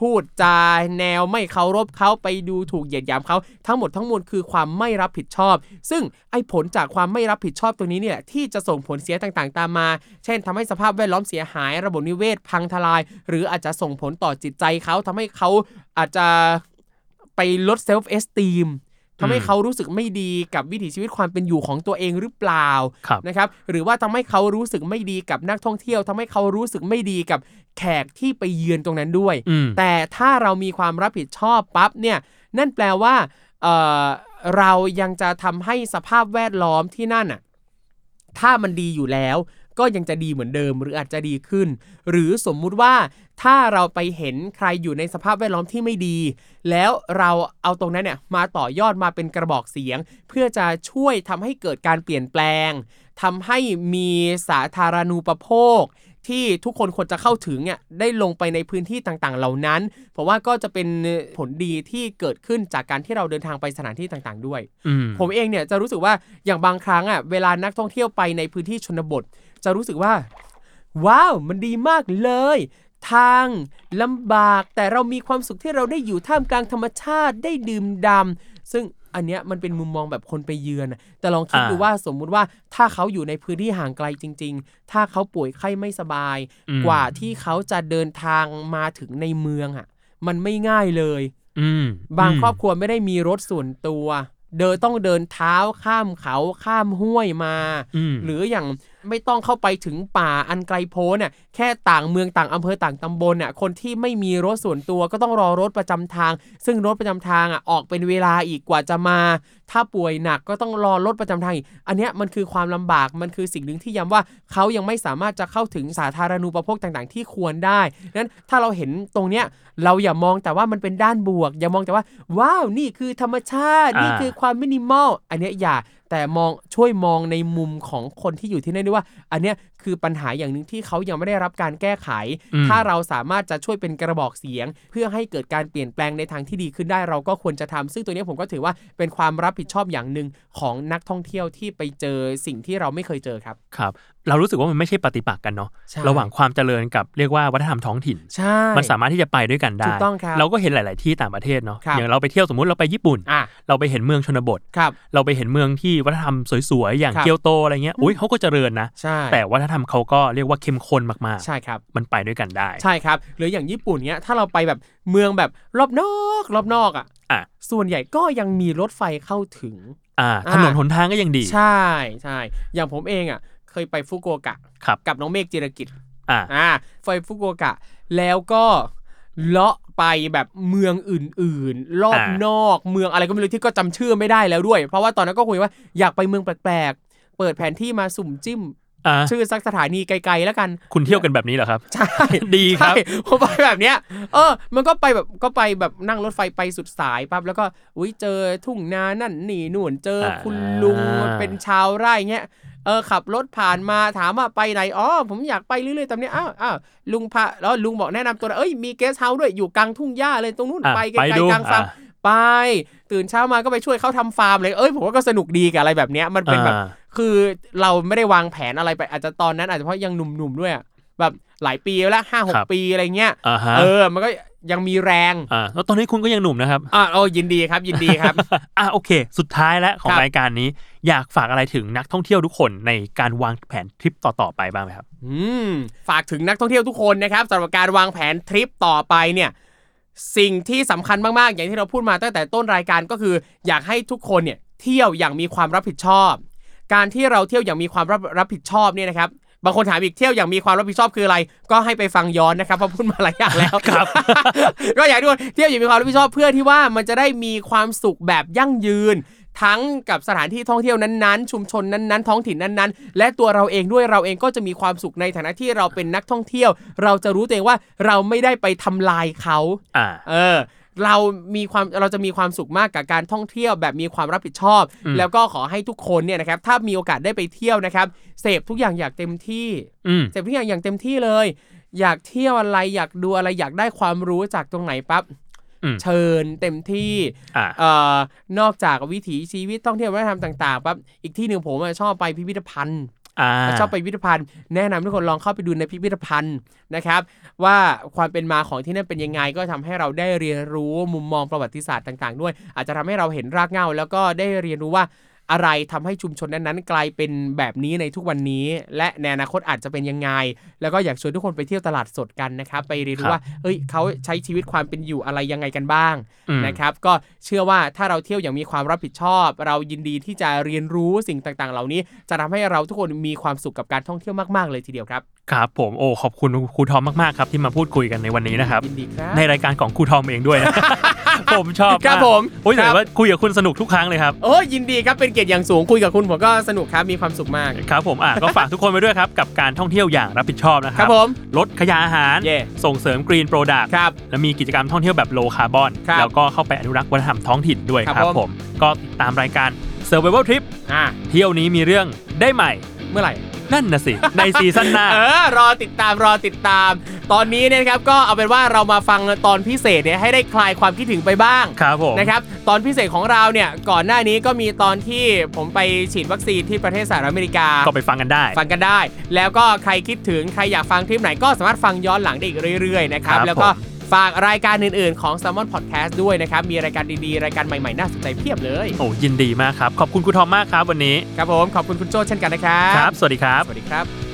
พูดจาแนวไม่เคารพเขาไปดูถูกเหยียดหยามเขาทั้งหมดทั้งมวลคือความไม่รับผิดชอบ ซึ่งไอ้ผลจากความไม่รับผิดชอบตัวนี้เนี่ยที่จะส่งผลเสียต่างๆ ตามมา เช่นทำให้สภาพแวดล้อมเสียหาย ระบบนิเวศพังทลาย หรืออาจจะส่งผลต่อจิตใจเขาทำให้เขาอาจจะไปลดเซลฟ์เอสตีม ทำให้เขารู้สึกไม่ดีกับวิถีชีวิตความเป็นอยู่ของตัวเองหรือเปล่า
ครับ
นะครับหรือว่าทำให้เขารู้สึกไม่ดีกับนักท่องเที่ยวทำให้เขารู้สึกไม่ดีกับแขกที่ไปเยือนตรงนั้นด้วย
อืม
แต่ถ้าเรามีความรับผิดชอบปั๊บเนี่ยนั่นแปลว่าเอ่อเรายังจะทำให้สภาพแวดล้อมที่นั่นน่ะถ้ามันดีอยู่แล้ว ก็ยังจะดีเหมือนเดิมหรืออาจจะดีขึ้น หรือสมมุติว่าถ้าเราไปเห็นใครอยู่ในสภาพแวดล้อมที่ไม่ดี แล้วเราเอาตรงนั้นเนี่ยมาต่อยอดมาเป็นกระบอกเสียง เพื่อจะช่วยทำให้เกิดการเปลี่ยนแปลงทำให้มีสาธารณูปโภค ที่ทุกคนควรจะเข้าถึงเนี่ยได้ลงไปในพื้นที่ต่างๆ เหล่านั้น เพราะว่าก็จะเป็นผลดีที่เกิดขึ้นจากการที่เราเดินทางไปสถานที่ต่างๆ ด้วย
อืม
ผมเองเนี่ยจะรู้สึกว่าอย่างบางครั้งอ่ะเวลานักท่องเที่ยวไปในพื้นที่ชนบท จะรู้สึกว่า ว้าว มันดีมากเลย ทางลำบากแต่เรามีความสุขที่เราได้อยู่ท่ามกลางธรรมชาติได้ดื่มดำซึ่งอันเนี้ยมันเป็นมุมมองแบบคนไปเยือนน่ะแต่ลองคิด
อ่า
ดูว่าสมมุติว่าถ้าเขาอยู่ในพื้นที่ห่างไกลจริง ๆ ถ้าเขาป่วยไข้ไม่สบาย กว่าที่เขาจะเดินทางมาถึงในเมืองอ่ะ มันไม่ง่ายเลย
อืม
บาง
ม
ครอบครัวไม่ได้มีรถส่วนตัว เดินต้องเดินเท้าข้ามเขาข้ามห้วยมา
อืม
หรืออย่างไม่ต้องเข้าไปถึงป่าอันไกลโพ้นน่ะแค่ต่างเมืองต่างอำเภอต่างตำบลน่ะคนที่ไม่มีรถส่วนตัวก็ต้องรอรถประจำทาง ซึ่งรถประจำทางอ่ะออกเป็นเวลาอีกกว่าจะมา ถ้าป่วยหนักก็ต้องรอรถประจำทางอีกอันเนี้ยมันคือความลำบากมันคือสิ่งหนึ่งที่ย้ำว่าเขายังไม่สามารถจะเข้าถึงสาธารณูปโภคต่างๆ ที่ควรได้นั้นถ้าเราเห็นตรงเนี้ยเราอย่ามองแต่ว่ามันเป็นด้านบวก อย่ามองแต่ว่าว้าวนี่คือธรรมชาตินี่คือ ความมินิมอลอันเนี้ยอย่าแต่มองช่วยมองในมุมของคนที่อยู่ที่นั่นด้วยว่า อันเนี้ยคือปัญหาอย่างหนึ่งที่เขายังไม่ได้รับการแก้ไข ถ้าเราสามารถจะช่วยเป็นกระบอกเสียง เพื่อให้เกิดการเปลี่ยนแปลงในทางที่ดีขึ้นได้เราก็ควรจะทำซึ่งตัวเนี้ยผมก็ถือว่าเป็นความรับผิดชอบอย่างหนึ่งของนักท่องเที่ยวที่ไปเจอสิ่งที่เราไม่เคยเจอครับ
ครับ เรารู้สึกว่ามันไม่ใช่ปฏิปักษ์กันเนาะ
ใช่
ระหว่างความเจริญกับเรียกว่าวัฒนธรรมท้องถิ่น
ใช่
มันสามารถที่จะไปด้วยกันได้
ถูกต้องครับ
เราก็เห็นหลาย ๆ ที่ต่างประเทศเนาะ
ครับ
อย่างเราไปเที่ยวสมมติเราไปญี่ปุ่น
อ่ะ
เราไปเห็นเมืองชนบท
ครับ
เราไปเห็นเมืองที่วัฒนธรรมสวย ๆ อย่าง
ครับ
เกียวโตอะไรเงี้ย อุ้ยเขาก็เจริญนะ
ใช่
แต่วัฒนธรรมเขาก็เรียกว่าเข้มข้นมาก
ใช่ครับ
ๆ มันไปด้วยกันได้
ใช่ครับ หรืออย่างญี่ปุ่นเนี้ยถ้าเราไปแบบเมืองแบบรอบนอกรอบนอกอ่ะ
อ่ะ
ส่วนใหญ่ก็ยังมีรถไฟเข้าถึง
อ่า
อ่า
ถนนหนทางก็ยังดี
ใช่ใช่ อย่างผมเองอ่ะ เคยไปฟุกุโอกะ
ครับ
กับน้องเมฆจิรกิจ
อ่า
อ่าไฟฟุกุโอกะ แล้วก็เลาะไปแบบเมืองอื่นๆ รอบ
อ่าน
อกเมืองอะไรก็ไม่รู้ที่ก็จำชื่อไม่ได้แล้วด้วย เพราะว่าตอนนั้นก็คุยว่าอยากไปเมืองแปลกๆ เปิดแผนที่มาสุ่มจิ้ม
า
ชื่อสักสถานีไกลๆแล้วกัน
คุณเที่ยวกันแบบนี้เหรอครับ
ใช่
ดีครับ
ใช่ผมไปแบบเนี้ย เออ มันก็ไปแบบก็ไปแบบนั่งรถไฟไปสุดสายปั๊บแล้วก็อุ้ยเจอทุ่งนานั่นนี่นู่นเจอคุณลุง
อ่า
เป็นชาวไร่เงี้ยเออขับรถผ่านมาถามว่าไปไหนอ๋อผมอยากไปเรื่อยๆตามเนี้ยอ้าวอ้าวลุงพาแล้วลุงบอกแนะนำตัวหน่อยเอ้ยมีเกสเฮาส์ด้วยอยู่กลางทุ่งหญ้าเลยตรงนู้น
อ่ะ
ไปไกล
ไปดู
ๆกลางฟาร์ม
อ่ะ
ไป ตื่นเช้ามาก็ไปช่วยเขาทำฟาร์มเลยเอ้ยผมว่าก็สนุกดีกับอะไรแบบเนี้ยมันเป็นแบบ
อ่า
คือเราไม่ได้วางแผนอะไรไปอาจจะตอนนั้นอาจจะเพราะยังหนุ่มๆด้วยอะแบบหลายปีแล้วห้าหก
ครับ
ปีอะไรเงี้ย
อ่าฮะ
เออ มันก็ยังมีแรง
อ่าแล้วตอนนี้คุณก็ยังหนุ่มนะครับ
อ่ะโอ้ยินดีครับยินดี ครับ
อ่ะโอเค สุดท้ายแล้วของ
ครับ
รายการนี้ อยากฝากอะไรถึงนักท่องเที่ยวทุกคนในการวางแผนทริปต่อ ๆ ไปบ้างไหมครับ
อืมฝากถึงนักท่องเที่ยวทุกคนนะครับสำหรับการวางแผนทริปต่อไปเนี่ย สิ่งที่สำคัญมากๆ อย่างที่เราพูดมาตั้งแต่ต้นรายการก็คือ อยากให้ทุกคนเนี่ยเที่ยวอย่างมีความรับผิดชอบ การที่เราเที่ยวอย่างมีความรับรับผิดชอบเนี่ยนะครับบางคนถามอีกเที่ยวอย่างมีความรับผิดชอบคืออะไร ก็ให้ไปฟังย้อนนะครับเพราะพูดมาหลายอย่างแล้ว
ครับ
ก็อยากให้ทุกคนเที่ยวอย่างมีความรับผิดชอบเพื่อที่ว่ามันจะได้มีความสุขแบบยั่งยืน ทั้งกับสถานที่ท่องเที่ยวนั้นๆ ชุมชนนั้นๆ ท้องถิ่นนั้นๆ และตัวเราเองด้วยเราเองก็จะมีความสุขในฐานะที่เราเป็นนักท่องเที่ยว เราจะรู้ตัวเองว่าเราไม่ได้ไปทำลายเขา
อ่า
เออเรามีความเราจะมีความสุขมากกับการท่องเที่ยวแบบมีความรับผิดชอบ แล้วก็ขอให้ทุกคนเนี่ยนะครับถ้ามีโอกาสได้ไปเที่ยวนะครับเสพทุกอย่างอย่างเต็มที่
อืม
เสพทุกอย่างอย่างเต็มที่เลย อยากเที่ยวอะไรอยากดูอะไรอยากได้ความรู้จากตรงไหนปั๊บ
อืม
เชิญเต็มที่
อ่า
เอ่อนอกจากวิถีชีวิตท่องเที่ยววัฒนธรรมต่างๆปั๊บอีกที่หนึ่งผมอะชอบไปพิพิธภัณฑ์
อ่า
ชอบไปพิพิธภัณฑ์แนะนำทุกคนลองเข้าไปดูในพิพิธภัณฑ์นะครับ ว่าความเป็นมาของที่นั่นเป็นยังไง ก็ทำให้เราได้เรียนรู้มุมมองประวัติศาสตร์ต่าง ๆ ด้วย อาจจะทำให้เราเห็นรากเหง้า แล้วก็ได้เรียนรู้ว่า อะไรทำให้ชุมชนนั้นๆกลายเป็นแบบนี้ในทุกวันนี้ และในอนาคตอาจจะเป็นยังไง แล้วก็อยากชวนทุกคนไปเที่ยวตลาดสดกันนะครับไปเรียน
ครั
รู้
บ
ว่าเอ้ยเขาใช้ชีวิตความเป็นอยู่อะไรยังไงกันบ้าง
อืม
นะครับ ก็เชื่อว่าถ้าเราเที่ยวอย่างมีความรับผิดชอบ เรายินดีที่จะเรียนรู้สิ่งต่างๆ เหล่านี้ จะทำให้เราทุกคนมีความสุขกับการท่องเที่ยวมากๆเลยทีเดียวครับ
ครับผมโอ้ขอบคุณครูทอมมากๆครับที่มาพูดคุยกันในวันนี้นะครับ
ยินดีครับ
ในรายการของครูทอมเองด้วย นะ ผมชอบาก
ครับผม
โอ้ย
ครั
แต่
บ
ว่าคุยกับคุณสนุกทุกครั้งเลยครับ
โอ้ยยินดีครับเป็นเกียรติอย่างสูงคุยกับคุณผมก็สนุกครับมีความสุขมาก
ครับผมอ่ะก็ฝากทุกคนไปด้วยครับ กับการท่องเที่ยวอย่างรับผิดชอบนะค
ครั
รับ
ผม
ลดขยะอาหาร
เย่
ส่งเสริมกรีนโปรดัก
ครับ
และมีกิจกรรมท่องเที่ยวแบบโลคาร์บอน
ครับ
แล้วก็เข้าไปอนุรักษ์วัฒนธรรมท้องถิ่นด้วย
ครับ
ครับ
ผม
ผม ก็ติดตามรายการ Survival Trip
อ่ะ
เที่ยวนี้มีเรื่องได้ใหม่
เมื่อไหร่
นั่นน่ะสิ ในซีซั่นหน้า
เออ รอติดตาม รอติดตาม ตอนนี้เนี่ยนะครับ ก็เอาเป็นว่าเรามาฟังตอนพิเศษเนี่ยให้ได้คลายความคิดถึงไปบ้าง
ครับผม
นะครับ ตอนพิเศษของเราเนี่ย ก่อนหน้านี้ก็มีตอนที่ผมไปฉีดวัคซีนที่ประเทศสหรัฐอเมริกา
ก็ไปฟังกันได้
ฟังกันได้ แล้วก็ใครคิดถึง ใครอยากฟังทริปไหนก็สามารถฟังย้อนหลังได้อีกเรื่อยๆ นะครับ
ครับ
แล้วก็
ผม
ฝากรายการอื่นๆ ของ s ซ l m o n Podcast ด้วยนะครับ มีรายการดีๆ รายการใหม่ๆ น่าสนใจเพียบเลย
โอ้ยินดีมากครับ ขอบคุณครูทอมมากครับวันนี้
ครับผม ขอบคุณคุณโจ้เช่นกันนะครับ
ครับ สวัสดีครับ
สวัสดีครับ